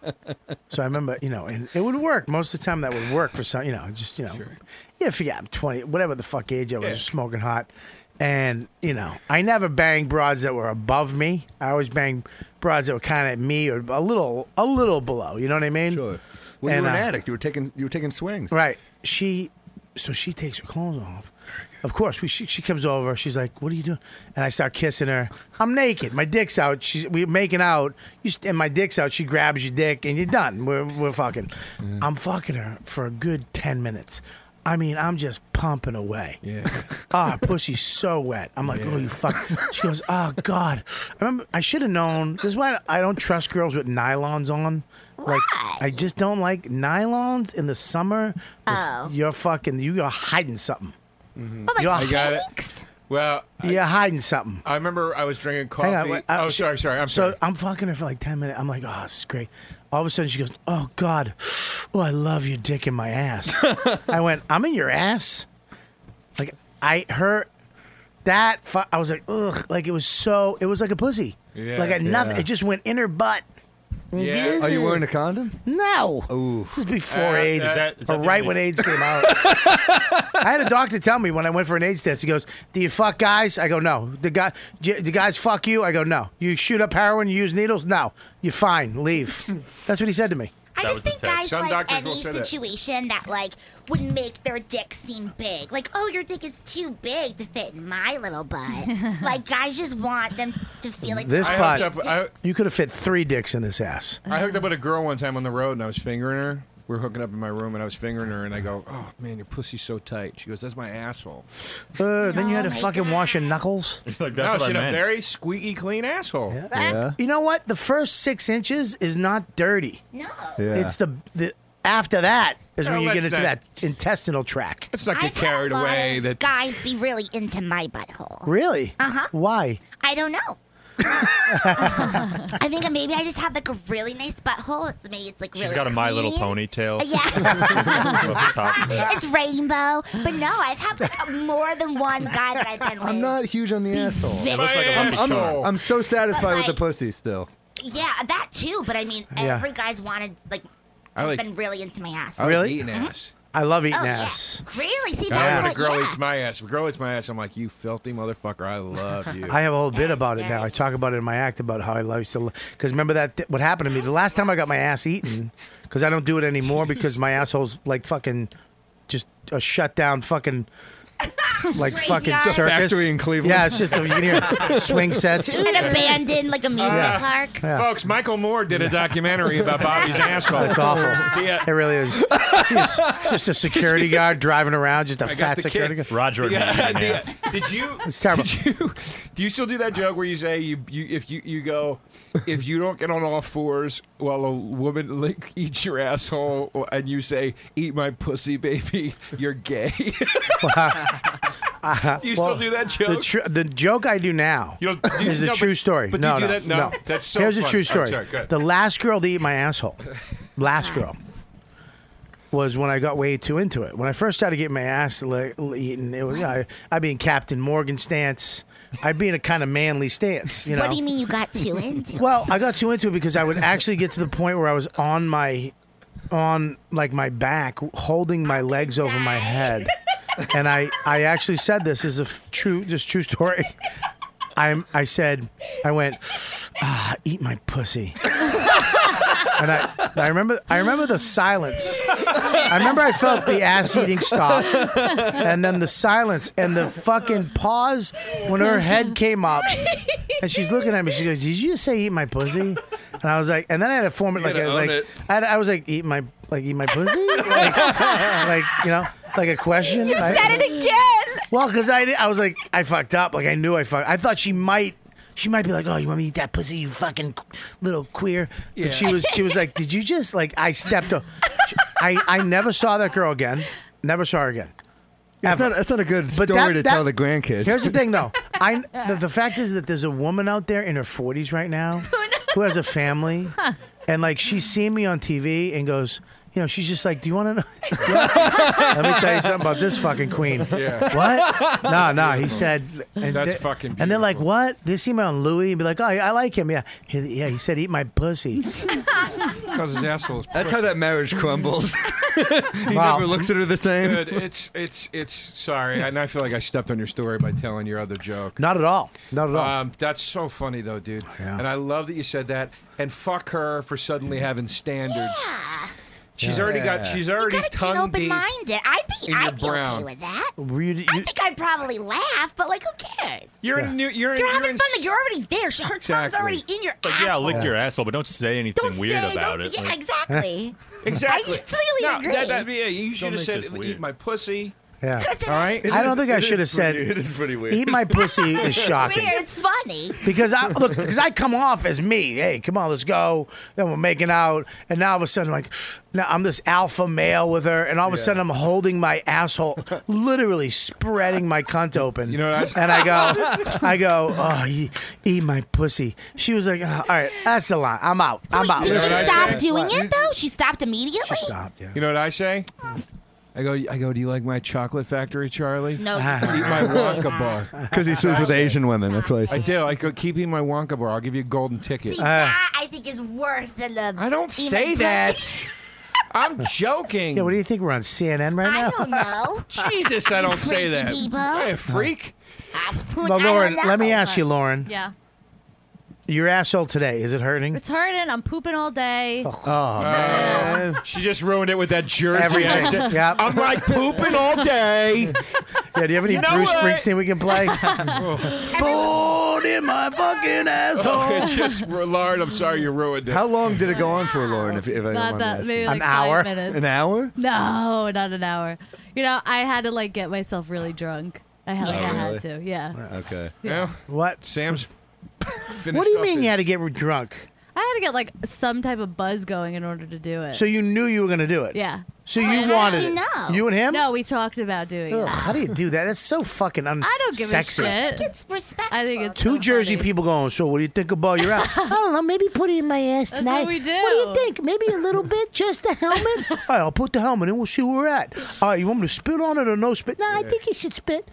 F: so I remember, you know, and it would work most of the time. That would work for some, you know, just you know, yeah, forget I'm 20, whatever the fuck age I was, smoking hot, and you know, I never banged broads that were above me. I always banged broads that were kind of me or a little, a little below. You know what I mean? Sure.
I: Well, you were an addict. You were taking you were taking swings.
F: Right. She, so she takes her clothes off. Of course, we she, she comes over. She's like, "What are you doing?" And I start kissing her. I'm naked. My dick's out. She's we're making out. You st- and my dick's out. She grabs your dick, and you're done. We're we're fucking. I'm fucking her for a good ten minutes. I mean, I'm just pumping away. Yeah. Ah, her pussy's so wet. I'm like, oh, you fuck. She goes, oh God. I remember. I should have known. This is why I don't trust girls with nylons on. Like, I just don't like nylons in the summer. This- You're fucking. You are hiding something.
L: Oh,
F: You're,
C: I got it. Well,
F: you're hiding something.
C: I remember I was drinking coffee.
F: Hang on, wait, uh,
C: oh,
F: she-
C: sorry, sorry. I'm
F: so
C: sorry.
F: I'm fucking her for like ten minutes. I'm like, oh, this is great. All of a sudden, she goes, "Oh God, oh, I love your dick in my ass." I went, "I'm in your ass." Like I her that fu- I was like, ugh, like it was so it was like a pussy.
I: Yeah.
F: Like I nothing.
I: Yeah.
F: It just went in her butt.
I: Yeah. Are you wearing a condom?
F: No.
I: Ooh.
F: This is before
I: Uh,
F: AIDS,
I: is that- is that
F: or
I: the
F: right
I: only-
F: when AIDS came out. I had a doctor tell me when I went for an AIDS test. He goes, "Do you fuck guys?" I go, "No." The guy, j- the guys fuck you? I go, "No." You shoot up heroin? You use needles? No. You're fine. Leave. That's what he said to me.
L: I just think guys
C: Some
L: like
C: doctors
L: any
C: will say that.
L: situation that. like would make their dick seem big. Like, oh, your dick is too big to fit in my little butt. like guys just want them to feel like
F: this
C: I
F: butt,
C: hooked up- I-
F: you could have fit three dicks in this ass.
C: I hooked up
L: Uh.
C: with a girl one time on the road, and I was fingering her. We were hooking up in my room, and I was fingering her, and I go, "Oh man, your pussy's so tight." She goes, "That's my asshole."
F: Uh, then you had to fucking wash your knuckles.
K: like
C: no, she had a very squeaky clean asshole.
F: You know what? The first six inches is not dirty. No.
C: Yeah.
F: It's the the after that is
C: No,
F: when you get
C: let's
F: into
C: not-
F: that intestinal tract.
C: Let's not get carried away. That
L: guys be really into my butthole.
F: Really?
L: Uh huh.
F: Why?
L: I don't know. I think maybe I just have like a really nice butthole. It's maybe it's like really.
K: She's got a My Little
L: clean.
K: Ponytail.
L: Yeah.
K: Off the top.
L: it's rainbow, but no, I've had like a- more than one guy that I've been with.
I: I'm not huge on the asshole.
L: It looks like a
I: I'm,
L: lumpy
I: I'm-
L: shark.
I: I'm so satisfied with
L: But
I: the pussy still.
L: Yeah, that too. But I mean,
I: Yeah.
L: every guy's wanted like.
I: I
L: I've
I: like-
L: been really into my ass.
I: I like Really? eating
L: Mhm.
C: ass.
F: I love eating ass.
L: Really? See, that's
C: I don't when
L: what,
C: a girl
L: yeah.
C: eats my ass. If a girl eats my ass, I'm like, you filthy motherfucker. I love you.
F: I have a whole bit about it now. I talk about it in my act about how I used to. Because remember that th- what happened to me the last time I got my ass eaten. Because I don't do it anymore because my asshole's like fucking just a shut down fucking. Like fucking
L: Graveyard.
F: circus
I: Factory in Cleveland.
F: Yeah, it's just you can hear swing sets.
L: An abandoned, like amusement
C: Yeah.
L: park.
C: Folks, Michael Moore did a documentary about Bobby's asshole. uh,
F: That's awful. It really is. She's just a security guard driving around, just a
C: I got
F: fat
C: the
F: security
C: kid.
F: guard.
K: Roger
C: Yeah,
K: Mangan,
C: yeah.
K: yes.
C: Did you?
F: It's terrible.
C: Do you still do that joke where you say you, you if you you go if you don't get on all fours while a woman lick, eats your asshole and you say eat my pussy baby you're gay?
F: Uh,
C: Do you still do that
F: The,
C: joke?
F: tr- the joke I do now
C: You don't- you-
F: is a
C: no, but-
F: true story.
C: but do
F: no,
C: you do
F: no,
C: that? No. That's so
F: Here's a
C: funny.
F: true
C: I'm
F: story.
C: sorry, go ahead.
F: the last girl to eat my asshole, last girl, was when I got way too into it. When I first started getting my ass lick, eaten, it was I, I'd be in Captain Morgan stance. I'd be in a kind of manly stance. You know.
L: What do you mean you got too into?
F: Well, I got too into it because I would actually get to the point where I was on my, on like my back, holding my legs over my head, and I I actually said this is a f- true just true story. I'm I said I went ah eat my pussy, and I I remember I remember the silence. I remember I felt the ass eating stop, and then the silence and the fucking pause when her head came up, and she's looking at me. She goes, "Did you just say eat my pussy?" And I was like, and then I had to form it
C: You
F: like
C: gotta
F: a,
C: own
F: like
C: it.
F: I, had- I was like eat my like eat my pussy like, like, you know like a question.
J: You
F: I-
J: said it again.
F: Well, because I did- I was like I fucked up. Like I knew I fucked. I thought she might. She might be like, "Oh, you want me to eat that pussy, you fucking little queer."
J: Yeah.
F: But she was, she was like, "Did you just like?" I stepped up. I, I never saw that girl again. Never saw her again.
I: That's
F: Ever.
I: not, that's not a good
F: But
I: story
F: that-
I: to
F: that-
I: tell the grandkids.
F: Here's the thing, though. I the, the fact is that there's a woman out there in her 40s right now who has a family, and like she's seen me on TV and goes, you know, she's just like, do you want to know? Let me tell you something about this fucking queen.
C: Yeah.
F: What? No, no. He
C: Beautiful.
F: said, and
C: That's
F: they-
C: fucking
F: And they're like, what? They see me on Louis and be like, oh, I like him. Yeah, he, yeah. He said, eat my pussy.
C: Because his asshole is.
I: That's how that marriage crumbles. he
F: Wow.
I: never looks at her the same.
C: Dude, it's it's it's sorry, and I feel like I stepped on your story by telling your other joke.
F: Not at all. Not at all. Oh,
C: Um, that's so funny though, dude. And I love that you said that. And fuck her for suddenly having standards. She's already got. She's already
L: you gotta keep
C: tongue deep.
L: open-minded. I'd be,
C: in your
L: I'd be okay
C: brown.
L: with that.
F: Were you-
L: I think I'd probably laugh, but like, who cares?
C: You're in a new. You're,
L: You're
C: in- you're
L: having
C: in
L: fun. Like, you're already there. She- Her tongue's
C: Exactly.
L: already in your
K: Like,
L: ass.
K: yeah, lick
L: hole.
K: your asshole, but don't say anything
L: Don't
K: weird
L: say,
K: about
L: don't
K: it.
L: say- Yeah,
K: Like-
L: exactly.
C: Exactly.
L: I completely
C: No,
L: agree.
C: That, that'd be it. You should
K: Don't
C: have
K: make
C: said,
K: this
C: "Eat
K: weird.
C: my pussy."
F: Yeah.
C: All right.
F: I don't think I should have said. Eat my pussy is shocking.
L: Weird. It's funny.
F: Because I look, because I come off as me. Hey, come on, let's go. Then we're making out, and now all of a sudden, like, now I'm this alpha male with her, and all of a sudden, I'm holding my asshole, literally spreading my cunt open. You know
C: what?
F: and I go, I go, oh, you eat my pussy. She was like, "Oh, all right, that's the line. I'm out. I'm out.
L: Did
C: You know
L: she
C: what I
L: stop
C: said?
L: doing
C: What?
L: it though? She stopped immediately. She
F: stopped.
C: You know what I say? I go. I go. Do you like my chocolate factory, Charlie?
L: No.
C: Eat my Wonka bar.
I: Because he sleeps with Asian women. That's why he
C: I
I: said.
C: do. I go. Keep eating my Wonka bar. I'll give you a golden ticket.
L: See,
F: Ah.
L: that I think is worse than the. I don't
C: Uh, say that. I'm joking.
F: Yeah, what do you think we're on CNN right
L: I
F: now?
L: don't know.
C: Jesus, I don't
L: Freaky
C: say that.
L: people.
C: Am I a freak?
F: Well, Lauren, let me ask you, Lauren,
H: Yeah.
F: your asshole today is it hurting?
H: It's hurting. I'm pooping all day.
F: Oh,
C: man. She just ruined it with that Jersey
F: Everything.
C: accent.
F: Yep.
C: I'm like pooping all day.
F: Yeah, do you have any
C: You know
F: Bruce
C: what?
F: Springsteen we can play? Born in my fucking asshole.
C: Oh, it's just Lard. I'm sorry you ruined it.
I: How long did it go on for, Lauren? If, if I don't
H: Not
I: mind
H: that-
I: asking?
H: maybe An like five hour? minutes.
I: An hour?
H: No, not an hour. You know, I had to like get myself really drunk. I had,
I: Oh,
H: I had
I: really?
H: to. Yeah.
I: Okay.
C: Yeah.
F: What?
C: Sam's. Finished
F: What do you
C: up
F: mean
C: his-
F: you had to get drunk?
H: I had to get like some type of buzz going in order to do it.
F: So you knew you were going to do it.
H: Yeah.
F: So
H: Well,
F: you
H: how did
F: wanted
H: you
F: it.
H: know?
F: You and him?
H: No, we talked about doing
F: Ugh,
H: it.
F: how do you do that? That's so fucking unsexy.
H: I don't give a shit.
L: It's respectful.
H: I think it's
F: Two Jersey people going. So what do you think about your ass? I
L: Oh,
F: don't know. Maybe put it in my ass
H: That's
F: tonight.
H: what we do.
F: do you think? Maybe a little bit, just the helmet. All right, I'll put the helmet in. We'll see where we're at. All right, you want me to spit on it or no spit? No, I think you should spit.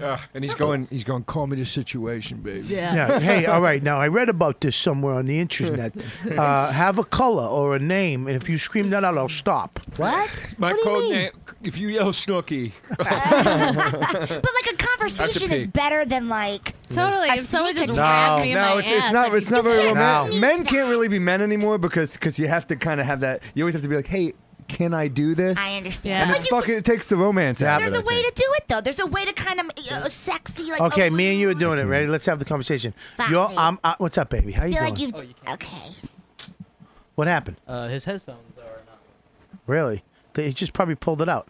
C: Ugh, and he's going. He's going. Call me the situation, baby.
F: Yeah. Hey, all right. Now I read about this somewhere on the internet. Uh, have a color or a name, and if you scream that out, I'll stop.
L: What?
C: My
L: What do you
C: code
L: mean?
C: name. If you yell Snooky,
L: but like a conversation is
C: pee.
L: better than like
H: Totally,
L: a
H: if someone
L: sneak
H: just
L: attack.
I: No,
H: me in
I: no,
H: my
I: it's, it's
H: ass,
I: not.
H: I'd
I: It's
H: be
I: not very
H: pissed.
I: romantic. Men can't really be men anymore because because you have to kind of have that. You always have to be like, hey, can I do this?
L: I understand.
I: And
L: But
I: it's
L: you-
I: fucking. It takes the romance out of
L: there's a
I: it. I
L: way
I: think.
L: to do it though. There's a way to kind of uh, sexy like
F: Okay,
L: oh,
F: me and you are doing it. Ready? Let's have the conversation. Yo, I'm. I, what's up, baby? How
L: I
F: you
L: feel
F: doing?
L: like
H: Oh,
L: you okay.
F: What happened?
G: Uh, his headphones.
F: Really? They he just probably pulled it out.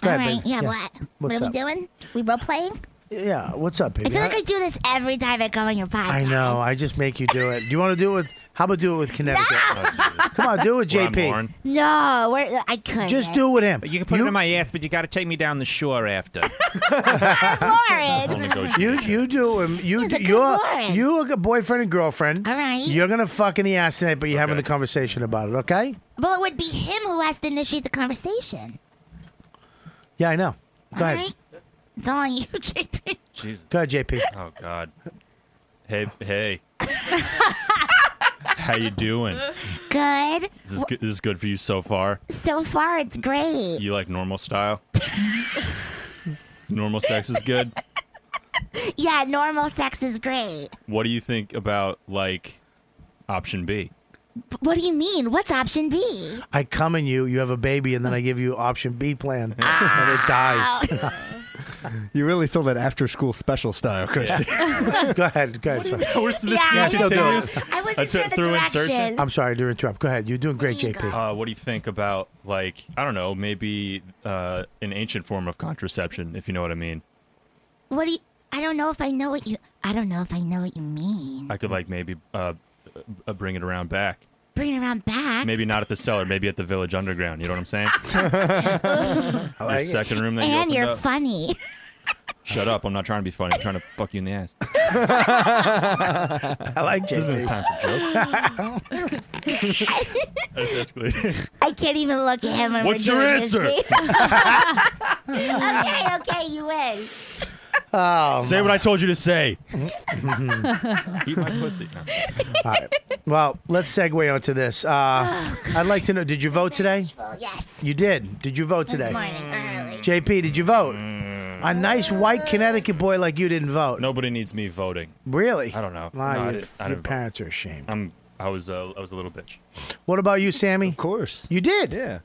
F: Go
L: All
F: ahead,
L: right.
F: baby.
L: Yeah, What?
F: What's
L: what are
F: up?
L: we doing? We role playing?
F: Yeah. What's up, baby?
L: I feel like
F: How-
L: I do this every time I go on your podcast.
F: I know. I just make you do it. Do you want to do it with? How about do it with Connecticut? Come on, do it,
O: Well, I'm
F: JP.
O: Lauren.
L: No, we're, I could.
F: Just do it with him.
O: You can put it in my ass, but you got to take me down the shore after.
F: You you do him. You do, you're you are a boyfriend and girlfriend. All
L: right.
F: You're gonna fuck in the ass tonight, but you're having the conversation about it. Okay.
L: Well, it would be him who has to initiate the conversation.
F: Yeah, I know. Go
L: All
F: ahead.
L: right. It's all on you, JP.
K: Jesus.
F: Go ahead, JP.
K: Oh God. Hey, hey. How you doing?
L: Good.
K: Is this good, this is good for you so far?
L: So far, it's great.
K: You like normal style? normal sex is good.
L: Yeah, normal sex is great.
K: What do you think about like option B?
L: But what do you mean? What's option B?
F: I come in you. You have a baby, and then I give you option B plan, and it dies.
I: You really sold that after school special style, Christy.
F: go ahead. Go ahead. Sorry.
L: Yeah, I
F: Still do it.
L: wasn't- I wasn't sure the direction.
F: I'm sorry to interrupt. Go ahead. You're doing great, JP.
K: Uh, what do you think about like I don't know, maybe uh, an ancient form of contraception, if you know what I mean?
L: What do you? I don't know if I know what you. I don't know if I know what you mean.
K: I could like maybe uh, b- uh, bring it around back.
L: Bring it around back.
K: Maybe not at the cellar, maybe at the village underground. You know what I'm saying? Your
L: like it.
K: second room that you
L: and
K: opened
L: you're
K: up.
L: funny.
K: Shut up! I'm not trying to be funny. I'm trying to fuck you in the ass.
F: I like
K: this. Isn't the time for jokes? That's basically.
L: I can't even look at him. When
K: What's
L: we're
K: your
L: doing this
K: answer?
L: thing. okay, okay, you win.
F: Oh,
K: say what I told you to say. Mm. Eat
F: Eat
K: my pussy. No.
F: All right. Well, let's segue onto this. Uh, I'd like to know: Did you vote today?
L: Yes.
F: You did. Did you vote
L: This
F: today?
L: morning, early.
F: JP, did you vote? A nice white Connecticut boy like you didn't vote.
K: Mm. Nobody needs me voting.
F: Really?
K: I don't know.
F: Wow,
K: No, I
F: your-
K: didn't- I
F: your
K: didn't vote.
F: parents are ashamed.
K: I'm. I was. A, I was a little bitch.
F: What about you, Sammy? Of
I: course.
F: You did.
I: Yeah.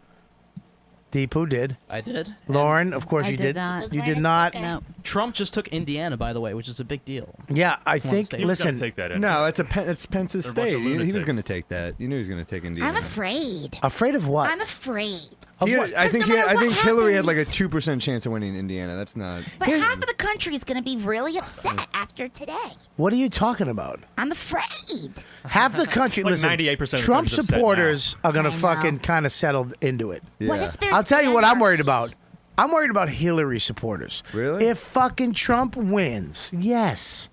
F: Deepu did.
G: I did.
F: Lauren, of course
G: I
F: you
G: did
F: did.
G: not.
F: You did not.
G: Trump just took Indiana, by the way, which is a big deal.
F: Yeah, I
G: It's one
F: think.
G: state. He was
F: Listen,
G: gonna take that anyway.
I: No, it's a Pen- it's Pence's
G: They're a bunch
I: state.
G: of
I: He, he was
G: lunatics.
I: going to take that. You knew he was going to take Indiana.
L: I'm afraid.
F: Afraid of what?
L: I'm afraid.
I: He had- I think
L: no
I: he had-
L: matter
I: I
L: what
I: think Hillary had like a
L: happens-
I: two percent chance of winning Indiana. That's not.
L: But half of the country is going to be really upset after today.
F: What are you talking about?
L: I'm afraid.
F: Half the country.
K: Like
F: listen,
K: 98% of the
F: Trump
K: country's upset
F: supporters are going
L: I
F: to
L: know.
F: fucking kind of settle into it.
L: What Yeah. if there's
F: I'll tell you what I'm worried about. I'm worried about Hillary supporters. Really? If fucking Trump wins, yes.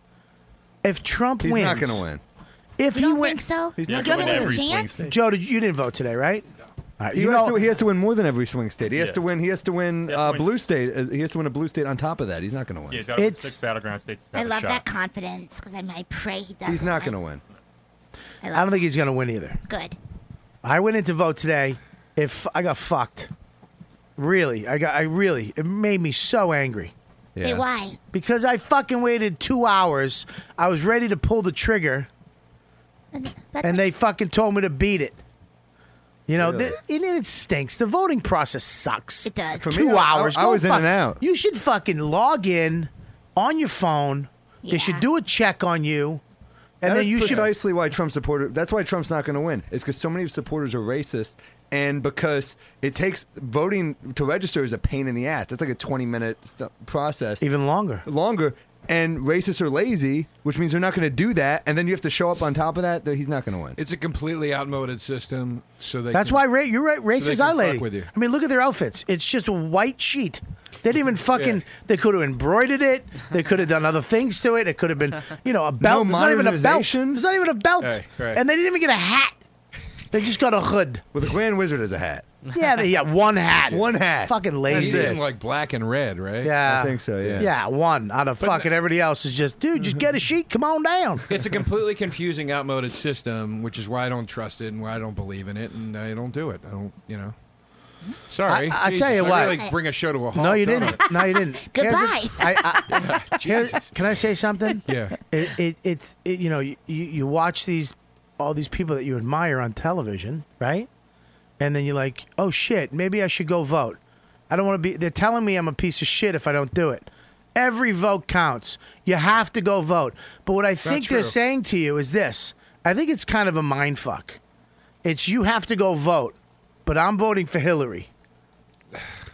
F: If Trump
I: He's
F: wins,
I: not going to win.
F: If he wins, so
I: He's not He's gonna gonna win win. every swing Chance? state.
F: Joe, did, you didn't vote today, right? All right,
I: He,
F: you
I: has
F: know-
I: to, he has to win more than every swing state. He has
K: Yeah.
I: to win. He has to win
K: He has to
I: uh,
K: win
I: blue
K: s-
I: state. Uh, He has to win a blue state on top of that. He's not going to win.
K: Yeah, he's got it's, six battleground states.
L: I love
I: shot.
L: that confidence because I might pray he does.
I: He's not going to win.
L: I
F: I don't think he's going to win either.
L: Good.
F: I went in to vote today. If I got fucked, really, I got, I really, it made me so angry.
L: Wait, why?
F: Because I fucking waited two hours. I was ready to pull the trigger, and they fucking told me to beat it. You know,
I: Really?
F: th- and it stinks. The voting process sucks. It does.
I: For me,
F: two
I: I- I-
F: hours.
I: I
F: Go
I: was in
F: fuck-
I: and out.
F: You should fucking log in on your phone. They should do a check on you, and
I: That
F: then
I: is
F: you should
I: precisely why Trump supporter. That's why Trump's not going to win. It's because so many supporters are racist, and because it takes voting to register is a pain in the ass. That's like a twenty minute st- process,
F: even longer.
I: Longer. And racists are lazy, which means they're not going to do that. And then you have to show up on top of that. that He's not going to win.
C: It's a completely outmoded system. So they.
F: That's
C: can-
F: why ra- you're right. Race
C: they
F: is
C: can
F: our
C: fuck
F: lady.
C: with you.
F: I mean, look at their outfits. It's just a white sheet. They didn't even fucking. They could have embroidered it. They could have done other things to it. It could have been, you know, a belt. There's not even a belt.
I: modernization.
F: There's not even a belt.
I: Right, right.
F: And they didn't even get a hat. They just got a hood.
I: Well, the Grand Wizard has a hat.
F: Yeah, they- yeah, one hat.
C: One hat.
F: Fucking lazy.
C: He's in like black and red, right?
F: Yeah. Yeah, one out of
C: But
F: fucking everybody else is just, dude, just get a sheet. Come on down.
C: It's a completely confusing, outmoded system, which is why I don't trust it and why I don't believe in it, and I don't do it. I don't, you know. Sorry,
F: I- I
C: Jesus,
F: tell you
C: I
F: what.
C: really bring a show to a halt.
F: No, you
C: don't
F: didn't.
C: I?
F: No, you didn't. Here's the- I, I, here's- can I say something?
C: Yeah.
F: It, it, it's it, you know you, you you watch these all these people that you admire on television, right? And then you're like, oh shit, maybe I should go vote. I don't want to be. They're telling me I'm a piece of shit if I don't do it. Every vote counts. You have to go vote. But what I think they're
C: true.
F: saying to you is this. I think it's kind of a mind fuck. It's you have to go vote, but I'm voting for Hillary.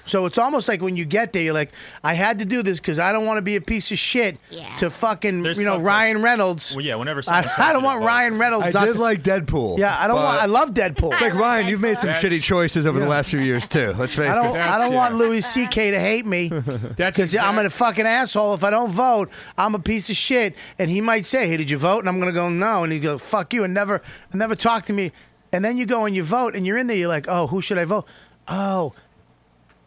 F: So it's almost like when you get there, you're like, I had to do this because I don't want to be a piece of shit to fucking,
K: There's
F: you know,
K: sometimes-
F: Ryan Reynolds.
K: Well, yeah, whenever
F: I,
K: someone
F: I
K: tells you
F: don't
K: to
F: want
K: vote.
F: Ryan Reynolds.
I: I
F: not
I: did
F: to-
I: like Deadpool.
F: Yeah, I don't
I: but
F: want. I love Deadpool.
I: It's like Ryan, you've made some
F: That's-
I: shitty choices over the last few years too. Let's face
F: I don't.
I: it.
F: I don't want Louis C.K. to hate me
C: because
F: I'm a fucking asshole if I don't vote. I'm a piece of shit, and he might say, "Hey, did you vote?" And I'm gonna go, "No," and he go, "Fuck you," and never, and never talk to me. And then you go and you vote, and you're in there. You're like, "Oh, who should I vote?" Oh,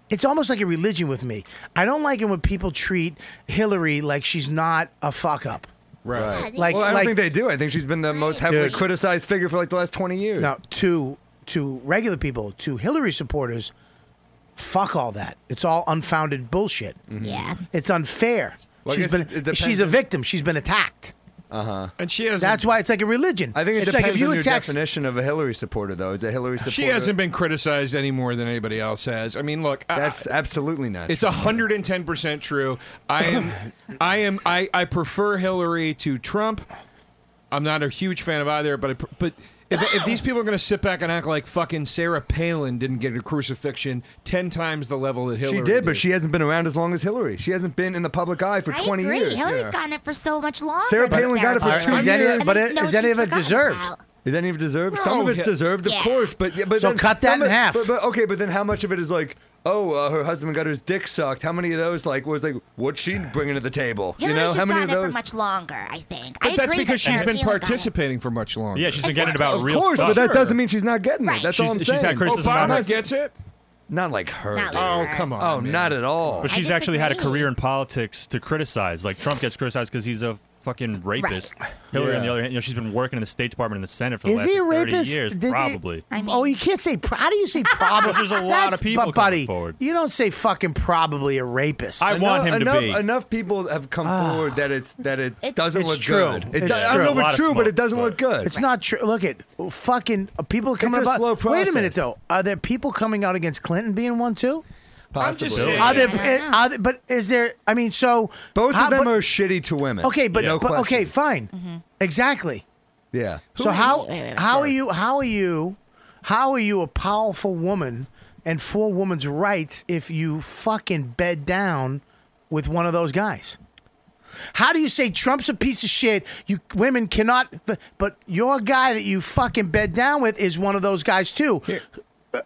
F: it's almost like a religion with me. I don't like it when people treat Hillary like she's not a fuck up.
I: Right.
F: Like-
I: well, I don't
F: like-
I: think they do. I think she's been the most heavily
F: Dude.
I: criticized figure for like the last 20 years.
F: Now, to to regular people, to Hillary supporters, fuck all that. It's all unfounded bullshit.
L: Yeah.
F: It's unfair.
I: Well, I
F: she's
I: guess it- it
F: been
I: depends
F: she's a
I: on-
F: victim. She's been attacked.
I: Uh huh.
C: And she hasn't.
F: That's why it's like a religion.
I: I think it
F: it's
I: depends
F: like if you
I: on your
F: attack
I: definition of a Hillary supporter, though. Is a Hillary supporter?
C: She hasn't been criticized any more than anybody else has. I mean, look,
I: That's
C: I,
I: absolutely not.
C: It's hundred and ten percent true. I am, I am, I, I prefer Hillary to Trump. I'm not a huge fan of either, but I, pr- but if, if these people are going to sit back and act like fucking Sarah Palin didn't get a crucifixion ten times the level that Hillary
I: She did, but she hasn't been around as long as Hillary. She hasn't been in the public eye for
L: I
I: 20
L: agree.
I: years.
L: Hillary's gotten it for so much longer.
I: Sarah
L: than
I: Palin got it for
L: Sarah
I: two
L: Palin.
I: years. I mean,
L: And
I: but
L: then
I: it-
L: no
I: is any
L: one's
I: of it
L: forgotten
I: deserved?
L: about.
I: Is any of it deserved? Some of
L: No,
I: it's
L: yeah.
I: deserved, of
L: Yeah.
I: course. But yeah, but
F: So
I: then
F: cut that
I: some
F: in
I: of-
F: half.
I: But, but- okay, but then how much of it is like, oh, uh, her husband got his dick sucked? How many of those like was like, what's she bringing to the table?
L: Hillary's
I: you know,
L: just
I: how many of
L: gotten it for
I: those?
L: much longer, I think. I
C: But that's
L: agree
C: because
L: that
C: she's
L: Sarah
C: been
L: Palin got it.
C: participating for much longer.
K: Yeah, she's been getting about
I: of
K: real
I: course,
K: stuff.
I: but that doesn't mean she's not getting
L: Right.
I: it. That's
K: She's-
I: all I'm
K: she's
I: saying.
K: had criticism
C: Obama
K: on her-
C: gets it.
I: Not like her.
L: Not
I: dude.
L: like her.
C: come on,
I: Oh,
C: man.
I: not at all.
K: But she's actually had a career in politics to criticize. Like Trump gets criticized because he's a fucking rapist. Hillary, on
I: Yeah.
K: the other hand, you know, she's been working in the State Department and the Senate for the
F: Is
K: last
F: he a
K: 30
F: rapist?
K: years,
F: Did he-
K: probably.
F: oh, you can't say. pro- How do you say probably?
K: there's a lot of
F: That's-
K: people
F: but,
K: coming
F: buddy,
K: forward.
F: You don't say fucking probably a rapist.
K: I want him to
I: enough,
K: be.
I: Enough people have come forward that it's that it doesn't
F: Ah. It's
I: look
F: true.
I: good. It
F: It's
I: do- I
F: true.
I: don't know
F: A
I: if
F: lot
I: it's
F: of
I: true, but
F: smoke,
I: it doesn't look good.
F: It's not true. Look at fucking uh, people coming
I: a
F: about.
I: slow
F: Wait a minute
I: process.
F: though. Are there people coming out against Clinton being one too?
I: Possibly.
C: just saying.
F: Are there,
C: I
F: uh, are there- but is there? I mean, so
I: Both
F: how-
I: of them
F: but-
I: are shitty to women.
F: Okay, but,
I: no
F: but-
I: question.
F: okay, fine, exactly.
I: Yeah.
F: so how how are you how are you how are you a powerful woman and for woman's rights if you fucking bed down with one of those guys? How do you say Trump's a piece of shit? You women cannot, but your guy that you fucking bed down with is one of those guys too.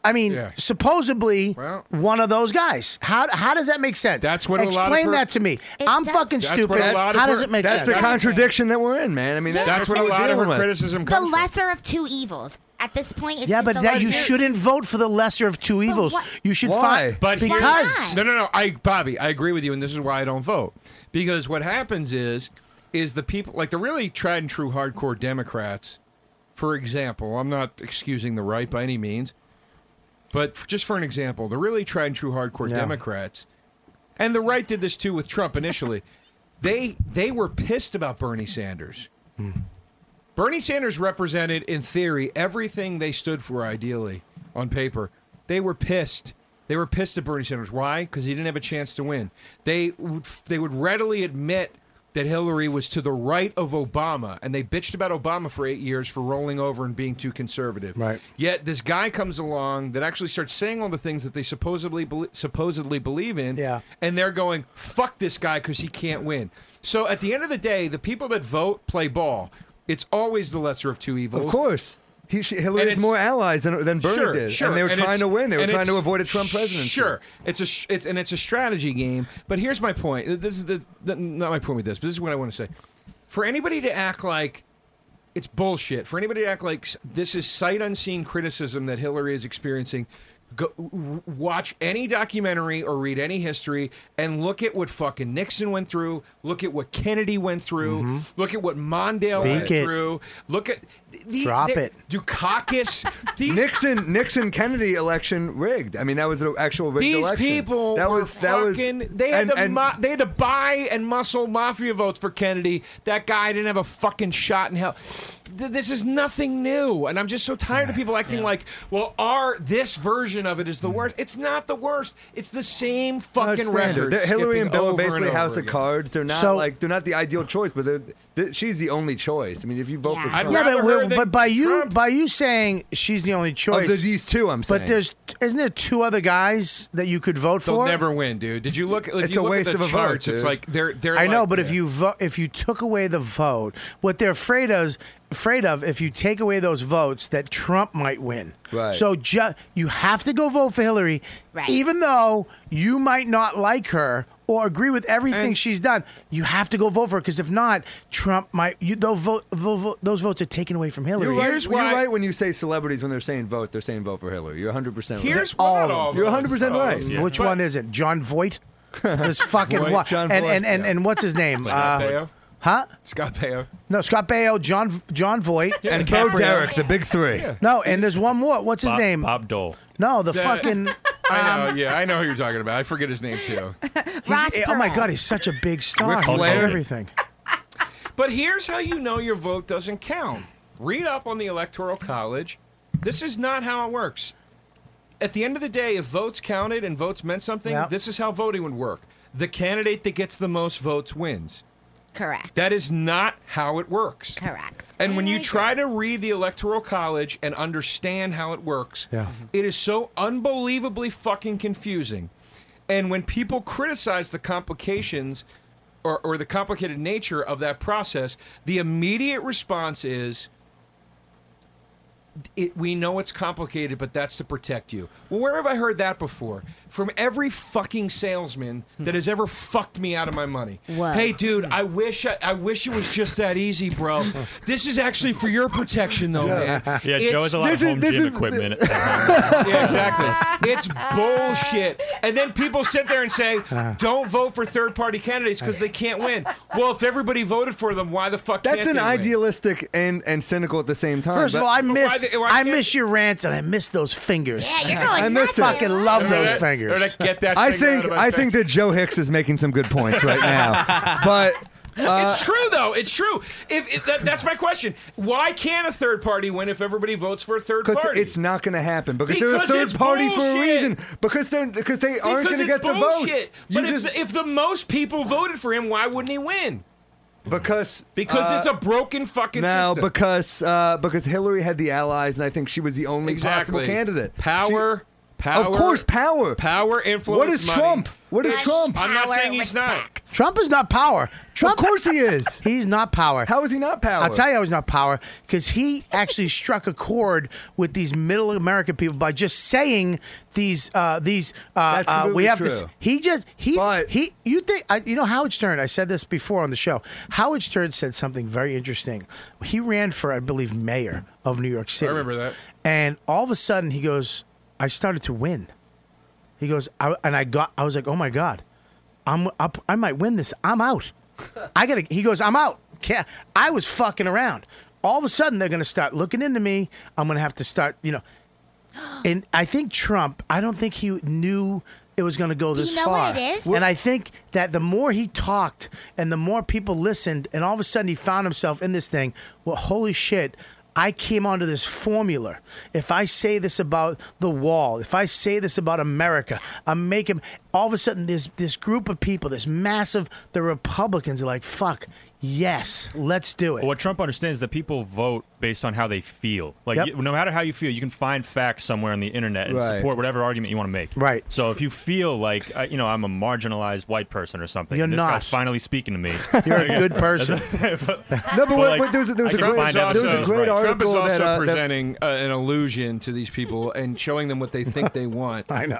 F: I mean, supposedly one of those guys. How how does that make sense? That's
C: what a lot of
F: explain
C: per-
F: that to me. I'm fucking
C: That's
F: stupid.
C: what a lot of
F: How
C: per-
F: does it make
I: That's
F: sense?
I: the contradiction that we're in, man. I mean,
L: Yeah.
I: that's,
L: That's what
I: we're
L: a lot of
I: dealing
C: her
I: with.
C: criticism
L: The lesser of two evils. At this point, it's
F: Yeah,
L: just
F: but
L: the
F: that you
L: lesser-
F: shouldn't vote for the lesser of two evils.
L: what-
F: You should
C: Why?
F: find because
C: no, no, no. I Bobby, I agree with you, and this is why I don't vote because what happens is, is the people like the really tried and true hardcore Democrats, for example. I'm not excusing the right by any means, but f just for an example, the really tried and true hardcore
P: Yeah.
C: Democrats, and the right did this too with Trump initially. they they were pissed about Bernie Sanders. Bernie Sanders represented, in theory, everything they stood for ideally on paper. They were pissed. They were pissed at Bernie Sanders. Why? Because he didn't have a chance to win. They would, they would readily admit that Hillary was to the right of Obama, and they bitched about Obama for eight years for rolling over and being too conservative. Right. Yet this guy comes along that actually starts saying all the things that they supposedly bel supposedly believe in. Yeah. And they're going, "Fuck this guy because he can't win." So at the end of the day, the people that vote play ball. It's always the lesser of two evils.
I: Of course. He, she, Hillary
C: And
I: has
C: it's-
I: more allies than, than Bernie
C: sure,
I: did.
C: Sure.
I: And they were trying
C: it's-
I: to win. They were
C: and
I: trying to
C: it's-
I: avoid a Trump presidency.
C: Sure. It's a sh- it's, and it's a strategy game. But here's my point. This is the, the not my point with this, but this is what I want to say. For anybody to act like it's bullshit. For anybody to act like s- this is sight unseen criticism that Hillary is experiencing Go, w- watch any documentary or read any history and look at what fucking Nixon went through. Look at what Kennedy went through.
F: Mhm.
I: Mm-hmm.
C: Look at what Mondale
F: Speak
C: went
F: it.
C: through. Look at the,
I: Drop
C: the-
I: it.
C: Dukakis. These
I: Nixon Nixon Kennedy election rigged. I mean, that was an actual rigged
C: These
I: election.
C: people
I: that
C: were
I: was that was
C: fucking. they had
I: and-
C: to
I: and-
C: mo- they had to buy and muscle mafia votes for Kennedy. That guy didn't have a fucking shot in hell. Th- This is nothing new, and I'm just so tired of people acting like, "Well, our this version of it is the
F: Mm.
C: worst." It's not the worst. It's the same fucking record.
I: They're- Hillary and Bill are basically House of
C: again.
I: Cards. They're not
C: So-
I: like they're not the ideal choice, but they're, th she's the only choice. I mean, if you vote for Trump,
F: yeah, but, we're- but by you by you saying she's the only choice.
I: Oh, the- these two, I'm
F: But
I: saying.
F: there's isn't there two other guys that you could vote
C: They'll
F: for?
C: never win, dude. Did you look? If
F: It's
C: you
F: a
C: look
F: waste
C: at
F: of
C: the
F: a vote,
C: charts, It's
F: dude.
C: like they're they're.
F: I know,
C: like-
F: but if you vote, if you took away the vote, what they're afraid of, afraid of, if you take away those votes, that Trump might win.
I: Right.
F: So ju- you have to go vote for Hillary, even though you might not like her or agree with everything she's done. You have to go vote for her because if not, Trump might. You, they'll vote, vo- vo- Those votes are taken away from Hillary.
I: You're right, you're right when you say celebrities when they're saying vote, they're saying vote for Hillary. You're 100 percent.
F: Here's
I: right.
F: what all of them.
I: You're 100 percent right.
F: Which one is it? John Voight. This fucking
I: Voight,
F: wa-
I: John
F: and,
I: Voight,
F: and and
I: yeah.
F: and what's his name? Uh,
I: Scott
C: Baio?
F: Huh?
C: Scott Baio.
F: No, Scott Baio, John John Voight,
I: and Bo
F: DiCaprio.
I: Derek, the big three.
F: No, and there's one more. What's his
C: Bob-
F: name?
K: Bob Dole.
F: No, the
C: Yeah.
F: fucking. um,
C: I know. Yeah, I know who you're talking about. I forget his name too.
F: he's- eh, oh my God, he's such a big star.
C: Ric
F: He's in
C: Flair.
F: everything.
C: But here's how you know your vote doesn't count. Read up on the Electoral College. This is not how it works. At the end of the day, if votes counted and votes meant something,
L: Yep.
C: this is how voting would work. The candidate that gets the most votes wins.
L: Correct.
C: That is not how it works.
L: Correct.
C: And when you try to read the Electoral College and understand how it works, Mm-hmm.
F: Yeah.
C: it is so unbelievably fucking confusing. And when people criticize the complications or, or the complicated nature of that process, the immediate response is, it, we know it's complicated, but that's to protect you. Well, where have I heard that before? From every fucking salesman
K: Hmm.
C: that has ever fucked me out of my money. Hey, dude, I wish I, I wish it was just that easy, bro. this is actually for your protection, though, man.
K: Yeah,
C: It's-
K: Joe has a lot of home gym equipment.
C: yeah, exactly. It's bullshit. And then people sit there and say,
K: Uh-huh.
C: "Don't vote for third-party candidates because they can't win." Well, if everybody voted for them, why the fuck?
I: That's
C: can't
I: an
C: they win?
I: idealistic and, and cynical at the same time.
F: First of
I: but-
F: all, I miss I miss your rants and I miss those fingers. Yeah,
L: you're
I: going
F: I miss
I: nuts.
F: fucking love
I: Remember
F: those
I: that-
F: fingers.
C: remember that- get that
I: I
C: finger
I: think
C: out of my
I: I
C: face.
I: think that Joe Hicks is making some good points right now, but uh,
C: it's true though. It's true. If, if that, that's my question, why can't a third party win if everybody votes for a third
I: Because
C: party?
I: it's not going to happen. Because, they're a
C: Because
I: third
C: it's
I: party for a
C: bullshit.
I: reason. Because they're because they aren't
C: Because
I: going to
C: it's
I: get the votes.
C: bullshit.
I: You
C: But if,
I: just-
C: the, if the most people voted for him, why wouldn't he win?
I: because
C: Because
I: uh,
C: it's a broken fucking
I: no,
C: system.
I: because uh, because Hillary had the allies, and I think she was the only
C: Exactly.
I: possible candidate.
C: Power, power,
I: of course, power,
C: power, influence.
I: What is
C: money.
I: Trump? What is
C: Yes,
I: Trump?
C: I'm not saying he's not.
F: Trump is not power. Trump,
I: of course he is.
F: He's not power.
I: How is he not power?
F: I'll tell you how he's not power because he actually struck a chord with these middle American people by just saying these uh, these uh,
I: That's
F: uh, we
I: completely
F: have
I: true.
F: to. He just he he. You think I, you know Howard Stern? I said this before on the show. Howard Stern said something very interesting. He ran for I believe mayor of New York City.
C: remember that.
F: And all of a sudden he goes, I started to win. He goes, I, and I got, I was like, oh my god, I'm up, I might win this. I'm out. I gotta. He goes, I'm out. Can't, I was fucking around. All of a sudden, they're gonna start looking into me. I'm gonna have to start, you know. And I think Trump. I don't think he knew it was gonna go
L: Do you
F: this
L: know
F: far.
L: what it is?
F: And I think that the more he talked and the more people listened, and all of a sudden he found himself in this thing. Well, holy shit. I came onto this formula. If I say this about the wall, if I say this about America, I'm making all of a sudden this this group of people, this massive the Republicans are like, fuck, yes, let's do it.
K: What Trump understands is that people vote based on how they feel. Like,
F: Yep.
K: you- no matter how you feel, you can find facts somewhere on the internet and
F: Right.
K: support whatever argument you want to make.
F: Right.
K: So if you feel like, uh, you know, I'm a marginalized white person or something,
F: You're
K: and this
F: not.
K: guy's finally speaking to me.
F: You're a good person.
I: No, but, what,
K: like,
I: but there was, a- there was
K: I
I: a
K: can
I: great,
K: find out
I: there was a
K: those, right.
I: great
C: Trump is
I: article
C: also
I: that, uh, that
C: presenting uh, an illusion to these people and showing them what they think they want.
F: I know.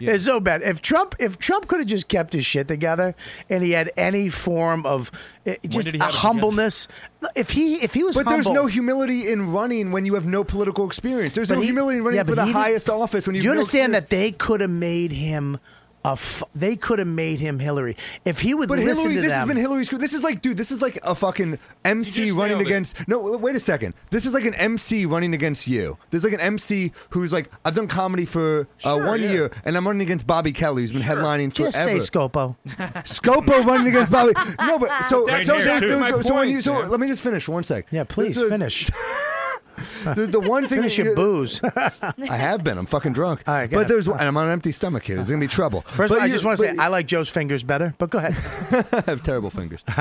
C: Yeah.
F: It's so bad. If Trump Trump, if Trump could have just kept his shit together and he had any form of eh, just
I: did he
F: a
I: have it together?
F: humbleness, if he if he was
I: But there's
F: humble-
I: no humility in running when you have no political experience. There's
F: But
I: no
F: he-
I: humility in running
F: yeah,
I: for
F: but
I: the
F: he didn't-
I: highest office when you.
F: Do you
I: have no
F: understand that
I: experience.
F: they could have made him a. F- they could have made him Hillary if he would
I: But
F: listen
I: Hillary,
F: to
I: this
F: them.
I: has been Hillary's. career. This is like, dude, this is like a fucking MC running
F: nailed it.
I: against. No, w- wait a second. This is like an MC running against you. There's like an MC who's like, I've done comedy for uh, one year, and I'm running against Bobby Kelly, who's been headlining forever.
F: Just say Scopo.
I: Scopo running against Bobby. No, but so
F: Right
I: so,
F: here,
I: so,
F: too.
I: so-
F: My
I: so when you
F: point,
I: so
F: yeah.
I: let me just finish one sec. Yeah,
F: please, finish.
I: the, the one thing
F: Finish
I: that
F: your
I: you-
F: booze.
I: I have been. I'm fucking drunk.
F: All right, go
I: but
F: ahead.
I: there's and I'm on an empty stomach here. There's gonna be trouble.
F: First
I: but
F: of all, I
I: you-
F: just want to say
I: but-
F: I like Joe's fingers better, but go ahead.
I: I have terrible fingers.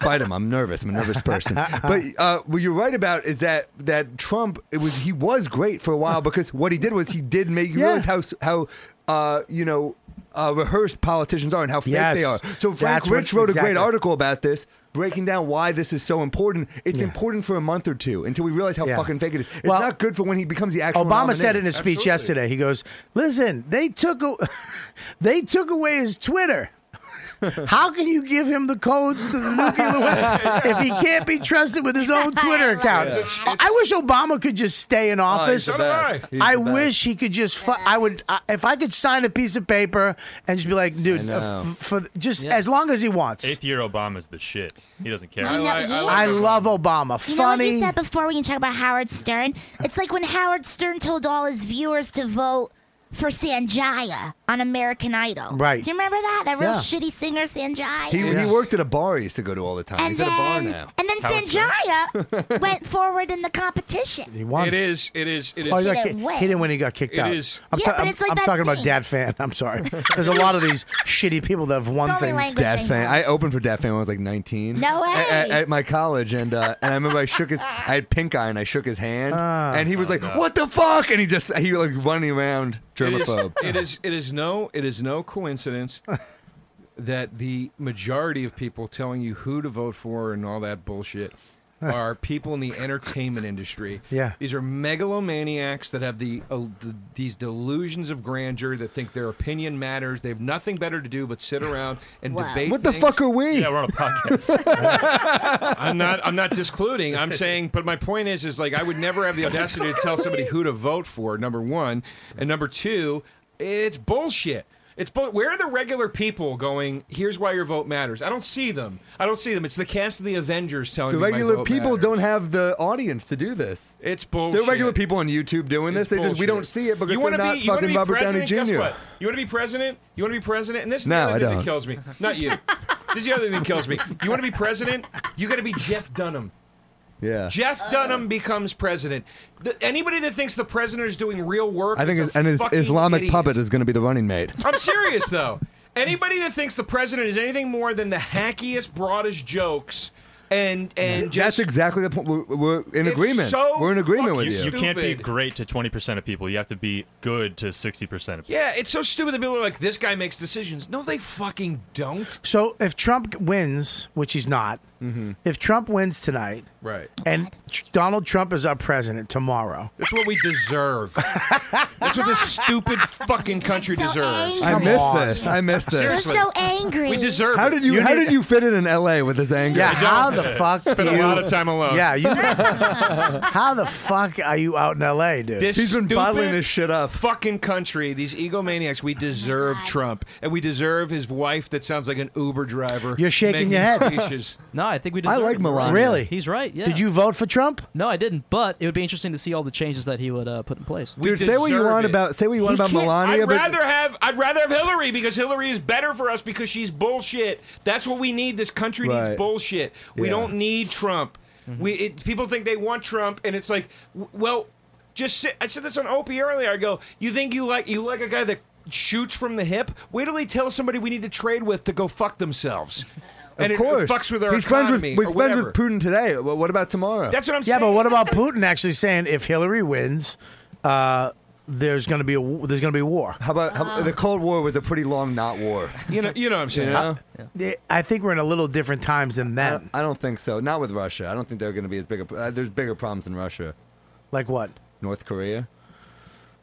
I: Bite them. I'm nervous. I'm a nervous person. But uh, what you're right about is that that Trump it was he was great for a while because what he did was he did make you realize how s- how uh, you know uh, rehearsed politicians are and how fake they are.
F: Yes.
I: So Frank
F: That's what-
I: Rich wrote a
F: exactly.
I: great article about this. Breaking down why this is so important. It's important for a month or two until we realize how fucking fake it is. It's not good for when he becomes the actual.
F: Obama said
I: nominee.
F: in his speech yesterday, he goes, "Listen, they took a- they took away his Twitter. How can you give him the codes to the nuclear weapon if he can't be trusted with his own Twitter account?
J: It's-
F: I wish Obama could just stay in office.
J: the best. He's
F: I
J: the best.
F: wish he could just. Fu- I would I, if I could sign a piece of paper and just be like, dude,
K: I
F: uh,
K: know.
F: f- for just as long as he wants.
K: Eighth year Obama's the shit. He doesn't care.
L: I know, I know,
F: I love Obama.
L: You know what
F: Funny.
L: you said before when you talk about Howard Stern? It's like when Howard Stern told all his viewers to vote for Sanjaya on American Idol.
I: Right.
L: Do you remember that? That real
I: Yeah.
L: shitty singer Sanjaya.
I: He, he worked at a bar he used to go to all the time.
L: And
I: He's at a bar
L: then-
I: now.
L: and then Sanjaya went forward in the competition.
F: He won.
C: It is. It is. It is.
F: Oh, he, got ki- he didn't when he got kicked
C: It
F: out.
C: is-
F: I'm,
C: Yeah,
F: ta-
C: but
F: I'm-
C: it's like
F: I'm
C: that
F: talking about
C: thing.
F: Dad fan. I'm sorry. There's a lot of these shitty people that have won
L: It's only
F: things.
L: language Dad I fan. know.
I: I opened for Dad Fan when I was like 19.
L: No
I: A- a- At,
L: way.
I: my college, and uh, and I remember I shook his. I had pink eye, and I shook his hand,
C: Ah.
I: and he was
C: Oh,
I: like,
C: no.
I: "What the fuck?" And he just he like running around germaphobe.
C: It is, it is. It is no. It is no coincidence that the majority of people telling you who to vote for and all that bullshit are people in the entertainment industry.
F: Yeah.
C: These are megalomaniacs that have the, uh, the these delusions of grandeur that think their opinion matters. They have nothing better to do but sit around and
I: Wow.
C: debate.
I: What the fuck are we?
C: Yeah, we're on a podcast. I'm not. I'm not discluding. I'm saying, but my point is, is like I would never have the audacity to tell somebody who to vote for. Number one, and number two, it's bullshit. It's bu- where are the regular people going? Here's why your vote matters. I don't see them. I don't see them. It's the cast of the Avengers telling
I: The
C: me my
I: regular
C: vote
I: people
C: matters.
I: don't have the audience to do this.
C: It's bullshit.
I: They're regular people on YouTube doing this.
C: It's
I: They just we
C: bullshit.
I: don't see it because
C: you
I: they're
C: wanna
I: not
C: be, you wanna
I: fucking
C: be
I: Robert Downey
C: president?
I: Jr.
C: Guess what? You want to be president? You want to be president? And this is
I: No,
C: the
I: I
C: other thing
I: don't.
C: that kills me. Not you. this is the other thing that kills me. You want to be president? You got to be Jeff Dunham.
I: Yeah.
C: Jeff Dunham becomes president. Th- anybody that thinks the president is doing real work,
I: I think
C: is
I: it's,
C: a
I: and his
C: fucking
I: Islamic
C: idiot.
I: puppet is going to be the running mate.
C: I'm serious though. Anybody that thinks the president is anything more than the hackiest, broadest jokes, and and
I: That's
C: just
I: exactly the point. We're, we're in
C: It's
I: agreement.
C: so
I: we're in agreement with
C: fucking
I: you.
K: You can't be great to 20% of people. You have to be good to 60% of people.
C: yeah, it's so stupid that people are like, this guy makes decisions. No, they fucking don't.
F: So if Trump wins, which he's not, if Trump wins tonight,
C: Mm-hmm. Right.
F: and Tr- Donald Trump is our president tomorrow,
C: That's what we deserve. That's what this stupid fucking country deserves.
I: I missed this. I missed this.
C: Seriously.
L: angry.
C: We deserve
I: How
C: it.
I: did you, how did you fit it in L.A. with this anger?
F: yeah, how the fuck? do you, Yeah, you. how the fuck are you out in L.A., dude?
C: This
F: He's been bottling
C: this
I: shit up.
C: Fucking country, these egomaniacs. We deserve Trump, and we deserve his wife that sounds like an Uber driver. making speeches.
G: no, I think we deserve it.
F: Really?
G: He's right. Yeah.
F: Did you vote for Trump?
G: No, I didn't. But it would be interesting to see all the changes that he would uh, put in place.
I: Dude, say what you want about say what you want about Melania,
C: I'd
I: but
C: rather have I'd rather have Hillary because Hillary is better for us because she's bullshit. That's what we need. This country
I: Right.
C: needs bullshit. We
I: Yeah.
C: don't need Trump. We it, people think they want Trump, and it's like, w- well, just sit, I said this on Opie earlier. I go, you think you like you like a guy that shoots from the hip? Wait till they tell somebody we need to trade with to go fuck themselves.
I: of
C: and it-
I: course,
C: it fucks with our
I: he's friends with
C: economy.
I: we're
C: or
I: friends
C: whatever.
I: with Putin today. Well, What about tomorrow?
C: That's what I'm
F: yeah,
C: saying.
F: but what about Putin actually saying if Hillary wins, uh, there's going to be a w- there's going to be war?
I: How about how, the Cold War was a pretty long not war?
C: You know, you know what I'm saying.
F: I, I think we're in a little different times than that.
I: I don't, I don't think so. Not with Russia. I don't think they're going to be as big. A, uh, there's bigger problems in Russia.
F: Like what?
I: North Korea.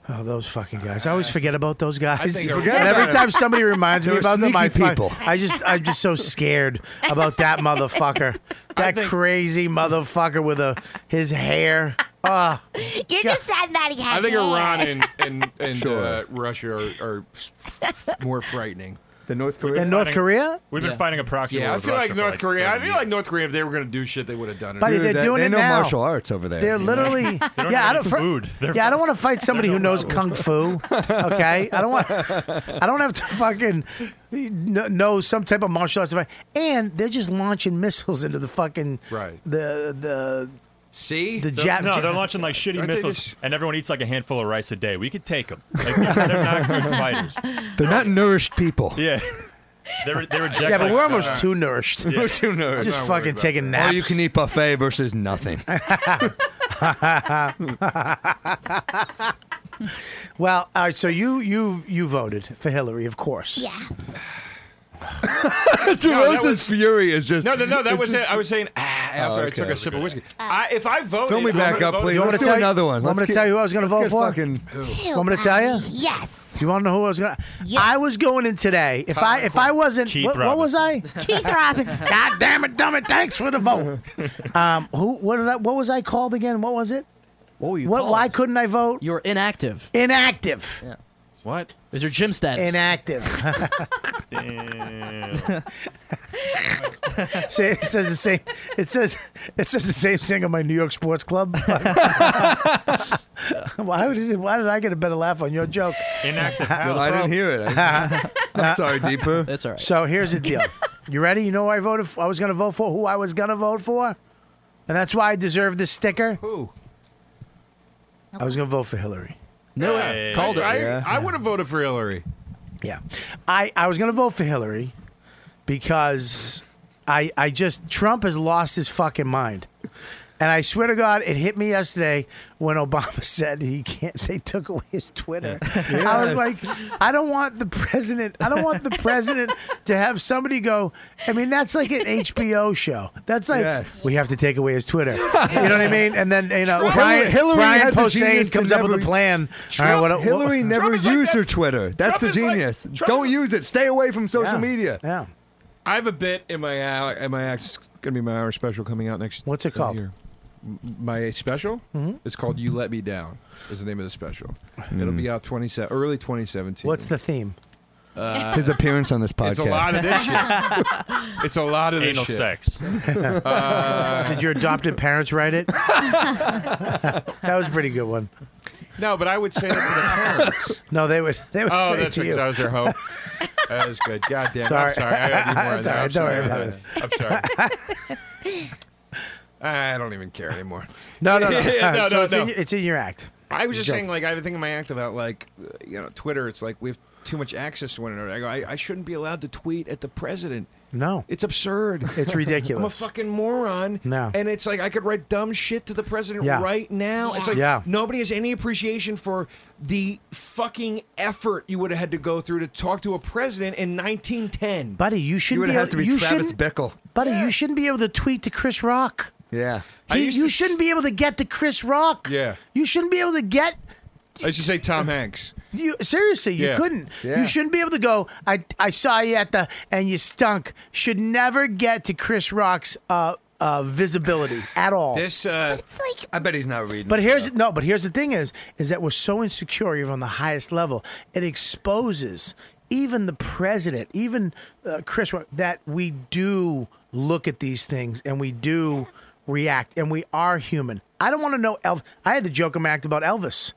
F: Oh, those fucking guys! I always forget about those guys.
C: think I
F: And
C: forgot
F: every
C: about
F: time
C: it.
F: somebody reminds me
C: They're
F: about them, I
C: sneaky
F: fi-
C: people.
F: I just, I'm just so scared about that motherfucker, that crazy motherfucker with a his hair. Ah,
L: You're just that Maddie
C: I think Iran
L: Hackett.
C: and and, and uh,
I: Sure.
C: Russia are, are f- more frightening.
I: The North Korea.
F: And North Korea?
K: We've been
C: Yeah.
K: fighting a proxy war
C: Yeah, I
K: with
C: feel
K: Russia
C: like
K: for,
C: North
K: like,
C: Korea.
K: 30
C: I feel like North Korea. If they were going to do shit, they would have done it.
F: Buddy, they're doing
I: they
F: it
I: know
F: now.
I: martial arts over there.
F: They're literally, yeah. I don't. fir- yeah, I don't want to fight somebody who knows kung fu. Okay, I don't want. I don't have to fucking kn- know some type of martial arts. And they're just launching missiles into the fucking
C: Right.
F: the the
C: see
F: the
K: They're-
F: Jap.
K: No, they're launching like shitty
F: Aren't they
K: missiles,
F: just-
K: and everyone eats like a handful of rice a day. We could take them. Like, they're not good fighters.
I: They're not nourished people.
K: Yeah. They, re- they reject.
F: Yeah, but
K: like,
F: we're almost
K: uh,
F: too nourished.
K: Yeah.
I: We're too nervous.
F: Just Not worried fucking about taking that. naps.
I: All you can eat buffet versus nothing.
F: well, all right. So you you you voted for Hillary, of course.
L: Yeah.
C: that
I: DeRosa's
C: was-
I: fury is just
C: No, no, no. That was
I: it's
C: it. I was saying ah, after I
I: okay.
C: took a sip of whiskey. I, if I voted,
I: Fill me back
C: would've
I: up,
C: voted
I: please.
C: for
I: Let's
C: Hillary.
I: do another one.
F: I'm
I: Let's
F: going to
I: get-
F: tell you who I was going to
I: let's
F: vote
I: get
F: for.
I: fucking-
F: I'm going to tell you.
L: Um, Yes.
F: Do you want to know who I was going to? I was going in today. If I if I wasn't,
K: Keith
F: what, what was I?
L: Keith Robbins.
F: God damn it, dummy! Thanks for the vote. Um, who? What did I? What was I called again? What was it?
G: What were you?
F: What?
G: called?
F: Why couldn't I vote?
G: You were inactive.
F: Inactive.
G: Yeah.
K: What?
G: Is your gym status?
F: Inactive. Say- it says the same. It says it says the same thing on my New York Sports Club. why did it- why did I get a better laugh on your joke?
K: Inactive.
I: Well, I didn't hear it. I- I'm sorry, Deepu.
G: That's all right.
F: So here's the deal. You ready? You know who I voted. For, I was going to vote for who I was going to vote for, and that's why I deserve this sticker.
C: Who?
F: I was going to vote for Hillary.
G: No,
C: Yeah,
G: way.
C: yeah,
G: called it.
C: yeah, yeah. I, I would have voted for Hillary.
F: Yeah, I I was going to vote for Hillary because I I just Trump has lost his fucking mind. And I swear to God, it hit me yesterday when Obama said he can't. They took away his Twitter. I was like, I don't want the president. I don't want the president to have somebody go. I mean, that's like an HBO show. That's like
I: Yes.
F: we have to take away his Twitter. You know what I mean? And then you know,
I: Trump-
F: Brian,
I: Hillary
F: Brian
I: had the genius
F: Posehn
I: to
F: comes up with
I: never-
F: a plan.
I: Trump,
F: All right, what- what-
I: Hillary never
C: is
I: used
C: like that-
I: her Twitter. That's
C: Trump
I: the
C: is like-
I: genius.
C: Trump
I: Don't
C: is-
I: use it. Stay away from social
F: Yeah.
I: media.
F: Yeah.
C: I have a bit in my hour. In my act, it's gonna be my hour special coming out next.
F: What's it
C: uh,
F: called?
C: year. M- My special. Mm-hmm. It's called "You Let Me Down." Is the name of the special. It'll
I: Mm.
C: be out twenty seven, early twenty seventeen.
F: What's the theme?
C: Uh,
I: His appearance on this podcast.
C: It's a lot of this shit. it's a lot of this
K: Anal
C: shit.
K: sex.
C: Uh,
F: Did your adopted parents write it? that was a pretty good one.
C: no, but I would say that to the parents.
F: No, they would. They would say
C: oh,
F: it
C: that's
F: to
C: right.
F: you.
C: 'cause That was their hope. That was good. God damn.
F: Sorry.
C: I'm sorry. I had more
F: It's
C: than that.
F: all
C: I'm
F: right. Don't worry
C: sorry.
F: about it.
C: I'm sorry. I don't even care anymore.
F: No, no, no.
C: Yeah, no,
F: so
C: no,
F: it's, In,
C: no.
F: it's in your act.
C: I was just
F: Joke.
C: saying, like, I have a thing in my act about, like, uh, you know, Twitter. It's like we have too much access to one another. I go, I, I shouldn't be allowed to tweet at the president.
F: No,
C: It's absurd.
F: it's
C: I'm a
F: ridiculous.
C: fucking moron.
F: No.
C: And it's like I could write dumb shit to the president
F: Yeah.
C: right now. It's like
F: Yeah.
C: nobody has any appreciation for the fucking effort you would have had to go through to talk to a president in 1910.
F: buddy, you
I: You
F: shouldn't
I: would
F: be.
I: have
F: able-
I: to be
F: you
I: Travis
F: shouldn't,
I: Bickle.
F: buddy. You shouldn't be able to tweet to Chris Rock.
I: Yeah.
C: I
F: He-
C: used
F: you
C: to-
F: shouldn't be able to get to Chris Rock.
C: Yeah.
F: You shouldn't be able to get.
C: I should say Tom Hanks.
F: You seriously, you
C: Yeah.
F: couldn't.
I: Yeah.
F: You shouldn't be able to go. I I saw you at the and you stunk. Should never get to Chris Rock's uh, uh, visibility at all.
C: This, uh,
L: It's like
I: I bet he's not reading.
F: But here's no. But here's the thing: is is that we're so insecure even on the highest level. It exposes even the president, even uh, Chris, Rock, that we do look at these things and we do react and we are human. I don't want to know Elvis. I had the joke in my act about Elvis,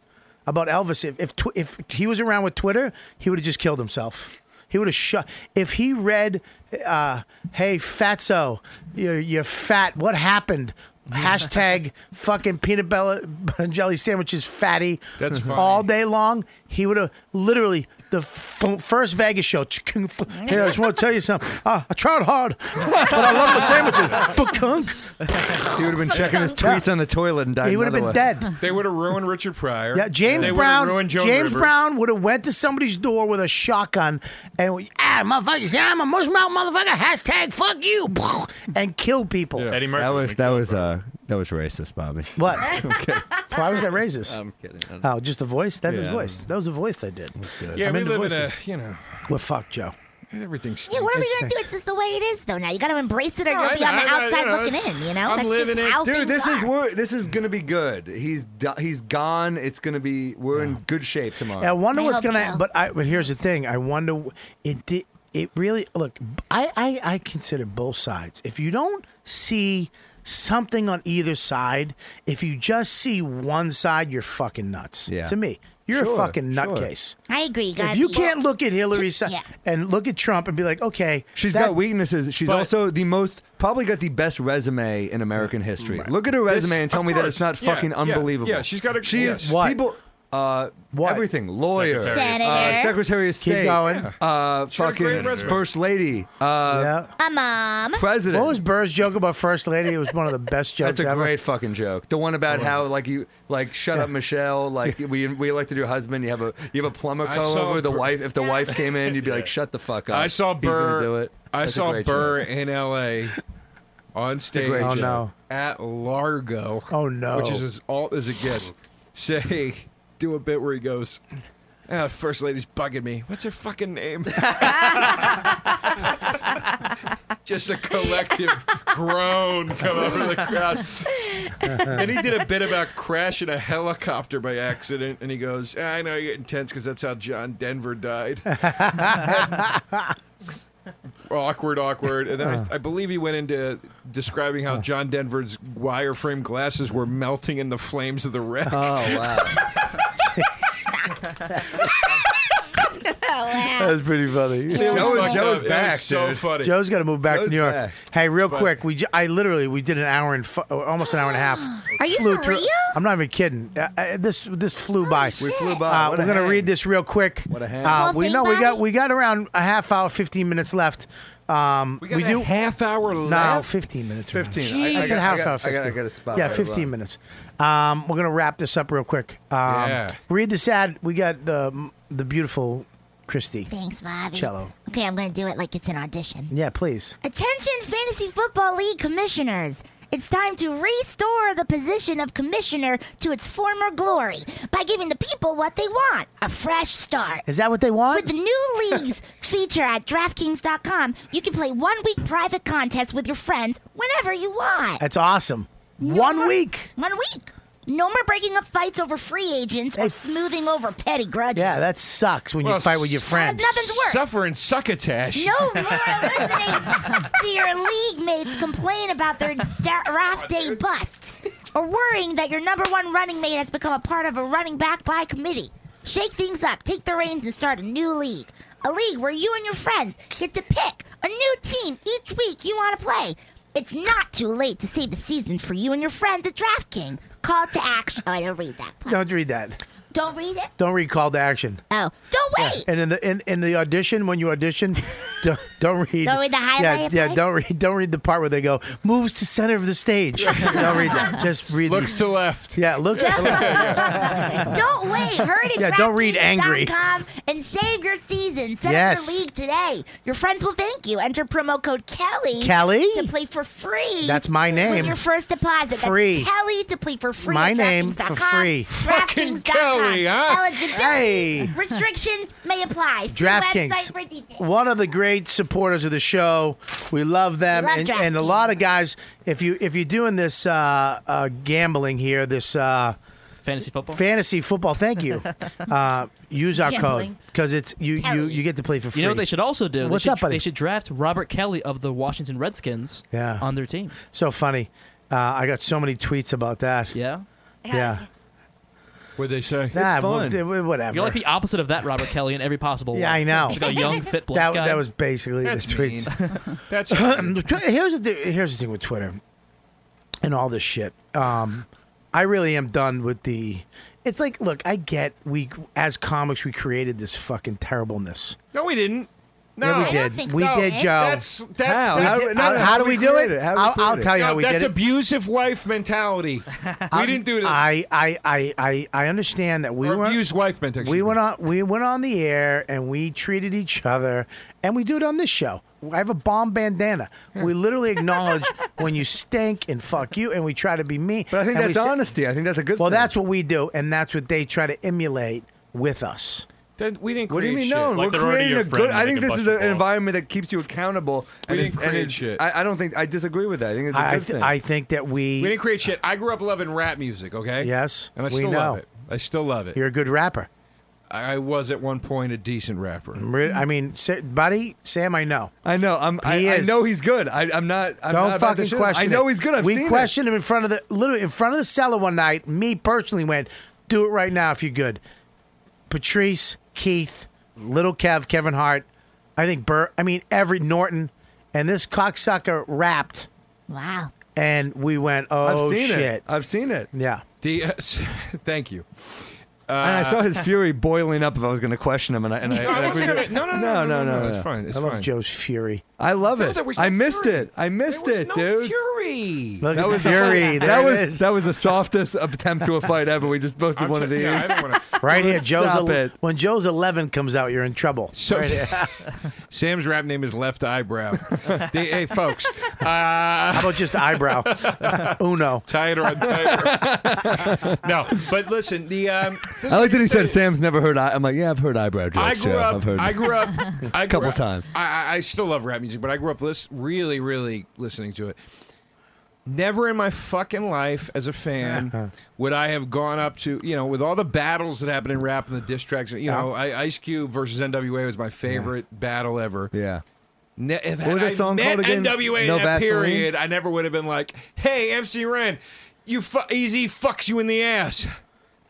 F: about Elvis. If if tw- if he was around with Twitter, he would have just killed himself. He would have shut. If he read, uh, "Hey Fatso, you're, you're fat. What happened?" Hashtag fucking peanut butter and jelly sandwiches, fatty.
C: That's funny.
F: all day long. He would have literally the f- first Vegas show. Hey, I just want to tell you something. Uh, I tried hard, but I love my sandwiches. For kunk,
I: he would have been checking his tweets on the toilet and died.
F: he would have
I: another
F: been
I: way.
F: dead.
C: They would have ruined Richard Pryor.
F: Yeah, James
C: they would have
F: Brown.
C: ruined Joan
F: James
C: Rivers.
F: Brown would have went to somebody's door with a shotgun and went, ah, motherfucker, see, I'm a mushmouth motherfucker. Hashtag fuck you, and kill people.
C: Yeah.
K: Eddie Murphy.
I: That was that was uh that was racist, Bobby.
F: What? Why was that racist?
C: I'm kidding. I don't know.
F: Oh, just the voice? That's his
C: Yeah.
F: voice. That was a voice I did.
C: Yeah,
F: I'm
C: we
F: into
C: live in a
F: voices.
C: you know
F: We're fucked, Joe.
C: everything.
L: Yeah, what are we gonna do? It's just the way it is, though. Now you gotta embrace it, or
C: No,
L: you'll
C: I
L: be on
C: know,
L: the
C: I know,
L: outside
C: you know,
L: looking
C: it's-
L: in. You know,
C: I'm
L: that's
C: living
L: just
C: it.
L: how
I: Dude,
L: things
I: this
L: are.
I: is wor- this is gonna be good. He's do- he's gone. It's gonna be we're in good shape tomorrow.
F: I wonder what's
I: hope
F: gonna.
I: so.
F: But I. But here's the thing. I wonder. w- It did. It really. Look, I, I. I consider both sides. If you don't see something on either side, if you just see one side, you're fucking nuts.
I: Yeah.
F: To me, you're
I: Sure,
F: a fucking
I: sure.
F: nutcase.
L: I agree. You
F: If
L: gotta
F: you
L: be-
F: can't look at Hillary's side and look at Trump and be like, okay,
I: She's
F: she's
I: got weaknesses. She's also the most probably got the best resume in American history.
C: Right.
I: Look at her resume
C: This-
I: and tell
C: of
I: me that
C: course.
I: it's not
C: Yeah,
I: fucking
C: yeah,
I: unbelievable.
C: yeah, she's got a-
I: She is
C: yes. What?
I: people. Uh, Everything.
L: Secretary
I: Lawyer,
L: of State.
I: Uh,
L: Senator.
I: Secretary of
F: Keep
I: State,
F: going.
I: Uh,
F: She's got a great
I: fucking
F: resume.
I: first lady. Uh,
L: A mom.
I: President.
F: Um, What was Burr's joke about first lady? It was one of the best jokes
I: That's a
F: ever.
I: great fucking joke. The one about how like you like shut up Michelle, like we we elected your husband. You have a you have a plumber
C: I
I: come
C: saw
I: over. The
C: Bur-
I: wife, if the wife came in, you'd be like, shut the fuck up.
C: I saw
I: He's gonna
C: Burr.
I: do it.
C: I
I: That's a
C: saw
I: great
C: Burr in L.A. on stage
I: great Oh, joke. no.
C: at Largo.
F: Oh no,
C: which is as alt as it gets. Say, do a bit where he goes. "Ah, first lady's bugging me. What's her fucking name? Just a collective groan come over the crowd. and he did a bit about crashing a helicopter by accident, and he goes, "Ah, "I know you're getting tense because that's how John Denver died." awkward, awkward. And then I, I believe he went into describing how John Denver's wireframe glasses were melting in the flames of the wreck. Oh
I: wow!
F: That was pretty funny.
C: It was Joe is- fucked Joe's up. It was back, so dude. funny.
F: Joe's got to move back
C: Joe's
F: to New York.
C: back.
F: Hey, real
C: But-
F: quick, we j- I literally we did an hour and fu- or almost an hour and a half.
L: Are you
F: flew
L: for
F: through-
L: real?
F: I'm not even kidding. Uh, uh, this this flew by. We
I: flew by.
F: Uh,
I: What
F: we're
I: a
F: gonna
I: hang.
F: read this real quick. What
I: a
F: Uh,
I: hang. Well,
F: we
I: think
F: know we
I: about
F: got we got around a half hour, 15 minutes left. Um, we,
C: got a
F: do
C: half hour
F: No,
C: left?
F: 15 minutes. around.
I: 15. I- I
F: I,
I: got-
F: said
I: I
F: half
I: got-
F: hour.
I: I
F: 15.
I: got- I got a spot
F: Yeah,
I: right
F: 15
I: above.
F: minutes. Um, we're gonna wrap this up real quick. Um,
I: Yeah.
F: Read this ad. We got the the beautiful Christy.
L: Thanks, Bobby.
F: Cello.
L: Okay, I'm gonna do it like it's an audition.
F: Yeah, please.
L: Attention, Fantasy Football League commissioners. It's time to restore the position of commissioner to its former glory by giving the people what they want a fresh start.
F: Is that what they want?
L: With the new leagues feature at DraftKings.com, you can play one week private contest with your friends whenever you want.
F: That's awesome. One week.
L: One week. No more breaking up fights over free agents or smoothing over petty grudges.
F: Yeah, that sucks when you fight with your friends.
L: nothing's worse.
C: Suffer and succotash.
L: No more listening to your league mates complain about their da- draft day busts or worrying that your number one running mate has become a part of a running back by committee. Shake things up, take the reins, and start a new league. A league where you and your friends get to pick a new team each week you want to play. It's not too late to save the season for you and your friends at DraftKings. Call to action. Oh, I don't read that.
F: Don't read that.
L: Don't read it.
F: Don't read call to action.
L: Oh, don't
F: Yeah.
L: wait.
F: And in the in, in the audition when you audition, don't, don't read.
L: Don't read the
F: Yeah,
L: highlight
F: yeah.
L: part?
F: Don't read. Don't read the part where they go moves to center of the stage. don't read that. Just read.
C: Looks to left.
F: Yeah, looks to left.
L: don't wait. Hurry to
F: Yeah, don't read angry.
L: DraftKings.com and save your season. Set
F: Yes.
L: up your league today. Your friends will thank you. Enter promo code Kelly.
F: Kelly?
L: to play for free.
F: That's my
L: With
F: name.
L: your first deposit.
F: Free.
L: That's Kelly to play for free.
F: My
L: at
F: name for
L: DraftKings.com.
F: free. Fucking
L: DraftKings.com.
F: Kelly, huh?
L: Eligibility
F: Hey.
L: restrictions may apply. See website for
F: DraftKings,
L: details.
F: one of the great supporters of the show. We love them,
L: We love
F: and, and a
L: DraftKings.
F: lot of guys. If you if you're doing this uh, uh, gambling here, this uh,
G: Fantasy football.
F: fantasy football, thank you. Uh, use our
G: Gambling.
F: code because it's you, you you get to play for free.
G: You know what they should also do? They
F: What's
G: should-
F: up, buddy?
G: They should draft Robert Kelly of the Washington Redskins
F: Yeah.
G: on their team.
F: So funny. Uh, I got so many tweets about that.
G: Yeah.
F: Yeah.
C: What'd they say?
F: Nah, well, d- w- whatever.
G: You're like the opposite of that Robert Kelly in every possible way.
F: yeah, I know.
G: Just a young, fit black
F: that,
G: guy.
F: that was basically
G: That's
F: the
G: mean.
F: tweets.
C: That's
F: here's the thi- here's the thing with Twitter and all this shit. Um, I really am done with the. It's like, look, I get we as comics we created this fucking terribleness.
C: No, we didn't.
F: Yeah, we
C: I
F: did.
C: don't think
F: we
C: so.
F: did,
C: Eh?
F: Joe.
C: That's- that's-
F: how?
C: we
F: How,
C: did-
F: how-
C: no, no,
F: how do we, do
C: create
F: it?
C: How do we
F: I'll,
C: create
F: I'll
C: it?
F: tell you
C: No,
F: how we
C: that's
F: did it.
C: abusive wife mentality. we
F: I'm-
C: didn't do that.
F: I I I I, I understand that we were abused
C: wife mentality.
F: We went on we went on the air and we treated each other, and we do it on this show. I have a bomb bandana. We literally acknowledge when you stink and fuck you, and we try to be mean. But I
I: think that's honesty. I think that's a good.
F: Well, that's what we do, and that's what they try to emulate with us.
C: Then we didn't.
I: What do you mean?
C: create
I: No,
C: shit.
I: we're creating a good. I think this is a- an environment that keeps you accountable. and
C: We didn't
I: it's- and
C: create
I: it's-
C: shit.
I: I, I don't think I disagree with that. I think it's a
F: I
I: good
F: th-
I: thing.
F: I think that we.
C: We didn't create shit. I grew up loving rap music. Okay.
F: Yes,
C: And I
F: we
C: still
F: know.
C: love it. I still love it.
F: You're a good rapper.
C: I I was at one point a decent rapper.
F: Re- I mean, Sa- buddy, Sam, I know.
I: I know. I'm.
F: He
I: I, I
F: is.
I: know he's good. I, I'm not. I'm
F: Don't
I: not about to
F: fucking
I: shit.
F: question.
I: I know
F: it.
I: he's good. I've
F: we
I: seen it.
F: questioned him in front of the literally in front of the cellar one night. Me personally went, "Do it right now if you're good." Patrice, Keith, Little Kev, Kevin Hart, I think Bert. I mean, every Norton, and this cocksucker rapped.
L: Wow.
F: And we went,
I: I've
F: "Oh
I: seen it.
F: shit!"
I: I've seen it.
F: Yeah.
C: D- thank you. Uh,
I: and I saw his fury boiling up if I was going to question him, and I and I,
C: No, I
I: and I
C: wasn't
I: couldn't-
C: gonna- no, no, no, no, no, no, it's fine, it's
F: I love
C: fine.
F: Joe's fury.
I: I love
C: No,
I: it.
C: there was no
I: I missed
C: fury.
I: it. I missed it, dude.
C: Fury.
F: Look
I: that
F: at the
I: was
F: fury. There
I: The, that
F: it
I: was
F: is.
I: that was the softest attempt to a fight ever. We just both did one of these.
C: yeah, I don't wanna-
F: Right here, Joe's
I: Stop
F: el-
I: it.
F: when Joe's eleven comes out, you're in trouble.
C: So-
F: Right here.
C: Sam's rap name is Left Eyebrow. They- hey, folks. Uh, How
F: about just eyebrow? Uno.
C: Tighter on tighter. no, but listen, the. Um, this
I: I like that he
C: thing-
I: said Sam's never heard. I, I'm like, yeah, I've heard eyebrow jokes.
C: I grew
I: Joe.
C: up.
I: I've heard
C: I grew up. I
I: a
C: grew
I: couple
C: up-
I: times.
C: I, I- I still love rap music, but I grew up lis- really, really listening to it. Never in my fucking life as a fan would I have gone up to you know with all the battles that happened in rap and the diss tracks. You know, I, Ice Cube versus NWA was my favorite battle ever.
I: Yeah.
C: Ne- if
I: What was
C: I,
I: that song
C: met
I: called again?
C: NWA
I: No
C: in that
I: Vaseline?
C: period, I never would have been like, "Hey, MC Ren, you fu- Easy fucks you in the ass."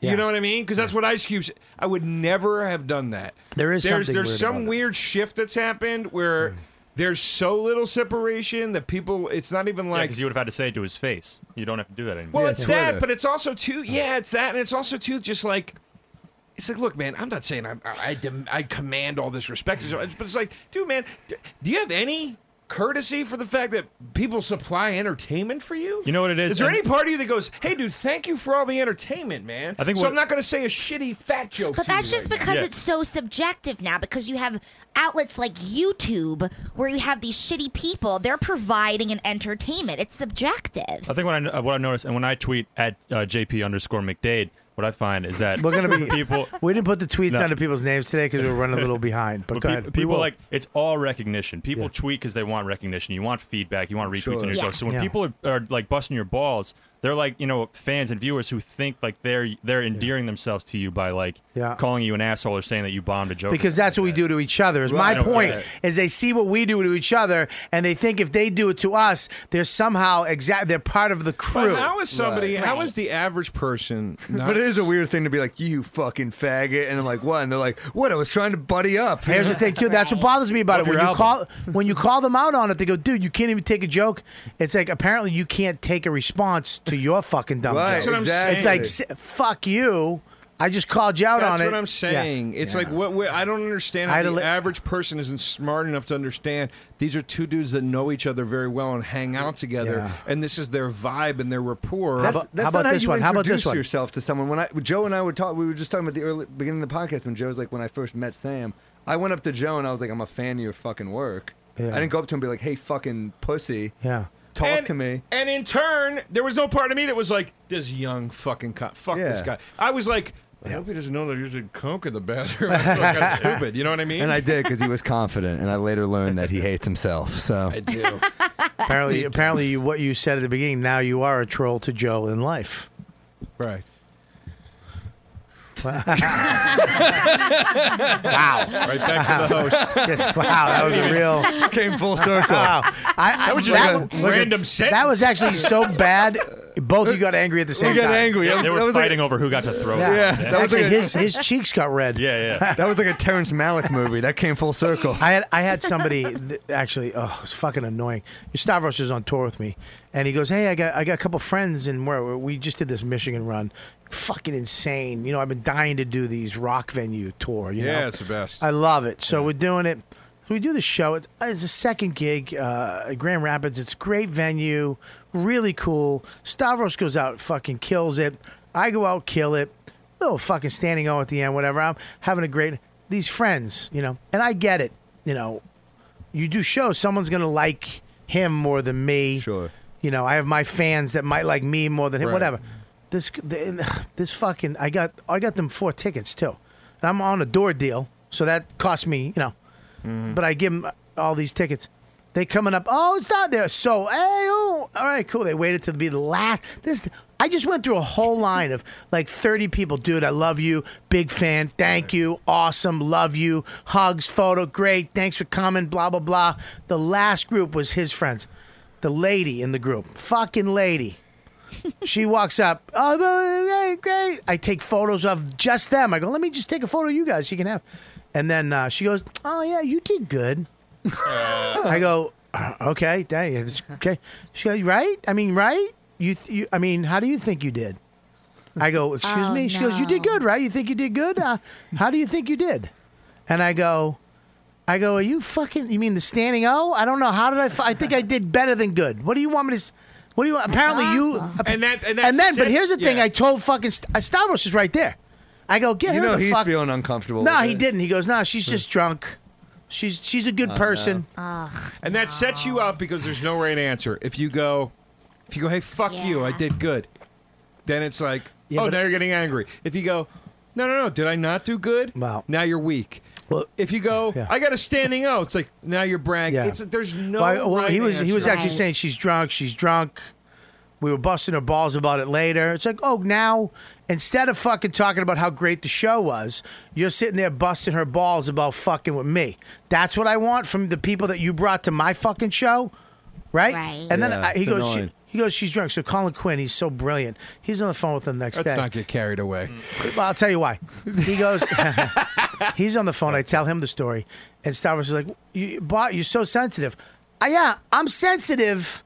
C: You know what I mean? Because that's what Ice Cube. s- I would never have done that.
F: There is
C: there's,
F: something
C: there's
F: weird
C: some
F: about it.
C: weird shift that's happened
I: Hmm.
C: where there's so little separation that people. It's not even like
K: because you would have had to say it to his face. You don't have to do that anymore.
C: well, it's that, but it's also too. Yeah, it's that, and it's also too. Just like, it's like, look, man, I'm not saying I'm, I I, dem- I command all this respect, but it's like, dude, man, d- do you have any courtesy for the fact that people supply entertainment for you?
K: You know what it is?
C: Is there
K: And-
C: any part of you that goes, "Hey, dude, thank you for all the entertainment, man"?
K: I think
C: so.
K: what-
C: I'm not going to say a shitty fat joke.
L: But
C: to you
L: that's just
C: right now.
L: because it's so subjective now because you have outlets like YouTube where you have these shitty people. They're providing an entertainment. It's subjective.
K: I think what I what I noticed, and when I tweet at uh, JP underscore McDade, what I find is that
F: We're gonna be
K: people.
F: We didn't put the tweets
K: No.
F: under people's names today because we were running a little behind. But
K: But
F: go
K: peop-
F: ahead. We
K: people
F: will.
K: like it's all recognition. People tweet because they want recognition. You want feedback. You want retweets
F: Sure.
K: on your
F: Yeah.
K: jokes. So when
F: Yeah.
K: people are, are like busting your balls, they're like you know fans and viewers who think like they're they're endearing themselves to you by like
F: Yeah.
K: calling you an asshole or saying that you bombed a joke.
F: because that's what we do to each other. Is
K: Right.
F: my point
K: Right.
F: is they see what we do to each other, and they think if they do it to us, they're somehow exact. They're part of the crew.
C: But how is somebody? How is the average person? Not
I: But it is a weird thing to be like, you fucking faggot. And I'm like, what? And they're like, what? I was trying to buddy up.
F: Here's the thing, too. That's what bothers me about
I: Love
F: it. When
I: your
F: you
I: album.
F: call when you call them out on it, they go, "Dude, you can't even take a joke." It's like apparently you can't take a response to your fucking dumb
C: Right,
F: joke.
C: That's what I'm
F: It's
C: saying.
F: like, "S- "Fuck you." I just called you out
C: That's
F: on it.
C: what I'm saying. It's like what, what I don't understand.
F: I
C: How
F: had
C: the
F: to li-
C: average person isn't smart enough to understand these are two dudes that know each other very well and hang out together,
I: Yeah.
C: and this is their vibe and their rapport.
I: That's, that's not how you introduce yourself to someone. When I Joe and I were talking, we were just talking about the early beginning of the podcast when Joe was like, when I first met Sam, I went up to Joe and I was like, I'm a fan of your fucking work.
F: Yeah.
I: I didn't go up to him and be like, hey, fucking pussy,
F: Yeah.
I: talk to me.
C: And in turn, there was no part of me that was like, "This young fucking cop, fuck this
I: Yeah.
C: guy." I was like, "I hope he doesn't know they're using coke in the bathroom." I feel kind of stupid. You know what I mean?
I: And I did because he was confident, and I later learned that he hates himself. So
C: I do.
F: Apparently, apparently, you, what you said at the beginning. Now you are a troll to Joe in life.
C: Right.
F: Wow.
C: Right back to the host.
F: Yes, wow, that was a real
I: came full circle.
F: Wow. I, I,
C: That was just a
F: look at-
C: random
F: That was actually so bad. Both you got angry at the same
I: got
F: time.
I: angry.
K: Yeah, they
I: That
K: were
I: was like-
K: fighting over who got to throw.
F: Yeah.
K: it.
I: Yeah, that was
F: actually,
I: like a-
F: his his cheeks got red.
K: Yeah, yeah.
I: that was like a Terrence Malick movie. That came full circle.
F: I had I had somebody th- actually. Oh, it's fucking annoying. Stavros is on tour with me, and he goes, "Hey, I got I got a couple friends, and where we just did this Michigan run, fucking insane. You know, I've been dying to do these rock venue tour. You know,
C: Yeah, it's the best.
F: I love it. So we're doing it. we do the show. It's, uh, it's a second gig uh, at Grand Rapids. It's a great venue, really cool. Stavros goes out, fucking kills it. I go out, kill it. Little fucking standing on at the end, whatever. I'm having a great. These friends, you know, and I get it. You know, you do shows, someone's gonna like him more than me. Sure. You know, I have my fans that might like me more than him.
P: Right.
F: Whatever. This this fucking I got I got them four tickets too, and I'm on a door deal, so that cost me you know. But I give them all these tickets. They coming up. Oh, it's not there. So hey, oh, all right, cool. They waited to be the last. This I just went through a whole line of like thirty people. Dude, I love you. Big fan. Thank you. Awesome. Love you. Hugs. Photo. Great. Thanks for coming. Blah blah blah. The last group was his friends. The lady in the group. Fucking lady. she walks up. Oh, great, great. I take photos of just them. I go, let me just take a photo of you guys. You can have. And then uh, she goes, oh, yeah, you did good. I go, "Uh, okay, dang, it's- okay. She goes, right? I mean, right? You, th- you, I mean, how do you think you did? I go, excuse
P: Oh,
F: me. She goes, you did good, right? You think you did good? Uh, how do you think you did? And I go, I go, are you fucking? You mean the standing O? I don't know. How did I? F- I think I did better than good. What do you want me to? s- What do you want? Apparently you.
C: And that and,
F: And then, but here's the thing.
C: Yeah.
F: I told fucking St- uh, Stavros is right there. I go, get
I: you
F: her
I: know
F: the
I: he's
F: fuck.
I: feeling uncomfortable.
F: No,
I: with
F: he
I: it. Hmm.
F: didn't. He goes, no, she's just drunk. She's she's a good
C: Oh,
F: person.
C: And that sets you up because there's no right answer. If you go, if you go, hey, fuck you, I did good. Then it's like, oh, now you're getting angry. If you go, no, no, no, did I not do good? Wow. Now you're weak. Well, if you go, I got a standing out. It's like now you're bragging.
F: Yeah.
C: It's there's no.
F: well, I- well,
C: right
F: he was he was
C: answer.
F: actually saying she's drunk. She's drunk. We were busting her balls about it later. It's like, oh, now instead of fucking talking about how great the show was, you're sitting there busting her balls about fucking with me. That's what I want from the people that you brought to my fucking show, right?
P: Right.
F: And then
C: Yeah,
F: I, he
C: it's
F: goes, she,
C: annoying.
F: he goes, she's drunk. So Colin Quinn, he's so brilliant. He's on the phone with them the next
C: Let's
F: day.
C: not get carried away.
F: Mm. Well, I'll tell you why. He goes, he's on the phone. I tell him the story, and Stavros is like, you, "Bob, you're so sensitive." Uh, yeah, I'm sensitive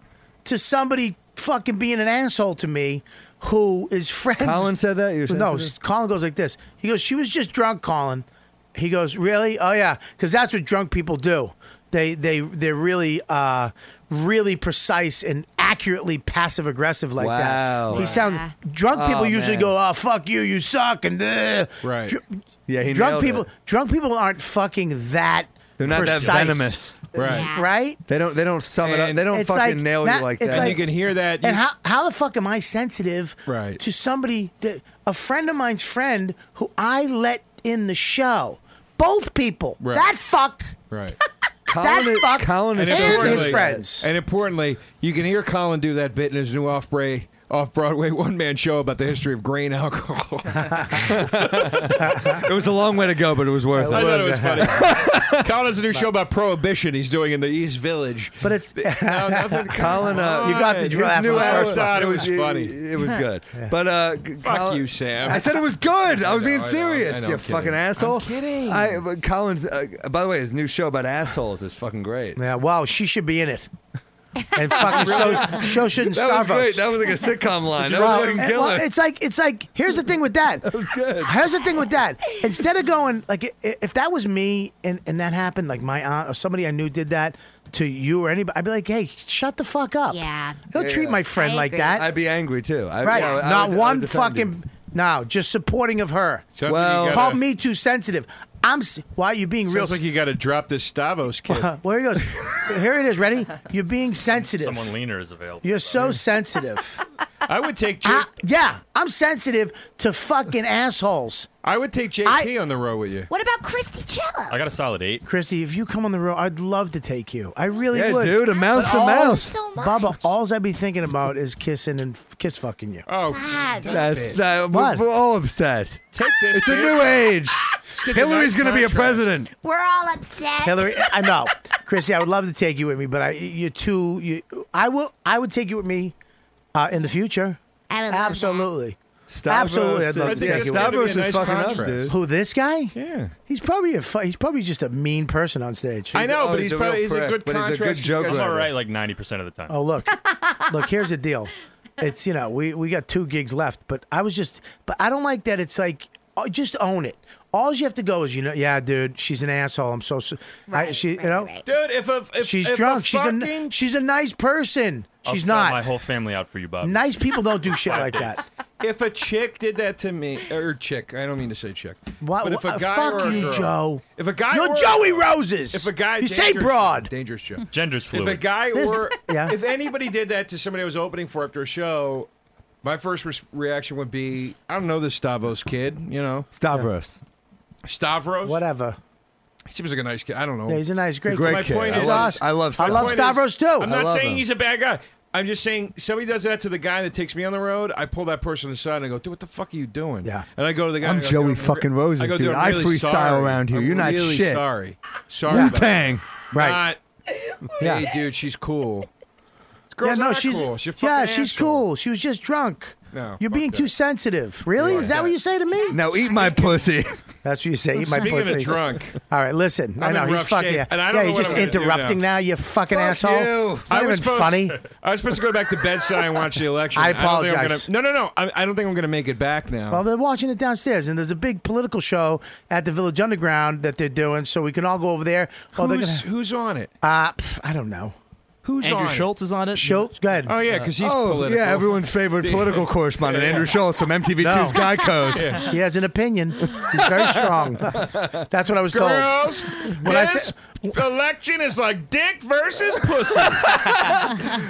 F: to somebody fucking being an asshole to me who is friends.
I: Colin said that? You're
F: no,
I: sensitive?
F: Colin goes like this. He goes, "She was just drunk, Colin." He goes, "Really? Oh yeah, because that's what drunk people do. They they they're really uh, really precise and accurately passive aggressive like
I: Wow.
F: that." He sounds
I: Yeah.
F: drunk people
I: Oh,
F: usually
I: man.
F: go, "Oh fuck you, you suck," and uh,
I: Right.
F: Dr-
I: Yeah, he
F: drunk
I: nailed
F: people.
I: it.
F: Drunk people aren't fucking that.
I: They're not
F: precise.
I: that venomous.
F: Right.
I: They don't. They don't sum it up. They don't
F: It's
I: fucking
F: like-
I: nail
F: not-
I: you like
F: it's
I: that.
F: like- You can
C: hear that.
F: And how how the fuck am I sensitive
I: Right.
F: to somebody that a friend of mine's friend who I let in the show? Both people.
C: Right.
F: That fuck.
C: Right.
F: that fuck. and his
C: importantly-
F: friends.
C: And importantly, you can hear Colin do that bit in his new off Broadway off Broadway one man show about the history of grain alcohol.
I: it was a long way to go, but it was worth it.
C: I thought it was funny. Colin has a new show about prohibition he's doing in the East Village.
F: But it's
I: Colin, uh,
C: You got the drill
I: his
C: after
I: new
C: the first
I: album-
C: one. It was funny.
I: It, was good.
C: Yeah.
I: But uh, g-
C: Fuck
I: Colin-
C: you, Sam.
I: I said it was good. I,
C: I
I: was
C: know,
I: being
C: I know,
I: serious.
C: I know,
I: you
C: I'm kidding.
I: fucking asshole.
C: I'm kidding.
I: I, but Colin's. Uh, by the way, his new show about assholes is fucking great.
F: Yeah. Wow. She should be in it. And fucking show, show shouldn't
I: That
F: starve
I: was great.
F: us.
I: That was like a sitcom line. That
F: Well,
I: was fucking
F: it-
I: killer.
F: well, it's like it's like here's the thing with that. that was good. Here's the thing with that. Instead of going like i- i- if that was me and, and that happened, like my aunt or somebody I knew did that to you or anybody, I'd be like, hey, shut the fuck up. Yeah. Don't
I: Yeah,
F: treat
I: yeah.
F: my friend like that.
I: I'd be angry too. I,
F: right.
I: you know, I
F: Not
I: would- I
F: one
I: would defend him.
F: fucking. No, just supporting of her.
C: Sounds like you gotta-
F: call me too sensitive. I'm. s- Why are you being real?
C: Sounds like you got to drop this Stavos kid.
F: Well, here he goes. Here it is. Ready? You're being sensitive.
K: Someone leaner is available.
F: You're so sensitive.
C: I would take
F: I- yeah, I'm sensitive to fucking assholes.
C: I would take JP on the road with you.
L: What about Christy Cello?
K: I got a solid eight.
F: Christy, if you come on the road, I'd love to take you. I really
K: Yeah,
F: would.
K: dude, a mouse
F: But
K: to
F: all-
K: mouse.
L: So much.
F: Bubba, all I'd be thinking about is kissing and f- kiss fucking you.
C: Oh,
I: That's that. We're, we're all upset.
C: Take this.
I: It's a
F: dude.
I: new age.
F: get the
I: Hillary's
F: nice
I: going to be a
F: contract.
I: president.
L: We're all upset.
F: Hillary, I know, Christy. I would love to take you with me, but I, you're too. You, I will. I would take you with me uh, in the future.
L: I would
F: Absolutely.
I: Stavros
F: Absolutely, I'd love
I: is-
F: to
I: I
F: take you. with
I: think it's
F: me.
I: Stavros is Gonna be a nice fucking up, contract. dude.
F: Who this guy?
C: Yeah,
F: he's probably a fu- he's probably just a mean person on stage.
C: I know, but he's,
K: a
C: probably
K: real
C: he's a
K: prick,
C: good
K: but he's a
C: contract.
K: good joke I'm all
F: writer.
K: right like 90% of the time.
F: Oh look, look. Here's the deal. It's you know we we got two gigs left, but I was just but I don't like that. It's like Oh, just own it. All you have to go is, you know, yeah, dude, she's an asshole. I'm so, so I, she, you know,
O: Dude, if a if,
F: she's
O: if
F: drunk.
O: a
F: she's
O: fucking,
F: a she's a nice person.
K: I'll
F: she's
K: sell
F: not.
K: My whole family out for you, Bob.
F: Nice people don't do shit like that.
C: If a chick did that to me, or chick, I don't mean to say chick.
F: What-
C: But if
F: what-
C: a guy
F: fuck
C: or a
F: you,
C: girl-
F: Joe.
C: If a guy,
F: You're
C: or a
F: Joey
C: girl-
F: Roses.
C: If a guy,
F: You say
C: dangerous-
F: broad.
C: dangerous Joe.
K: Gender's fluid.
C: If a guy
F: This-
C: or
F: Yeah.
C: if anybody did that to somebody I was opening for after a show, my first res- reaction would be, I don't know this Stavros kid, you know.
I: Stavros.
C: Stavros?
F: Whatever.
C: He seems like a nice kid. I don't know.
F: Yeah, he's a nice, He's a great
I: great
C: My
I: kid.
C: point
I: I
C: is-
I: love- I love
C: my
I: Stavros. I love
C: point is-
I: Stavros, too.
C: I'm
I: I
C: not
I: love
C: saying
I: him.
C: he's a bad guy. I'm just saying somebody does that to the guy that takes me on the road. I pull that person aside and I go, "Dude, what the fuck are you doing?" Yeah. And I go to the guy.
I: I'm
C: I go,
I: Joey
C: "Dude, re-
I: fucking Roses,
C: I go,
I: dude.
C: I'm
I: I
C: really
I: freestyle
C: sorry.
I: around here.
C: I'm
I: You're not
C: really
I: shit."
C: Sorry. Sorry. about
I: Wu-Tang.
C: it.
I: Right.
C: Not,
F: Yeah.
C: Hey, dude, she's cool. This
F: Yeah,
C: girl's
F: no,
C: not
F: she's
C: cool. She's a fucking
F: yeah, she's
C: asshole.
F: cool. She was just drunk.
C: No,
F: You're
C: fuck
F: being too sensitive. Really? Is that what you say to me?
I: No, eat my pussy.
F: That's what you say. Eat my
C: Speaking of
F: pussy.
C: drunk.
F: All right, listen.
C: I'm
F: know
C: in
F: he's
C: rough
F: fucking.
C: shape,
F: yeah,
C: and I don't
F: yeah,
C: know
F: you're
C: what
F: just
C: I'm gonna do
F: interrupting now.
C: now.
F: You fucking
C: Fuck
F: asshole.
C: you.
F: It's not even
C: supposed,
F: funny.
C: I was supposed to go back to bedside and watch the election.
F: I
C: don't think I'm
F: apologize.
C: gonna- no, no, no. I, I don't think I'm going to make it back now.
F: Well, they're watching it downstairs, and there's a big political show at the Village Underground that they're doing, so we can all go over there. Oh, they're
C: Who's-
F: gonna-
C: who's on it?
F: Uh, pff, I don't know.
C: Who's
G: Andrew
C: on it?
G: Schultz is on it.
F: Schultz, go ahead.
C: Oh, yeah, 'cause he's
I: oh, yeah, everyone's favorite political correspondent, Andrew Schultz from MTV2's Guy Code.
F: He has an opinion. He's very strong. That's what I was
C: Girls,
F: told.
C: when
F: When I
C: this
F: said,
C: election is like dick versus pussy.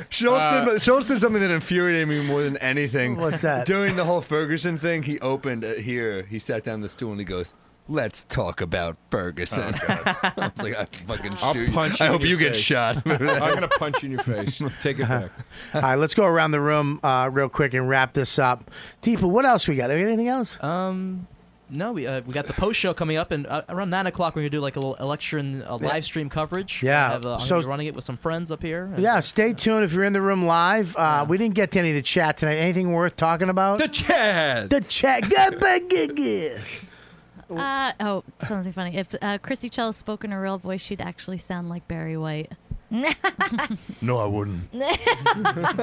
I: Schultz,
C: Uh,
I: did, Schultz did something that infuriated me more than anything.
F: What's that?
I: During the whole Ferguson thing, he opened it here. He sat down the stool and he goes, "Let's talk about Ferguson." I was like, "I fucking
C: Oh, I'll
I: shoot
C: punch
I: I
C: you in
I: hope
C: your
I: you get
C: face.
I: shot."
C: I'm going to punch you in your face. Take it back.
F: all right, let's go around the room uh, real quick and wrap this up. Deepa, what else we got? Anything else?
G: Um, no, we uh, we got the post show coming up, and uh, around nine o'clock we're gonna do like a little election uh,
F: Yeah.
G: live stream coverage.
F: Yeah,
G: I have, uh, I'm
F: so-
G: gonna be running it with some friends up here. and-
F: Yeah, stay tuned if you're in the room live. Uh, We didn't get to any of the chat tonight. Anything worth talking about? The
C: chat.
F: The chat. Good, but good, good.
H: Uh, oh, something funny. If uh, Christy Chell spoke in a real voice, she'd actually sound like Barry White.
I: No, I wouldn't.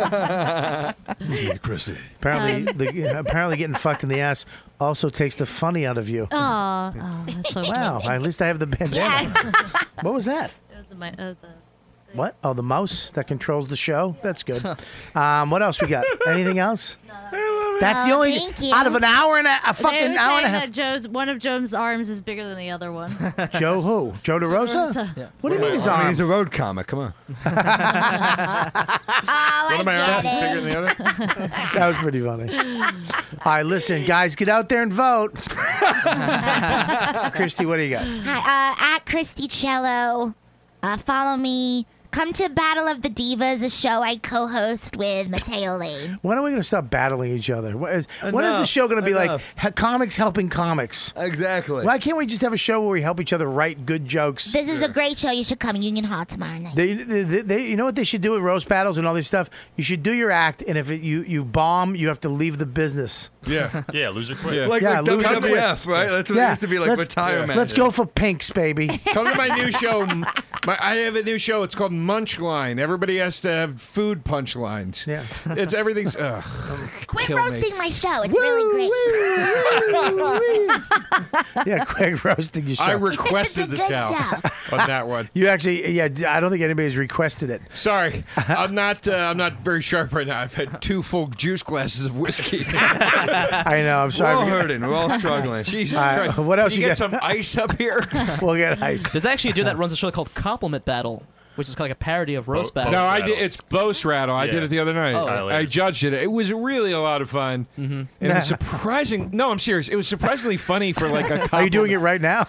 I: it's me, Chrissy.
F: Apparently,
H: Um.
F: the, apparently, getting fucked in the ass also takes the funny out of you.
H: Aw, oh, that's so
F: Wow.
H: funny.
F: At least I have the bandana. What was that?
H: It was the, mi- uh, the
F: What? Oh, the mouse that controls the show. That's good. Um, what else we got? Anything else? That's the
L: Oh,
F: only
L: thank you.
F: out of an hour and a, a
H: They
F: fucking
H: were
F: hour and a
H: saying
F: half.
H: That Joe's one of Joe's arms is bigger than the other one.
F: Joe who? Joe DeRosa?
H: DeRosa. Yeah.
F: What do you mean his
I: I mean,
F: arm?
I: he's a road comic. Come on.
C: One of my arms is bigger than the other.
F: that was pretty funny. All right, listen, guys, get out there and vote. Christy, what do you got?
L: Hi, uh, at Christy Cello. Uh, follow me. Come to Battle of the Divas, a show I co-host with Mateo Lane.
F: When are we going to stop battling each other? What is, when is the
I: Enough,
F: show going to be like
I: enough.
F: ha- comics helping comics?
I: Exactly.
F: Why can't we just have a show where we help each other write good jokes?
L: This is a great show. You should come Union Hall tomorrow night.
F: They, they, they, they- you know what they should do with roast battles and all this stuff? You should do your act, and if it, you you bomb, you have to leave the business.
C: Yeah.
K: Yeah, loser quit.
I: Yeah. Like-
F: yeah,
I: like
F: lose your
I: WWF,
F: quits.
I: right? That's what it used to be, like,
F: let's-
I: retirement.
F: Let's go for pinks, baby.
C: Come to my new show. M- My, I have a new show. It's called Munchline. Everybody has to have food punchlines. Yeah, it's everything's. Ugh,
L: Quit
C: kill me.
L: roasting my show. It's really great.
F: yeah, Craig roasting your show.
C: I requested the
L: Good
C: towel on that one.
F: You actually, yeah, I don't think anybody's requested it.
C: Sorry, I'm not. Uh, I'm not very sharp right now. I've had two full juice glasses of whiskey.
F: I know. I'm sorry.
I: We're all hurting. We're all struggling.
C: Jesus
F: All right,
C: Christ!
F: what else
C: Can
F: you
C: you
F: got?
C: get? Some ice up here.
F: we'll get ice.
G: There's actually a dude that runs a show called Compliment Battle, which is kind of like a parody of roast battle.
C: No, I did. It's Bose Rattle. I did
G: Yeah.
C: it the other night.
G: Oh.
C: I I judged it. It was really a lot of fun. Mm-hmm. It was surprising. No, I'm serious. It was surprisingly funny for like
F: Are
C: a.
F: you
C: compliment.
F: doing it right now?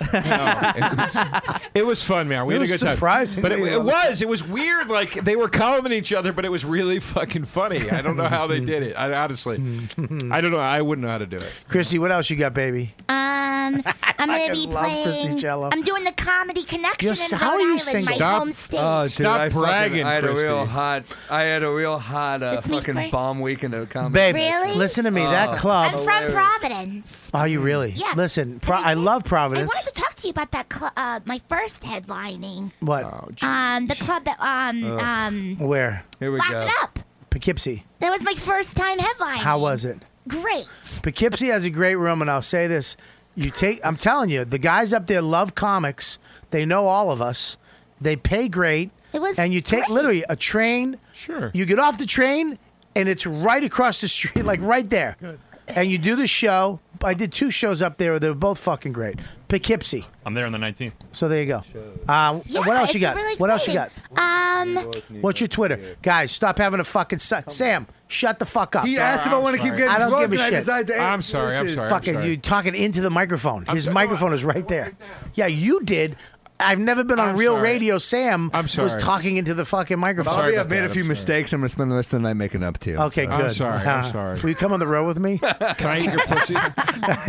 C: It was fun, man. We
F: It
C: had
F: was
C: a good time.
F: surprisingly
C: but it, it
F: well
C: was. It was weird. Like they were coming each other, but it was really fucking funny. I don't know how they did it. I, honestly,
O: Hmm.
C: I don't know. I wouldn't know how to do it.
F: Chrissy, what else you got, baby?
L: Um, I'm gonna
F: fucking
L: be
F: love Christy
L: playing.
F: Cello.
L: I'm doing the comedy connection
F: You're
L: in
F: so-
L: Rhode
F: how are you
L: Island,
F: single?
L: my
F: Stop.
L: home state.
I: Oh, dude,
C: Stop
I: I fucking-
C: bragging,
I: I had a real
C: Christy.
I: hot. I had a real hot uh,
L: It's me
I: fucking
L: first.
I: bomb weekend of comedy.
F: Babe,
L: Really?
F: listen to me.
I: Oh.
F: that club.
L: I'm from Providence.
F: Are you really?
L: Yeah.
F: Listen, Pro- I love
L: I
F: Providence.
L: wanted to talk to you about that. Cl- uh, my first headlining.
F: What?
L: Um, the club that um
F: Ugh.
L: um
F: Where?
I: Here we
L: Laugh go. It Up.
F: Poughkeepsie.
L: that was my first time headlining.
F: How was it?
L: Great.
F: Poughkeepsie has a great room, and I'll say this: You take. I'm telling you, the guys up there love comics. They know all of us. They pay great. It was and you take literally a train. Sure. You get off the train, and it's right across the street, like right there. Good. And you do the show. I did two shows up there. They were both fucking great. Poughkeepsie.
K: I'm there on the 19th.
F: So there you go. Uh, what else you
L: it's
F: got?
L: really
F: what else you got?
L: exciting. Um,
F: What's your Twitter, guys? Stop having a fucking si- Sam. Shut the fuck up.
I: He asked if I wanna keep getting
F: I don't
I: drunk
F: give a
I: and I
F: shit.
I: decided to- I'm sorry, I'm sorry, I'm
F: Fucking
I: sorry.
F: you talking into the microphone. His microphone is right there. Yeah, you did. I've never been on
I: I'm
F: real
I: sorry.
F: radio. Sam
I: I'm
F: was
I: sorry.
F: talking into the fucking microphone.
I: Bobby, I've made a few mistakes. I'm going to spend the rest of the night making up to.
F: Okay, good. Uh, Will you come on the road with me? can
I: I eat your pussy?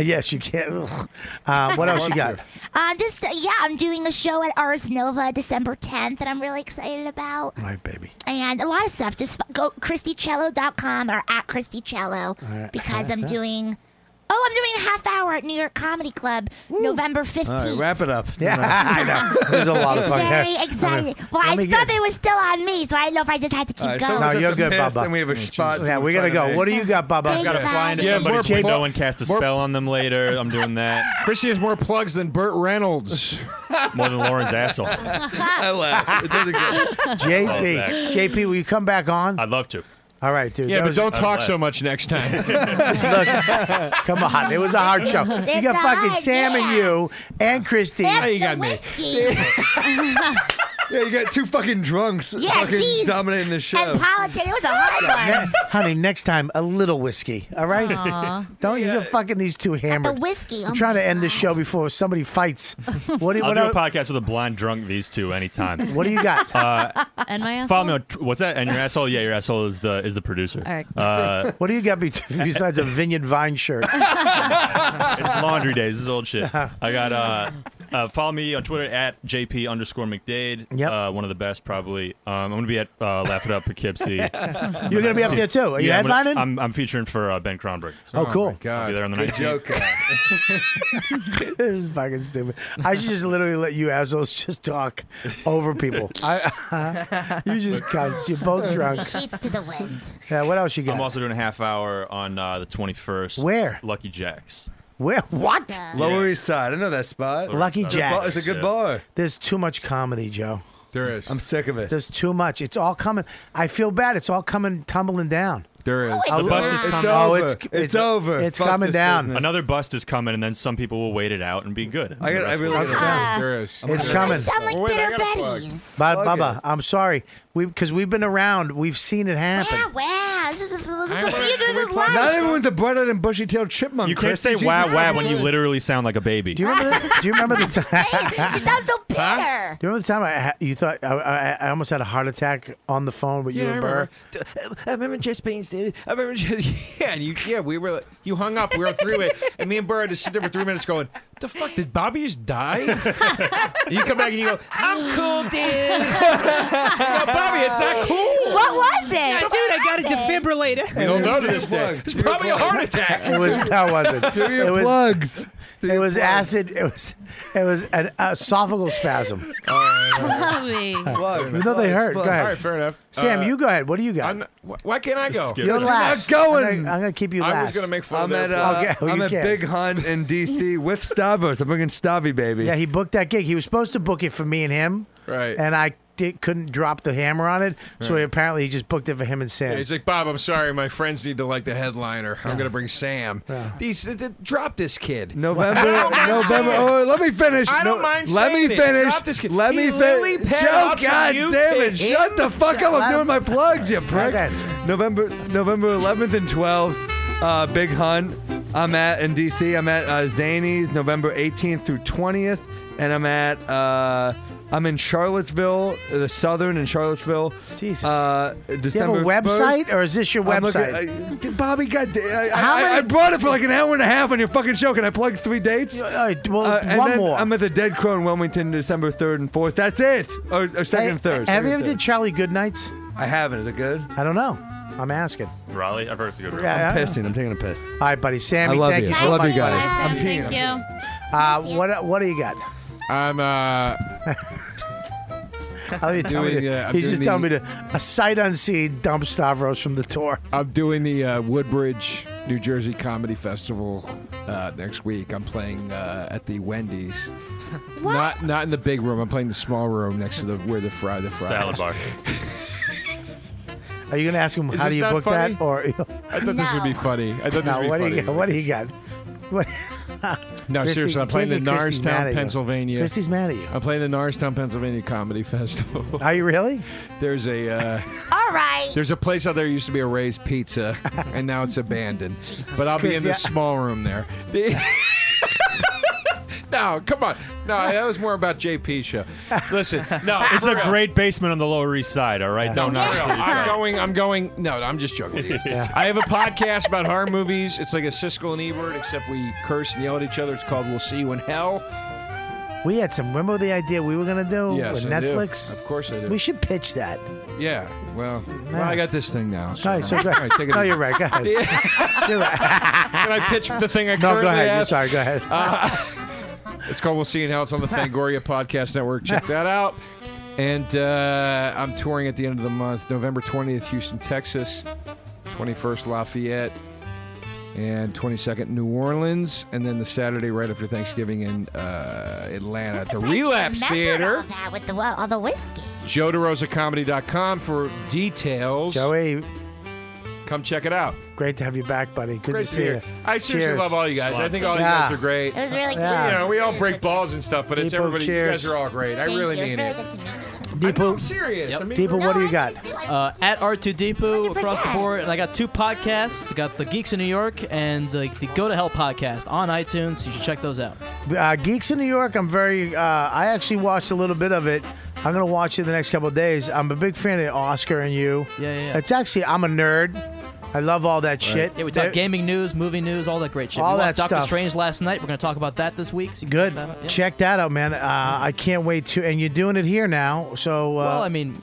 F: yes, you can. Ugh. Uh, what
I: I
F: else you
I: want
F: got?
L: uh, just uh, yeah, I'm doing a show at Ars Nova December 10th that I'm really excited about.
F: All right, baby.
L: And a lot of stuff. Just f- go ChristyCello.com or at ChristyCello
F: right.
L: because I'm doing. Oh, I'm doing a half hour at New York Comedy Club, November 15th.
I: All right, wrap it up.
F: Yeah, I know. There's a lot of
L: It's
F: fucking.
L: very exciting. Well, I thought they were still on me, so I didn't know if I just had to keep going.
F: no, you're good, Bubba.
I: And we have a spot.
F: Yeah, we gotta go. What do you got, Bubba?
K: I've got to fly into somebody's
F: more
K: window
F: pl-
K: and cast a
F: more-
K: spell on them later. I'm doing that.
C: Chrissy has more plugs than Burt Reynolds.
K: More than Lauren's asshole.
C: I laughed. It doesn't
F: JP, JP, will you come back on?
K: I'd love to.
F: All right, dude.
C: Yeah,
F: That
C: but
F: was-
C: don't talk so much next time.
F: Look, come on. It was a hard show. You got fucking Sam and you and Christine.
I: Now you got me. Yeah, you got two fucking drunks
L: Yeah,
I: fucking
L: geez.
I: dominating the show.
L: And politics. It was a hard
F: Ne- honey, next time a little whiskey, all right?
L: Aw.
F: Don't you get fucking these two hammered.
L: whiskey,
F: I'm
L: oh
F: trying to end the show before somebody fights. What do,
K: I'll
F: what,
K: do
F: are-
K: a podcast with a blind drunk these two anytime.
F: what do you got?
K: Uh,
H: And my asshole.
K: follow me on tw- what's that? And your asshole? Yeah, your asshole is the is the producer.
H: All right.
K: Uh,
F: what do you got be- besides a Vineyard Vine shirt?
K: it's laundry days. This is old shit. I got uh, uh follow me on Twitter at JP underscore McDade. Yep. Uh, one of the best probably. Um, I'm gonna be at uh, Laugh It Up Poughkeepsie.
F: You're gonna be up there, too? Are you
K: yeah, I'm gonna-
F: headlining?
K: I'm, I'm featuring for uh, Ben Kronberg.
F: Oh, cool. Oh, my
K: I'll be there on the
F: Good
K: 19th.
F: joke, this is fucking stupid. I should just literally let you assholes just talk over people. I, uh, you just cunts. You're both drunk.
L: Sheets to the wind.
F: Yeah, what else you got?
K: I'm also doing a half hour on uh, the 21st.
F: Where?
K: Lucky Jack's.
F: Where? What?
I: Lower East Side. I know that spot.
F: Lucky
I: It's a good
F: Jack.
I: bar- It's a good bar.
F: There's too much comedy, Joe.
C: There is.
I: I'm sick of it.
F: There's too much. It's all coming. I feel bad. It's all coming tumbling down.
C: There is.
F: The bus is coming. Oh, it's- It's it's- over. it's Fuck coming this down. business.
K: Another bust is coming, and then some people will wait it out and be good.
I: I gotta- I really gotta-
C: There is.
F: It's coming.
L: sound like bitter Betty's.
F: But Bubba, I'm sorry. We because we've been around. We've seen it happen.
L: Yeah, wow. This is, this is,
I: I'm
L: this is, this is
I: Not
L: life.
I: everyone's a bright-eyed and bushy-tailed chipmunk.
K: You can't
I: Chris.
K: say
I: Jesus
K: wow wow when
I: Christ.
K: you literally sound like a baby.
F: Do you remember? The, do you remember the time?
L: You sound so bitter.
F: Do you remember the time I ha- you thought I, I, I almost had a heart attack on the phone with you and Burr?
O: I remember just being stupid. I remember just, yeah, and you, yeah, we were, like- you hung up, we were on three way, and me and Burr had to sit there for three minutes going, the fuck, did Bobby just die? And you come back and you go, I'm cool, dude. no, Bobby, it's not cool.
L: What was it?
O: Yeah, dude, I got a defibrillator. We don't know to this day. It's probably a heart attack.
F: It was that wasn't.
I: Do your
F: it was,
I: plugs.
F: It was acid. It was it was an esophageal spasm.
H: Bobby.
F: Even though they hurt. Go
C: Oh, All
F: ahead.
C: right, fair enough.
F: Sam,
C: Uh,
F: you go ahead. What do you got?
C: wh- Why can't I go?
F: You're last.
I: going.
F: I'm gonna, I'm gonna keep you last.
C: I was gonna make fun
I: I'm
C: of
I: at,
C: their-
I: uh,
F: Okay, well,
I: I'm
F: you
I: at
F: can't.
I: Big Hunt in D.C. with Stavros. I'm bringing Stavi, baby.
F: Yeah, he booked that gig. He was supposed to book it for me and him.
C: Right.
F: And I did, couldn't drop the hammer on it, so he apparently he just booked it for him and Sam.
C: Yeah, he's like, Bob, I'm sorry, my friends need to like the headliner. I'm gonna bring Sam. These, th- th- drop this kid.
I: November, November. Oh, let me finish.
C: I don't
I: No,
C: mind
I: Let me
C: saying this.
I: finish.
C: Drop this kid.
I: Let
C: He
I: me
C: literally
I: finish.
C: paired
I: Joe,
C: up some
I: God
C: youth
I: damn it!
C: to
I: Shut
C: him.
I: the fuck up! I'm
C: Let-
I: doing my plugs, you prick.
F: Okay.
I: November, November 11th and 12th. Uh, Big Hunt. I'm at in DC. I'm at uh, Zany's November 18th through 20th, and I'm at. Uh, I'm in Charlottesville, the Southern in Charlottesville.
F: Jesus.
I: Uh,
F: Do you have
I: December
F: a website,
I: 1st.
F: or is this your
I: I'm looking-
F: website?
I: I- dude, Bobby, God, I, I-
F: How
I: I-
F: many-
I: I brought it for like an hour and a half on your fucking show. Can I plug three dates?
F: Uh, well,
I: Uh, and
F: one
I: then
F: more.
I: I'm at the Dead Crow in Wilmington, December third and fourth. That's it, or, or second, and third.
F: Have
I: second
F: you
I: and
F: ever
I: third.
F: did Charlie Goodnights?
I: I haven't. Is it good?
F: I don't know. I'm asking.
K: Raleigh, I've heard it's a good.
F: Yeah,
I: I'm
F: yeah.
I: pissing. I'm taking a piss.
F: All right, buddy. Sammy,
I: I love
F: thank
I: you.
F: you.
I: I
F: so
I: love you
F: much,
I: guys.
F: buddy.
I: I'm
H: Thank you.
I: uh,
F: Uh, what what do you got?
C: I'm uh
F: I'll be telling
C: doing,
F: you.
C: uh, I'm
F: He's
C: doing
F: just
C: the-
F: telling me to a sight unseen dump Stavros from the tour.
C: I'm doing the uh, Woodbridge, New Jersey Comedy Festival uh, next week. I'm playing uh, at the Wendy's. Not not in the big room. I'm playing the small room next to the where the fry the fry
K: Salad bar.
F: Are you going to ask him
C: Is
F: how
C: this
F: do you
C: not
F: book that?
C: funny?
F: Or I
C: I thought this would be funny. I thought this
F: no,
C: would be
F: what do
C: funny.
F: you got? What do you got? What?
C: No,
F: Christy,
C: seriously, I'm
F: you
C: playing the
F: can't get Christy's mad at
C: Norristown,
F: you.
C: Pennsylvania.
F: Christy's mad at you.
C: I'm playing the Norristown, Pennsylvania Comedy Festival.
F: Are you really?
C: There's a uh,
L: All right.
C: there's a place out there used to be a Ray's Pizza, and now it's abandoned. But I'll be in
O: Christy,
C: this
O: I-
C: small room there. no, come on. No, that was more about JP show. Listen, no,
K: it's
C: for
K: a
C: real.
K: great basement on the Lower East Side. All right,
C: No,
K: don't
C: no,
K: knock it
C: no,
K: till you
C: I'm
K: try.
C: going. I'm going. No, I'm just joking. with you. I have a podcast about horror movies. It's like a Siskel and Ebert, except we curse and yell at each other. It's called "We'll See You in Hell."
F: We had some. Remember the idea we were going to do
C: Yes,
F: with
C: I do.
F: Oh, Netflix?
C: Of course I do.
F: We should pitch that.
C: Yeah. Well, well, I got this thing now. So,
F: All right, so go ahead.
C: All right, take it
F: no,
C: easy.
F: you're right. Go ahead. You're right.
C: Can I pitch the thing I
F: No, go
C: currently
F: ahead. You're
C: have?
F: sorry. Go ahead.
C: Uh, it's called "We'll See You in Hell." It's on the Fangoria Podcast Network. Check that out. And uh, I'm touring at the end of the month, November 20th, Houston, Texas, 21st, Lafayette, and 22nd, New Orleans, and then the Saturday right after Thanksgiving in uh, Atlanta at the Relapse Theater.
L: All that with the, wa- all the whiskey.
C: JoeDeRosaComedy.com for details.
F: Joey.
C: Come check it out.
F: Great to have you back, buddy. Good
C: Great
F: to
C: to
F: see
C: hear.
F: you.
C: I seriously
F: Cheers.
C: love all you guys. I think all
F: Yeah.
C: you guys are great.
L: It was really
F: Yeah.
C: You know, we all break balls and stuff, but it's
F: Deepu,
C: everybody.
F: cheers.
C: You guys are all great. I
L: Thank
C: really
L: you. It was
C: mean
L: really
C: it.
L: good to meet you.
F: Deepu.
C: I'm serious. I mean,
F: Deepu, what do you got?
G: Uh, at R2 Depot across the board, and I got two podcasts. I got the Geeks in New York and the, the Go to Hell podcast on iTunes. You should check those out.
F: Uh, Geeks in New York. I'm very. Uh, I actually watched a little bit of it. I'm gonna watch it the next couple of days. I'm a big fan of Oscar and you.
G: Yeah, yeah, yeah.
F: It's actually. I'm a nerd. I love all that shit.
G: Yeah, we
F: They're-
G: talk gaming news, movie news, all that great shit.
F: All
G: we watched
F: that
G: Doctor
F: stuff.
G: Strange last night. We're going to talk about that this week. so you can check
F: Good.
G: that out. Yeah.
F: Check that out, man. Uh, I can't wait to. And you're doing it here now. So. Uh,
G: well, I mean,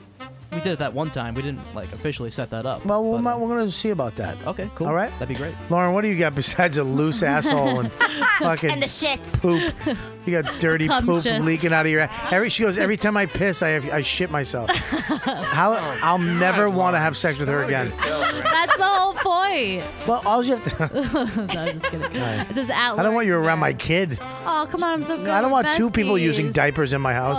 G: we did it that one time. We didn't like officially set that up.
F: well, we might, we're gonna see about that.
G: Okay, cool.
F: All right.
G: that'd be great.
F: Lauren, what do you got besides a loose asshole and fucking
L: And the shits.
F: poop? You got dirty
L: Cum
F: poop
L: shits.
F: leaking out of your. ass. Every she goes. Every time I piss, I have, I shit myself. How I'll never want to have sex with her again.
H: That's the whole point.
F: Well, all you have to.
H: no, I'm just kidding. This is at
F: I don't want you around my kid.
H: Oh, come on. I'm so good.
F: I don't
H: with
F: want two people using
H: besties.
F: diapers in my house.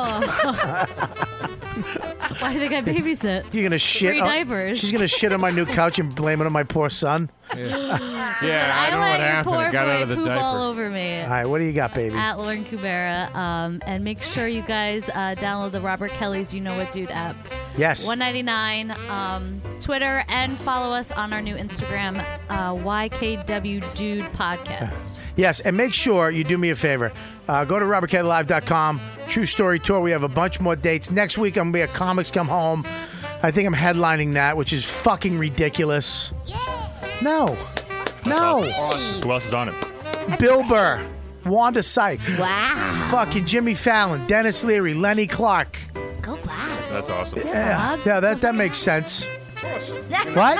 H: Oh. Why do they got babysit?
F: You're gonna shit.
H: Three
F: on-
H: diapers.
F: She's gonna shit on my new couch and blame it on my poor son.
H: yeah,
C: I don't know what happened. It
H: Poor
C: got
H: boy
C: out of the
H: poop all
C: diaper.
H: over me.
F: All right, what do you got, baby?
H: At Lauren Kubera, um, and make sure you guys uh, download the Robert Kelly's You Know What Dude app.
F: Yes.
H: 199 um, Twitter and follow us on our new Instagram uh, YKW Dude Podcast.
F: Yes, and make sure you do me a favor. Uh, go to robertkellylive.com. True Story Tour. We have a bunch more dates. Next week, I'm going to be at Comics Come Home. I think I'm headlining that, which is fucking ridiculous. No. No.
K: Who else is on it?
F: Bill Burr, Wanda Sykes. Wow. Fucking Jimmy Fallon, Dennis Leary, Lenny Clark.
K: That's awesome.
F: Yeah, yeah that, that makes sense. What?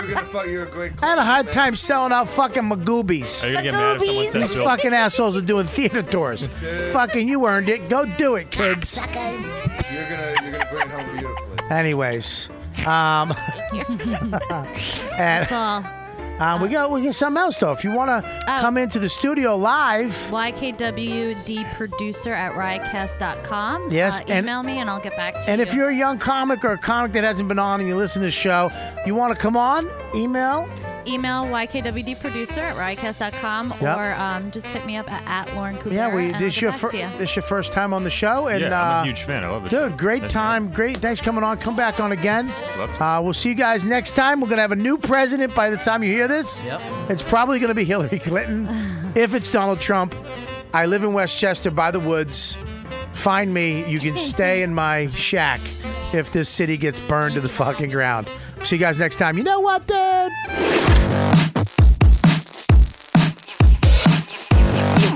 I: You're gonna fuck- you're a great
F: I had a hard time selling out fucking Magoobies.
K: Are you gonna get mad if someone says
F: These
K: Bill?
F: fucking assholes are doing theater tours. fucking, you earned it. Go do it, kids.
I: You're gonna you're gonna bring it home beautifully.
F: Anyways, um, and
H: That's all.
F: um, we got we got something else though. If you want to
H: Oh.
F: come into the studio live,
H: YKWD producer at riotcast.com.
F: Yes,
H: Uh,
F: and-
H: email me and I'll get back to you.
F: and if you're a young comic or a comic that hasn't been on and you listen to the show, you want to come on, email.
H: Email YKWD producer at riotcast.com
F: Yep.
H: or um, just hit me up at, at Lauren Cooper.
F: Yeah, we
H: and I'll
F: this
H: get
F: your
H: back
F: fir-
H: to you.
F: this your first time on the show, and
K: Yeah, I'm a
F: uh,
K: huge fan. I love it.
F: Dude, great time. Great. Thanks for coming on. Come back on again. Uh, we'll see you guys next time. We're going to have a new president by the time you hear this.
G: Yep.
F: It's probably going to be Hillary Clinton. if it's Donald Trump, I live in Westchester by the woods. Find me. You can stay in my shack if this city gets burned to the fucking ground. See you guys next time. You know what, dude?
P: You've